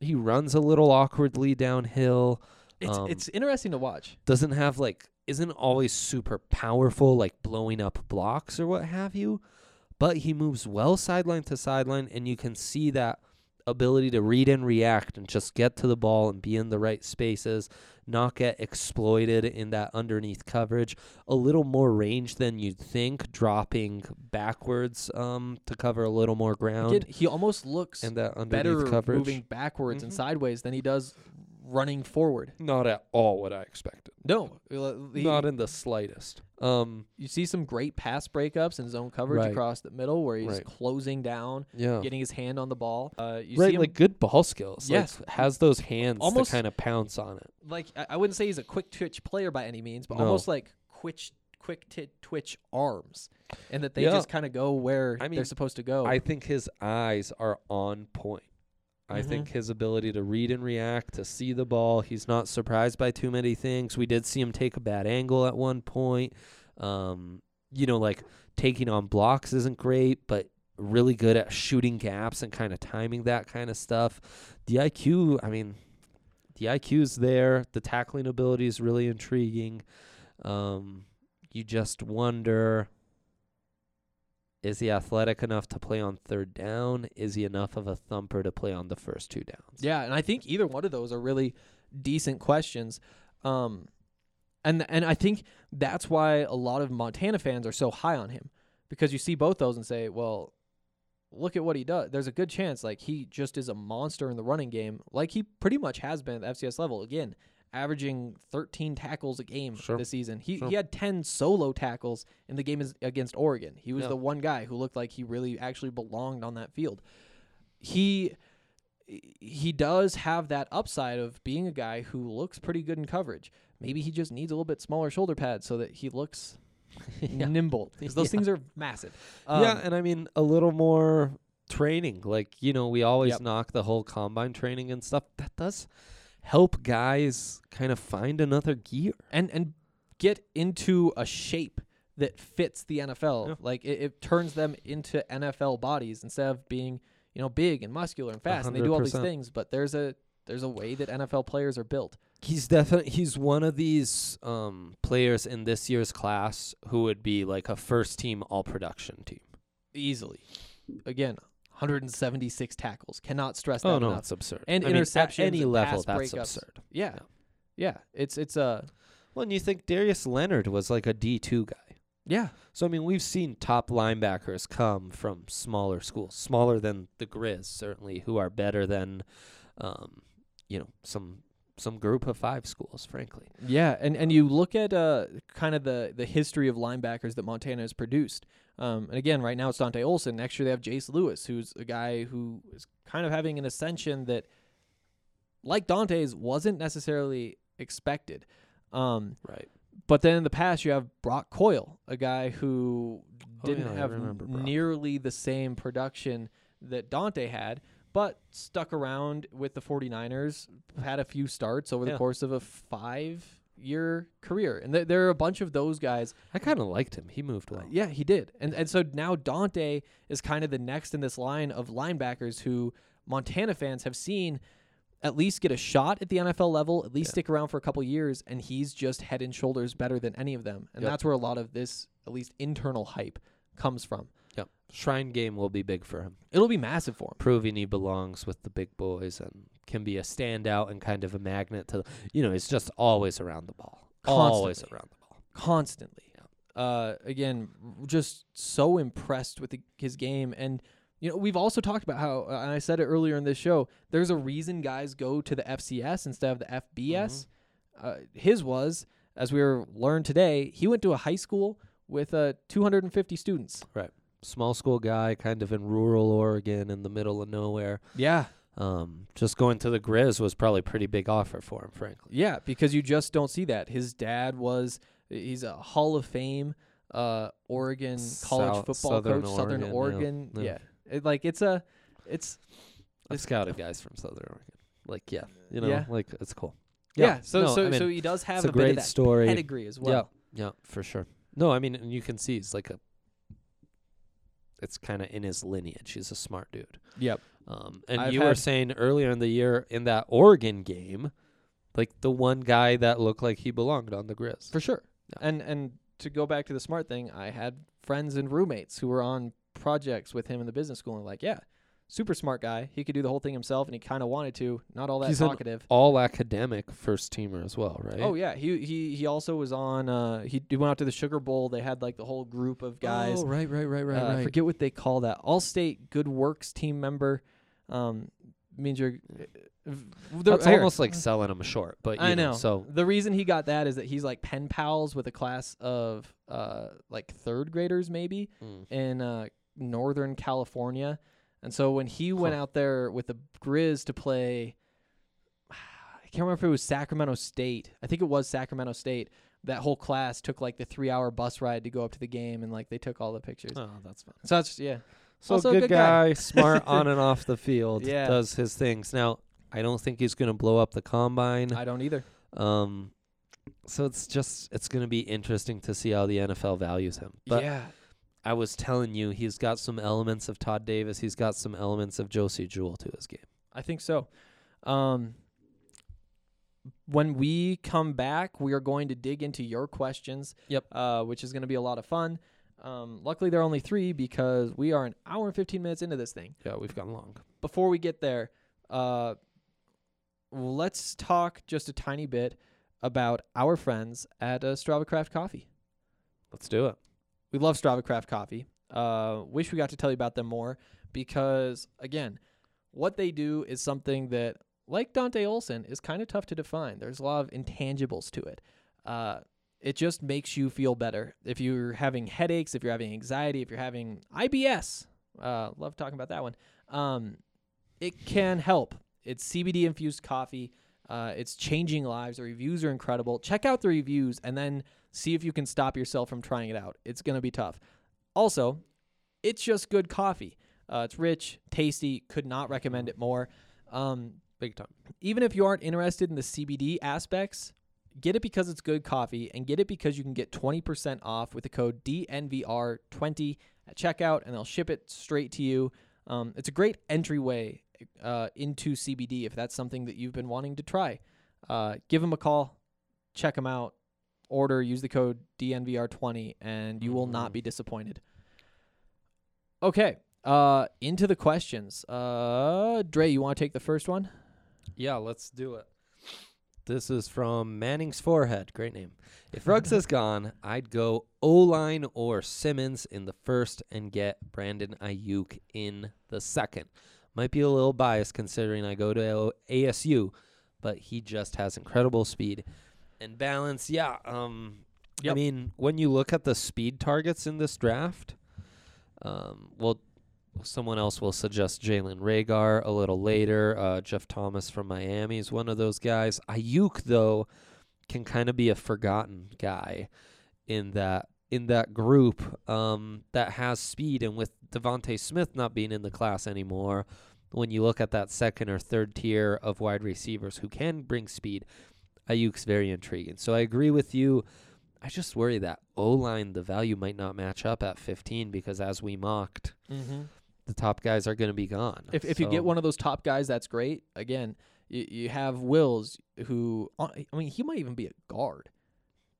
Speaker 2: he runs a little awkwardly downhill,
Speaker 1: it's
Speaker 2: um,
Speaker 1: it's interesting to watch.
Speaker 2: doesn't have like isn't always super powerful like blowing up blocks or what have you but he moves well sideline to sideline and you can see that ability to read and react and just get to the ball and be in the right spaces not get exploited in that underneath coverage a little more range than you'd think dropping backwards um to cover a little more
Speaker 1: He
Speaker 2: ground
Speaker 1: did- he almost looks
Speaker 2: and that underneath
Speaker 1: better
Speaker 2: coverage
Speaker 1: moving backwards and
Speaker 2: Mhm.
Speaker 1: sideways than he does running forward.
Speaker 2: not at all what i expected
Speaker 1: No, uh, he-
Speaker 2: not in the slightest um
Speaker 1: you see some great pass breakups and zone coverage
Speaker 2: Right.
Speaker 1: across the middle where he's
Speaker 2: Right.
Speaker 1: closing down,
Speaker 2: yeah
Speaker 1: getting his hand on the ball. Uh, you
Speaker 2: right,
Speaker 1: see him
Speaker 2: like good ball skills. like,
Speaker 1: Yes.
Speaker 2: has those hands
Speaker 1: Almost-
Speaker 2: to kind of pounce on it.
Speaker 1: like I, I wouldn't say he's a quick twitch player by any means, but
Speaker 2: No.
Speaker 1: almost like twitch quick tit twitch arms, and that they
Speaker 2: Yeah.
Speaker 1: just kind of go where
Speaker 2: I mean,
Speaker 1: they're supposed to go.
Speaker 2: I think his eyes are on point. I
Speaker 1: Mhm.
Speaker 2: think his ability to read and react, to see the ball, he's not surprised by too many things. We did see him take a bad angle at one point. Um, you know, like taking on blocks isn't great, but really good at shooting gaps and kind of timing that kind of stuff. The IQ, I mean, the IQ's there. The tackling ability is really intriguing. Um, you just wonder is he athletic enough to play on third down? Is he enough of a thumper to play on the first two downs? [LAUGHS]
Speaker 1: yeah, and I think either one of those are really decent questions. Um, and and I think that's why a lot of Montana fans are so high on him because you see both those and say, well, look at what he does. There's a good chance like he just is a monster in the running game, like he pretty much has been at the FCS level again, averaging 13 tackles a game
Speaker 2: Sure.
Speaker 1: this season. He
Speaker 2: Sure.
Speaker 1: he had 10 solo tackles in the game is- against Oregon. He was
Speaker 2: Yeah.
Speaker 1: the one guy who looked like he really actually belonged on that field. He he does have that upside of being a guy who looks pretty good in coverage. Maybe he just needs a little bit smaller shoulder pads so that he looks Mm-hmm. nimble because those
Speaker 2: [LAUGHS] Yeah.
Speaker 1: things are massive.
Speaker 2: yeah,
Speaker 1: Um,
Speaker 2: and I mean a little more training. Like, you know, we always
Speaker 1: Yep.
Speaker 2: knock the whole combine training and stuff. That does help guys kind of find another gear.
Speaker 1: and and get into a shape that fits the NFL.
Speaker 2: Yeah.
Speaker 1: Like it, it turns them into NFL bodies instead of being you know big and muscular and fast. And they do all these
Speaker 2: 100%.
Speaker 1: things, but there's a there's a way that NFL players are built.
Speaker 2: He's definitely he's one of these um, players in this year's class who would be like a first team all production team.
Speaker 1: easily. Again, 176 tackles. Cannot stress that
Speaker 2: oh no,
Speaker 1: enough.
Speaker 2: it's absurd.
Speaker 1: And
Speaker 2: I mean, at
Speaker 1: interceptions
Speaker 2: any
Speaker 1: and pass
Speaker 2: level, that's
Speaker 1: breakups.
Speaker 2: absurd.
Speaker 1: Yeah.
Speaker 2: Yeah.
Speaker 1: yeah. it's it's uh
Speaker 2: Well, and you think Darius Leonard was like a D two guy.
Speaker 1: yeah,
Speaker 2: So I mean, we've seen top linebackers come from smaller schools, smaller than the Grizz, certainly, who are better than, um, you know, some some group of five schools, frankly.
Speaker 1: yeah, and and you look at uh kind of the the history of linebackers that Montana has produced. Um, and again, right now it's Dante Olson. Next year they have Jace Lewis, who's a guy who is kind of having an ascension that, like Dante's, wasn't necessarily expected. Um,
Speaker 2: Right.
Speaker 1: But then in the past, you have Brock Coyle, a guy who
Speaker 2: Oh,
Speaker 1: didn't
Speaker 2: yeah, I
Speaker 1: have
Speaker 2: remember Brock.
Speaker 1: nearly the same production that Dante had, but stuck around with the 49ers, had a few starts over
Speaker 2: Yeah.
Speaker 1: the course of a five year career. And th- there are a bunch of those guys
Speaker 2: I kind of liked him. He moved
Speaker 1: uh,
Speaker 2: well.
Speaker 1: yeah, he did. And and so now Dante is kind of the next in this line of linebackers who Montana fans have seen at least get a shot at the NFL level, at least
Speaker 2: Yeah.
Speaker 1: stick around for a couple years, and he's just head and shoulders better than any of them. And
Speaker 2: Yep.
Speaker 1: that's where a lot of this at least internal hype comes from.
Speaker 2: Yep. Shrine game will be big for him,
Speaker 1: It'll be massive for him.
Speaker 2: proving he belongs with the big boys and can be a standout and kind of a magnet to, you know, he's just always around the ball, always
Speaker 1: Constantly.
Speaker 2: around the ball.
Speaker 1: constantly. Uh, again, r- just so impressed with the, his game, and You know, we've also talked about how, uh, and I said it earlier in this show, there's a reason guys go to the FCS instead of the FBS.
Speaker 2: Mm-hmm.
Speaker 1: Uh, his was, as we were learned today, he went to a high school with uh, 250 students.
Speaker 2: Small school guy, kind of in rural Oregon, in the middle of nowhere.
Speaker 1: Yeah.
Speaker 2: Um, just going to the Grizz was probably a pretty big offer for him, frankly.
Speaker 1: Yeah, because you just don't see that. His dad was he's a Hall of Fame uh Oregon college
Speaker 2: South-
Speaker 1: football
Speaker 2: Southern
Speaker 1: coach, Southern
Speaker 2: Oregon,
Speaker 1: Oregon.
Speaker 2: yeah,
Speaker 1: Yeah.
Speaker 2: yeah.
Speaker 1: It, like it's a it's
Speaker 2: I've
Speaker 1: It's-
Speaker 2: scouted guys from Southern Oregon. Like, yeah, you know,
Speaker 1: Yeah.
Speaker 2: like it's cool.
Speaker 1: yeah, so
Speaker 2: no,
Speaker 1: so
Speaker 2: I mean,
Speaker 1: so he does
Speaker 2: it's
Speaker 1: have
Speaker 2: a
Speaker 1: a, bit
Speaker 2: great
Speaker 1: of that
Speaker 2: story.
Speaker 1: pedigree as well.
Speaker 2: Yeah, for sure. No, I mean, and you can see he's like a. It's kind of in his lineage. He's a smart dude.
Speaker 1: Yep.
Speaker 2: Um, and
Speaker 1: I've
Speaker 2: you were
Speaker 1: had-
Speaker 2: saying earlier in the year in that Oregon game, like the one guy that looked like he belonged on the Grizz.
Speaker 1: For sure.
Speaker 2: Yeah.
Speaker 1: And and to go back to the smart thing, I had friends and roommates who were on projects with him in the business school and like, yeah, super smart guy. He could do the whole thing himself and he kinda wanted to, not all that
Speaker 2: He's an
Speaker 1: talkative.
Speaker 2: All academic first teamer as well, right?
Speaker 1: Oh yeah, he he he also was on. Uh, he, he went out to the Sugar Bowl. They had like the whole group of guys.
Speaker 2: Oh, right, right, right, right,
Speaker 1: Uh, I
Speaker 2: right.
Speaker 1: forget what they call that. All State Good Works team member. Um, means you're. They're-
Speaker 2: That's
Speaker 1: here.
Speaker 2: almost like selling him short, but you
Speaker 1: I know.
Speaker 2: So
Speaker 1: the reason he got that is that he's like pen pals with a class of uh like third graders maybe
Speaker 2: Mm.
Speaker 1: in uh Northern California, and so when he went
Speaker 2: Huh.
Speaker 1: out there with the Grizz to play, [SIGHS] I can't remember if it was Sacramento State. I think it was Sacramento State. That whole class took like the three hour bus ride to go up to the game, and like they took all the pictures.
Speaker 2: oh, that's fun.
Speaker 1: So that's
Speaker 2: [LAUGHS]
Speaker 1: yeah,
Speaker 2: So
Speaker 1: Also a
Speaker 2: good,
Speaker 1: good [LAUGHS]
Speaker 2: guy,
Speaker 1: guy.
Speaker 2: smart on and off the
Speaker 1: [LAUGHS]
Speaker 2: field,
Speaker 1: Yeah.
Speaker 2: does his things. Now, I don't think he's going to blow up the combine.
Speaker 1: I don't either.
Speaker 2: Um, so it's just it's going to be interesting to see how the NFL values him. But
Speaker 1: yeah,
Speaker 2: I was telling you, he's got some elements of Todd Davis. He's got some elements of Josie Jewell to his game.
Speaker 1: I think so. Um, when we come back, we are going to dig into your questions.
Speaker 2: Yep.
Speaker 1: Uh, which is going to be a lot of fun. Um, luckily, there are only three because we are an hour and 15 minutes into this thing.
Speaker 2: Yeah, we've gone long.
Speaker 1: before we get there, uh, let's talk just a tiny bit about our friends at uh, Strava Craft Coffee.
Speaker 2: Let's do it.
Speaker 1: We love Strava Craft Coffee. Uh, wish we got to tell you about them more because, again, what they do is something that, like Dante Olson, is kind of tough to define. There's a lot of intangibles to it. Uh, it just makes you feel better. If you're having headaches, if you're having anxiety, if you're having IBS, uh, love talking about that one. Um, it can help. It's CBD infused coffee. Uh, it's changing lives. The reviews are incredible. Check out the reviews and then see if you can stop yourself from trying it out. It's going to be tough. Also, it's just good coffee. Uh, it's rich, tasty. Could not recommend it more. Um,
Speaker 2: Big time.
Speaker 1: even if you aren't interested in the CBD aspects, get it because it's good coffee and get it because you can get 20% off with the code DNVR20 at checkout and they'll ship it straight to you. Um, it's a great entryway uh, into CBD if that's something that you've been wanting to try. Uh, give them a call, check them out, order, use the code DNVR20, and you will
Speaker 2: Mhm.
Speaker 1: not be disappointed. Okay, uh, into the questions. Uh, Dre, you want to take the first one?
Speaker 2: Yeah, let's do it. This is from Manning's forehead. Great name. If Ruggs is gone, I'd go O line or Simmons in the first and get Brandon Ayuk in the second. Might be a little biased considering I go to L- ASU, but he just has incredible speed and balance. Yeah. Um, I
Speaker 1: Yep.
Speaker 2: mean, when you look at the speed targets in this draft, um, well, someone else will suggest Jalen Ragar a little later. Uh, Jeff Thomas from Miami is one of those guys. Ayuk though can kind of be a forgotten guy in that in that group um, that has speed, and with Devonte Smith not being in the class anymore. When you look at that second or third tier of wide receivers who can bring speed, Ayuk's very intriguing. So I agree with you. I just worry that O line, the value might not match up at 15 because, as we mocked,
Speaker 1: Mm-hmm.
Speaker 2: the top guys are going to be gone.
Speaker 1: If if you
Speaker 2: So-
Speaker 1: get one of those top guys, that's great. Again, you, you have Wills, who uh, I mean, he might even be a guard.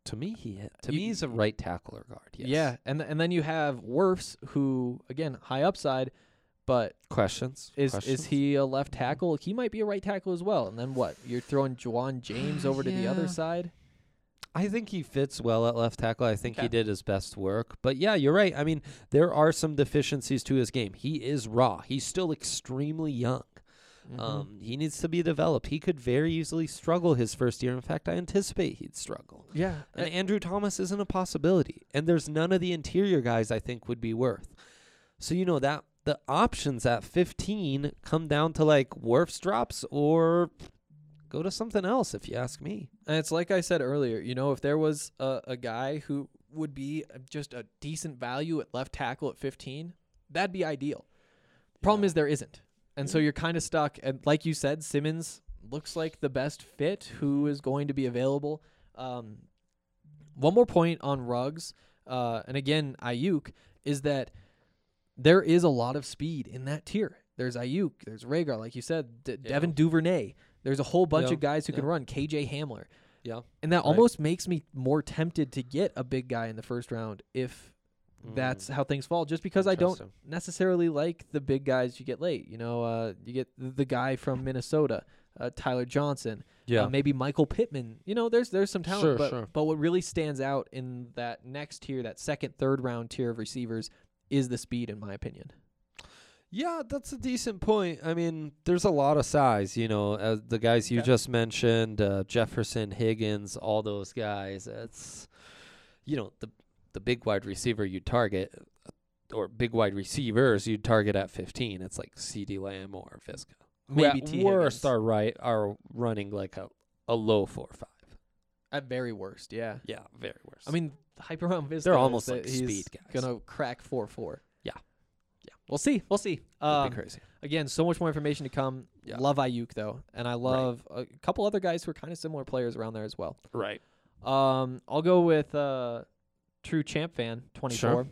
Speaker 2: to me, he to
Speaker 1: You-
Speaker 2: me he's a right tackler guard. Yes.
Speaker 1: Yeah, and th- and then you have Werfs, who again high upside, but
Speaker 2: Questions?
Speaker 1: is
Speaker 2: Questions?
Speaker 1: is he a left tackle? [SIGHS] He might be a right tackle as well. And then what? You're throwing Juwan James over to the
Speaker 2: Yeah.
Speaker 1: other side.
Speaker 2: I think he fits well at left tackle. I think
Speaker 1: Okay.
Speaker 2: he did his best work. But yeah, you're right. I mean, there are some deficiencies to his game. He is raw. He's still extremely young.
Speaker 1: Mm-hmm.
Speaker 2: Um, he needs to be developed. He could very easily struggle his first year. In fact, I anticipate he'd struggle.
Speaker 1: Mm-hmm. yeah.
Speaker 2: And Andrew Thomas isn't a possibility. And there's none of the interior guys I think would be worth. So you know that the options at 15 come down to like Worf's drops or go to something else if you ask me.
Speaker 1: And it's like I said earlier, you know, if there was a, a guy who would be just a decent value at left tackle at 15, that'd be ideal. Problem
Speaker 2: Yeah.
Speaker 1: is there isn't. And so
Speaker 2: Yeah.
Speaker 1: you're kind of stuck. And like you said, Simmons looks like the best fit
Speaker 2: Mm-hmm.
Speaker 1: who is going to be available. Um, one more point on Ruggs, uh, and again, Ayuk, is that there is a lot of speed in that tier. There's Ayuk, there's Rhaegar, like you said, De-
Speaker 2: Yeah.
Speaker 1: Devin Duvernay. There's a whole bunch
Speaker 2: Yeah,
Speaker 1: of guys who can
Speaker 2: yeah.
Speaker 1: run. KJ Hamler.
Speaker 2: Yeah.
Speaker 1: And that
Speaker 2: Right.
Speaker 1: almost makes me more tempted to get a big guy in the first round if that's
Speaker 2: Mm.
Speaker 1: how things fall, just because I don't necessarily like the big guys you get late. You know, uh, you get th- the guy from Minnesota, uh, Tyler Johnson,
Speaker 2: Yeah.
Speaker 1: uh, maybe Michael Pittman. You know, there's there's some talent,
Speaker 2: Sure,
Speaker 1: but
Speaker 2: sure.
Speaker 1: but what really stands out in that next tier, that second, third round tier of receivers, is the speed, in my opinion.
Speaker 2: Yeah, that's a decent point. I mean, there's a lot of size, you know, as the guys you
Speaker 1: Okay.
Speaker 2: just mentioned, uh, Jefferson, Higgins, all those guys. It's you know, the the big wide receiver you target or big wide receivers you'd target at 15. It's like CD Lamb or Visca. Who
Speaker 1: Maybe
Speaker 2: at
Speaker 1: T.
Speaker 2: worst
Speaker 1: Higgins.
Speaker 2: are right are running like a a low 4 5.
Speaker 1: At very worst, yeah.
Speaker 2: Yeah, very worst.
Speaker 1: I mean, Hypermount Vista.
Speaker 2: They're
Speaker 1: is
Speaker 2: almost
Speaker 1: that
Speaker 2: like
Speaker 1: he's
Speaker 2: speed guys.
Speaker 1: Gonna crack four four.
Speaker 2: Yeah.
Speaker 1: yeah. We'll see. We'll see.
Speaker 2: That'd
Speaker 1: Um,
Speaker 2: be crazy.
Speaker 1: again, so much more information to come.
Speaker 2: Yeah.
Speaker 1: Love Ayuk though, and I love a couple other guys who are kind of similar players around there as well.
Speaker 2: Right.
Speaker 1: Um, I'll go with uh, True Champ Fan 24.
Speaker 2: Sure.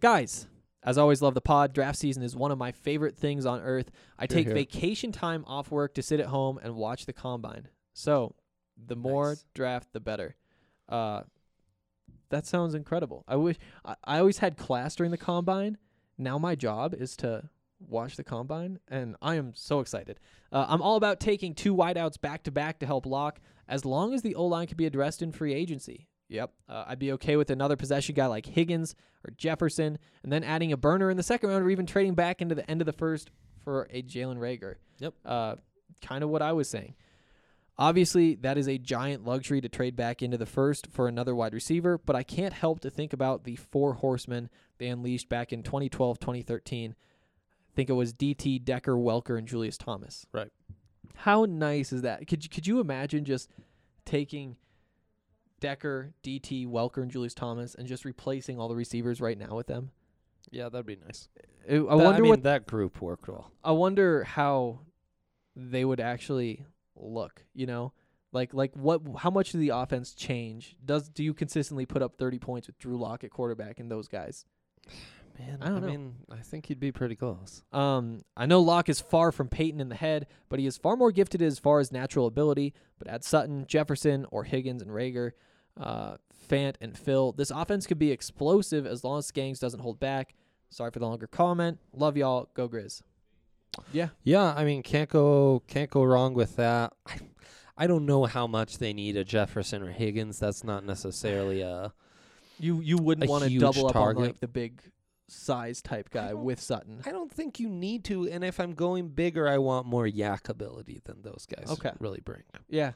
Speaker 1: Guys, as always, love the pod. Draft season is one of my favorite things on earth. I
Speaker 2: Hear,
Speaker 1: take
Speaker 2: hear.
Speaker 1: vacation time off work to sit at home and watch the combine. So the more
Speaker 2: Nice.
Speaker 1: draft, the better. Uh, that sounds incredible. I wish I, I always had class during the combine. Now my job is to watch the combine, and I am so excited. Uh, I'm all about taking two wideouts back to back to help lock, as long as the O line can be addressed in free agency. Yep, uh, I'd be okay with another possession guy like Higgins or Jefferson, and then adding a burner in the second round, or even trading back into the end of the first for a Jalen Rager.
Speaker 2: Yep.
Speaker 1: uh, kind of what I was saying. Obviously, that is a giant luxury to trade back into the first for another wide receiver, but I can't help to think about the four horsemen they unleashed back in 2012, 2013. I think it was DT, Decker, Welker, and Julius Thomas.
Speaker 2: Right.
Speaker 1: How nice is that? Could you- could you imagine just taking Decker, DT, Welker, and Julius Thomas and just replacing all the receivers right now with them?
Speaker 2: Yeah, that'd be nice.
Speaker 1: I I
Speaker 2: That-
Speaker 1: wonder
Speaker 2: mean,
Speaker 1: what
Speaker 2: that group worked well.
Speaker 1: I wonder how they would actually look, you know? Like like what how much did the offense change? Does do you consistently put up 30 points with Drew Lock at quarterback and those guys?
Speaker 2: [SIGHS] Man,
Speaker 1: I don't know.
Speaker 2: mean, I think he'd be pretty close.
Speaker 1: Um I know Locke is far from Peyton in the head, but he is far more gifted as far as natural ability, but add Sutton, Jefferson, or Higgins and Rager, uh, Fant and Phil, this offense could be explosive as long as Skangs doesn't hold back. Sorry for the longer comment. Love y'all. Go Grizz. Yeah.
Speaker 2: Yeah, I mean, can't go can't go wrong with that. I, I don't know how much they need a Jefferson or Higgins. That's not necessarily a
Speaker 1: You you wouldn't
Speaker 2: a
Speaker 1: want to
Speaker 2: huge
Speaker 1: double up
Speaker 2: target.
Speaker 1: on like the big size type
Speaker 2: I
Speaker 1: guy
Speaker 2: don't-
Speaker 1: with Sutton.
Speaker 2: I don't think you need to. And if I'm going bigger, I want more yak ability than those guys
Speaker 1: Okay.
Speaker 2: really bring.
Speaker 1: yeah,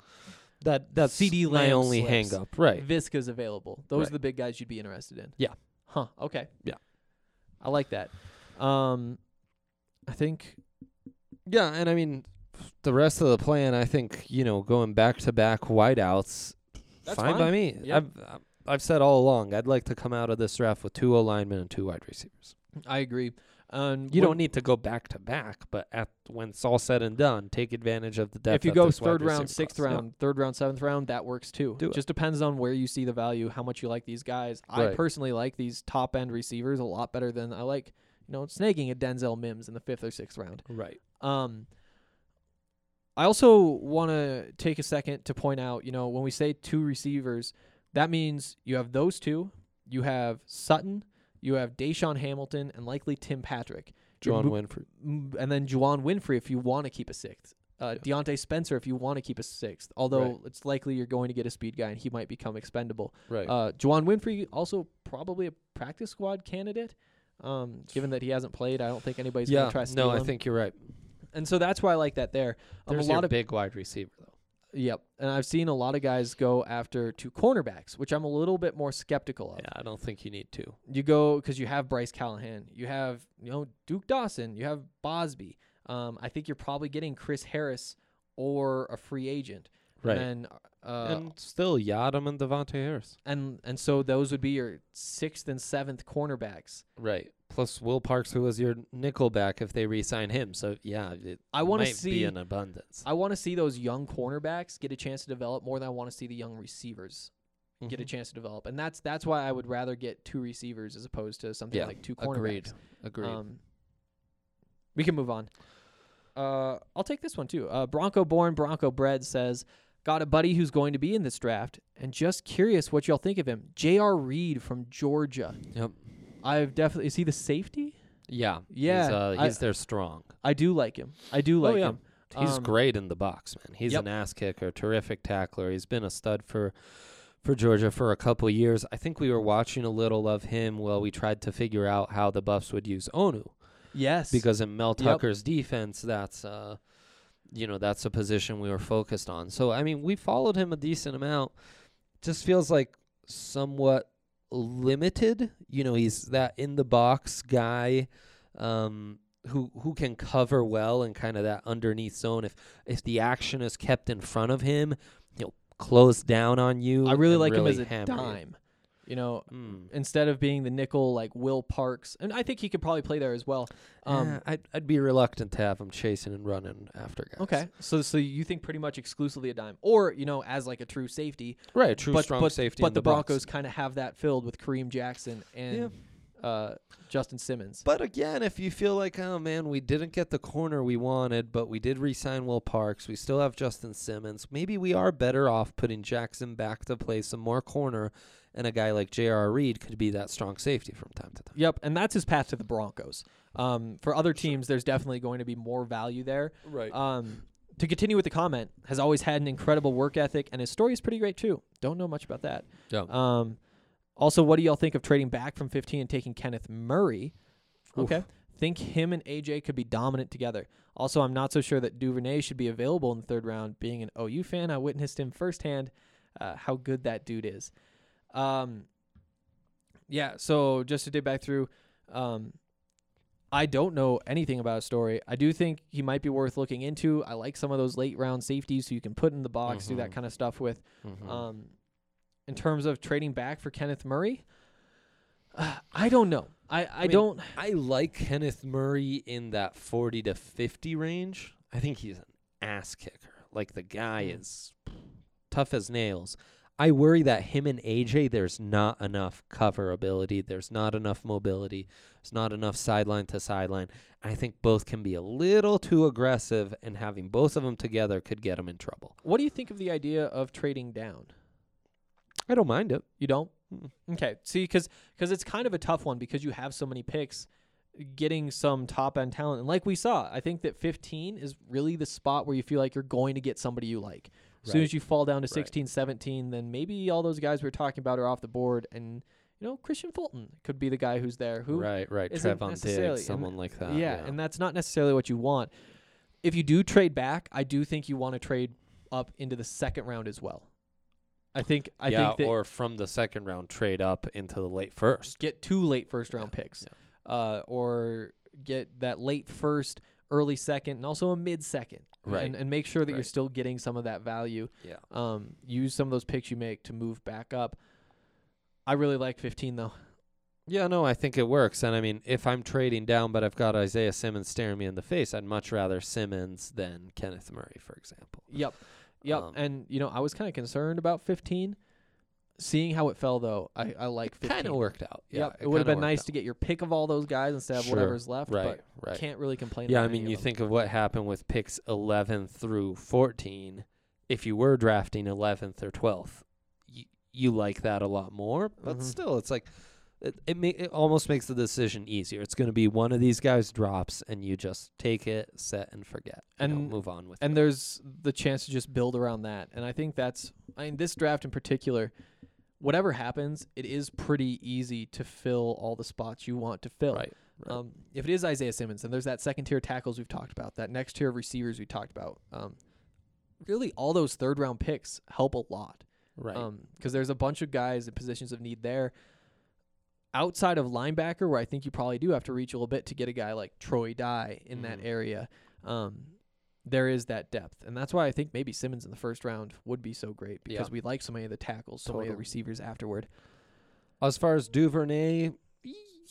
Speaker 2: That that's
Speaker 1: CD
Speaker 2: my
Speaker 1: Lamb
Speaker 2: only
Speaker 1: slips.
Speaker 2: hang up. Right.
Speaker 1: Visca's available. Those are
Speaker 2: Right.
Speaker 1: the big guys you'd be interested in.
Speaker 2: Yeah.
Speaker 1: Huh. Okay.
Speaker 2: Yeah.
Speaker 1: I like that. Um, I think
Speaker 2: Yeah, and I mean the rest of the plan, I think, you know, going back to back wideouts
Speaker 1: That's
Speaker 2: by
Speaker 1: fine.
Speaker 2: me.
Speaker 1: Yeah.
Speaker 2: I've I've- I've said all along, I'd like to come out of this draft with two O linemen and two wide receivers.
Speaker 1: I agree. Um,
Speaker 2: You
Speaker 1: when-
Speaker 2: don't need to go back to back, but at when it's all said and done, take advantage of the depth.
Speaker 1: If you
Speaker 2: at
Speaker 1: go
Speaker 2: this wide
Speaker 1: third round,
Speaker 2: receiver
Speaker 1: sixth
Speaker 2: class. Yeah.
Speaker 1: round, third round, seventh round, that works too.
Speaker 2: Do it.
Speaker 1: Just depends on where you see the value, how much you like these guys. I
Speaker 2: Right.
Speaker 1: personally like these top end receivers a lot better than I like, you know, snagging a Denzel Mims in the fifth or sixth round.
Speaker 2: right?
Speaker 1: Um, I also want to take a second to point out, you know, when we say two receivers, that means you have those two, you have Sutton, you have Deshaun Hamilton, and likely Tim Patrick, You're
Speaker 2: John
Speaker 1: mo-
Speaker 2: Winfrey.
Speaker 1: m- and then Juwan Winfrey if you want to keep a sixth. Uh,
Speaker 2: Yeah.
Speaker 1: Deontay Spencer, if you want to keep a sixth, although it's likely you're going to get a speed guy and he might become expendable.
Speaker 2: Right.
Speaker 1: Uh, Juwan Winfrey also probably a practice squad candidate. Um, given that he hasn't played, I don't think anybody's
Speaker 2: yeah.
Speaker 1: gonna try to steal
Speaker 2: no, I
Speaker 1: him.
Speaker 2: think you're right.
Speaker 1: and so that's why I like that there. Um,
Speaker 2: There's
Speaker 1: a lot
Speaker 2: your
Speaker 1: of
Speaker 2: big wide receiver though.
Speaker 1: yep, and I've seen a lot of guys go after two cornerbacks, which I'm a little bit more skeptical of.
Speaker 2: Yeah, I don't think you need two.
Speaker 1: You go because you have Bryce Callahan, you have you know Duke Dawson, you have Bosby. Um, I think you're probably getting Chris Harris or a free agent.
Speaker 2: Right.
Speaker 1: And, then, uh, and
Speaker 2: and still Yadam and Devontae Harris.
Speaker 1: and so those would be your sixth and seventh cornerbacks.
Speaker 2: Right. Plus Will Parks, who was your nickel back, if they re-sign him. So yeah, it
Speaker 1: I want to
Speaker 2: might be
Speaker 1: see.
Speaker 2: an abundance.
Speaker 1: I want to see those young cornerbacks get a chance to develop more than I want to see the young receivers get a
Speaker 2: Mhm.
Speaker 1: chance to develop, and that's that's why I would rather get two receivers as opposed to something
Speaker 2: Yeah,
Speaker 1: like two cornerbacks.
Speaker 2: Agreed. Agreed.
Speaker 1: Um, we can move on. Uh, I'll take this one too. Uh, Bronco born, Bronco bred says, "Got a buddy who's going to be in this draft, and just curious what y'all think of him." J.R. Reed from Georgia.
Speaker 2: yep.
Speaker 1: I've definitely is he the safety?
Speaker 2: Yeah.
Speaker 1: Yeah,
Speaker 2: He's, uh,
Speaker 1: I-
Speaker 2: he's their strong.
Speaker 1: I do like him. I do like
Speaker 2: Oh, yeah.
Speaker 1: him.
Speaker 2: He's
Speaker 1: Um,
Speaker 2: great in the box, man. He's
Speaker 1: yep.
Speaker 2: an ass kicker, terrific tackler. He's been a stud for for Georgia for a couple of years. I think we were watching a little of him while we tried to figure out how the Buffs would use Onu
Speaker 1: Yes,
Speaker 2: because in Mel
Speaker 1: Yep.
Speaker 2: Tucker's defense, that's uh, you know that's a position we were focused on. So I mean, we followed him a decent amount. Just feels like somewhat limited. You know, he's that in the box guy um, who who can cover well and kind of that underneath zone. If if the action is kept in front of him, he'll close down on you.
Speaker 1: I really
Speaker 2: and
Speaker 1: like him as a
Speaker 2: hammer you.
Speaker 1: dime. You know,
Speaker 2: Mm.
Speaker 1: instead of being the nickel like Will Parks, and I think he could probably play there as well. Um,
Speaker 2: Yeah, I'd I'd be reluctant to have him chasing and running after guys.
Speaker 1: Okay, so so you think pretty much exclusively a dime, or you know, as like a true safety,
Speaker 2: Right, a true
Speaker 1: but
Speaker 2: strong
Speaker 1: but,
Speaker 2: safety.
Speaker 1: but
Speaker 2: in
Speaker 1: the,
Speaker 2: the, box.
Speaker 1: Broncos kind of have that filled with Kareem Jackson and uh, Justin Simmons.
Speaker 2: But again, if you feel like, oh man, we didn't get the corner we wanted, but we did re-sign Will Parks, we still have Justin Simmons. Maybe we are better off putting Jackson back to play some more corner, and a guy like J.R. Reed could be that strong safety from time to time.
Speaker 1: Yep, and that's his path to the Broncos. Um, for other teams, there's definitely going to be more value there.
Speaker 2: Right.
Speaker 1: Um, to continue with the comment, has always had an incredible work ethic, and his story is pretty great too. Don't know much about that.
Speaker 2: Yeah.
Speaker 1: Um, also, what do y'all think of trading back from 15 and taking Kenneth Murray?
Speaker 2: Oof.
Speaker 1: Okay. Think him and AJ could be dominant together. Also, I'm not so sure that Duvernay should be available in the third round. Being an OU fan, I witnessed him firsthand uh, how good that dude is. Um, yeah, so just to dig back through, um, I don't know anything about his story. I do think he might be worth looking into. I like some of those late round safeties who you can put in the box, do that
Speaker 2: Mhm.
Speaker 1: kind of stuff with.
Speaker 2: Mhm.
Speaker 1: Um, in terms of trading back for Kenneth Murray, [SIGHS] uh, I don't know. I, I,
Speaker 2: mean,
Speaker 1: don't.
Speaker 2: I like Kenneth Murray in that 40 to 50 range. I think he's an ass kicker. Like the guy
Speaker 1: Mm.
Speaker 2: is tough as nails. I worry that him and AJ, there's not enough cover ability. There's not enough mobility. There's not enough sideline to sideline. I think both can be a little too aggressive, and having both of them together could get them in trouble.
Speaker 1: What do you think of the idea of trading down?
Speaker 2: I don't mind it.
Speaker 1: You don't?
Speaker 2: Mm.
Speaker 1: Okay. See, because it's kind of a tough one because you have so many picks getting some top end talent. And like we saw, I think that 15 is really the spot where you feel like you're going to get somebody you like. As soon
Speaker 2: Right.
Speaker 1: as you fall down to
Speaker 2: Right.
Speaker 1: 16, 17, then maybe all those guys we are talking about are off the board. And, you know, Christian Fulton could be the guy who's there who
Speaker 2: right, right.
Speaker 1: isn't
Speaker 2: Trevon
Speaker 1: necessarily- and-
Speaker 2: Diggs, someone like that.
Speaker 1: yeah, and that's not necessarily what you want. If you do trade back, I do think you want to trade up into the second round as well. I think I
Speaker 2: yeah,
Speaker 1: think that
Speaker 2: or from the second round trade up into the late first.
Speaker 1: get two late first round picks,
Speaker 2: yeah.
Speaker 1: uh, or get that late first, early second, and also a mid second,
Speaker 2: Right.
Speaker 1: And, and make sure that you're
Speaker 2: Right.
Speaker 1: still getting some of that value.
Speaker 2: Yeah.
Speaker 1: Um, use some of those picks you make to move back up. I really like 15 though.
Speaker 2: Yeah, no, I think it works. And I mean, if I'm trading down, but I've got Isaiah Simmons staring me in the face, I'd much rather Simmons than Kenneth Murray, for example.
Speaker 1: Yep. Yep.
Speaker 2: Um,
Speaker 1: and you know, I was kind of concerned about 15. Seeing how it fell though, I, I like 15.
Speaker 2: Kind of worked out. Yeah,
Speaker 1: yep. It, would have
Speaker 2: kinda
Speaker 1: been nice
Speaker 2: worked
Speaker 1: to get your pick of all those guys instead of
Speaker 2: Sure,
Speaker 1: whatever's left,
Speaker 2: out. Right,
Speaker 1: but
Speaker 2: right.
Speaker 1: can't really complain.
Speaker 2: Yeah,
Speaker 1: about
Speaker 2: I
Speaker 1: any
Speaker 2: mean,
Speaker 1: of
Speaker 2: you
Speaker 1: them.
Speaker 2: think of what happened with picks 11 through 14. If you were drafting 11th or 12th, you, you like that a lot more. But
Speaker 1: Mhm.
Speaker 2: still, it's like it it, ma- it almost makes the decision easier. It's going to be one of these guys drops, and you just take it, set, and forget, you know,
Speaker 1: And-
Speaker 2: move on with. it.
Speaker 1: and there's the chance to just build around that. And I think that's, I mean, this draft in particular, whatever happens, it is pretty easy to fill all the spots you want to fill.
Speaker 2: Right, right.
Speaker 1: Um, if it is Isaiah Simmons, and there's that second tier tackles we've talked about, that next tier of receivers we talked about, um, really all those third round picks help a lot.
Speaker 2: right.
Speaker 1: Because Um, there's a bunch of guys in positions of need there. Outside of linebacker, where I think you probably do have to reach a little bit to get a guy like Troy Dye in that
Speaker 2: Mhm.
Speaker 1: area, um, there is that depth. And that's why I think maybe Simmons in the first round would be so great because
Speaker 2: Yeah.
Speaker 1: we like so many of the tackles, so many of the
Speaker 2: Totally.
Speaker 1: receivers afterward.
Speaker 2: As far as Duvernay,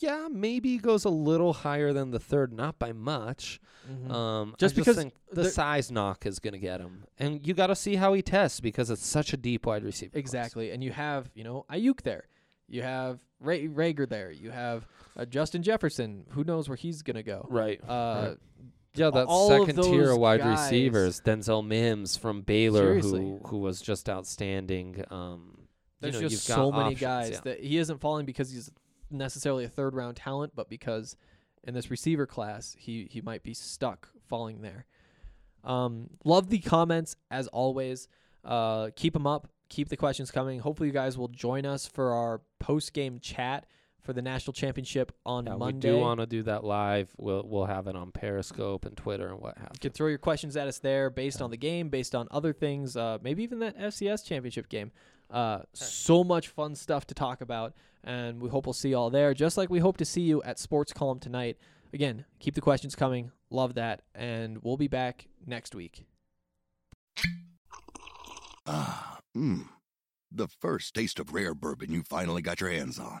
Speaker 2: yeah, maybe goes a little higher than the third, not by much. Um, I
Speaker 1: Mm. Just because
Speaker 2: think the
Speaker 1: there-
Speaker 2: size knock is going to get him, and you got to see how he tests because it's such a deep wide receiver. class.
Speaker 1: Exactly. And you have, you know, Ayuk there. You have Ray Rager there. You have uh, Justin Jefferson. Who knows where he's going to go?
Speaker 2: Right.
Speaker 1: Uh,
Speaker 2: Yeah, that
Speaker 1: all of
Speaker 2: second tier
Speaker 1: those
Speaker 2: of wide
Speaker 1: guys-
Speaker 2: receivers, Denzel Mims from Baylor,
Speaker 1: Seriously.
Speaker 2: who who was just outstanding. Um,
Speaker 1: There's
Speaker 2: you know,
Speaker 1: just
Speaker 2: you've
Speaker 1: so
Speaker 2: got
Speaker 1: many
Speaker 2: options,
Speaker 1: guys
Speaker 2: yeah.
Speaker 1: that he isn't falling because he's necessarily a third round talent, but because in this receiver class, he he might be stuck falling there. Um, love the comments as always. Uh, keep them up. Keep the questions coming. Hopefully, you guys will join us for our post game chat for the national championship on
Speaker 2: Yeah, we
Speaker 1: Monday.
Speaker 2: do want to do that live. We'll we'll have it on Periscope and Twitter and what have
Speaker 1: You can throw your questions at us there based on the game, based on other things, uh, maybe even that FCS championship game. Uh, so much fun stuff to talk about, and we hope we'll see you all there, just like we hope to see you at Sports Column tonight. Again, keep the questions coming. Love that. And we'll be back next week.
Speaker 3: Ah, mmm. The first taste of rare bourbon you finally got your hands on.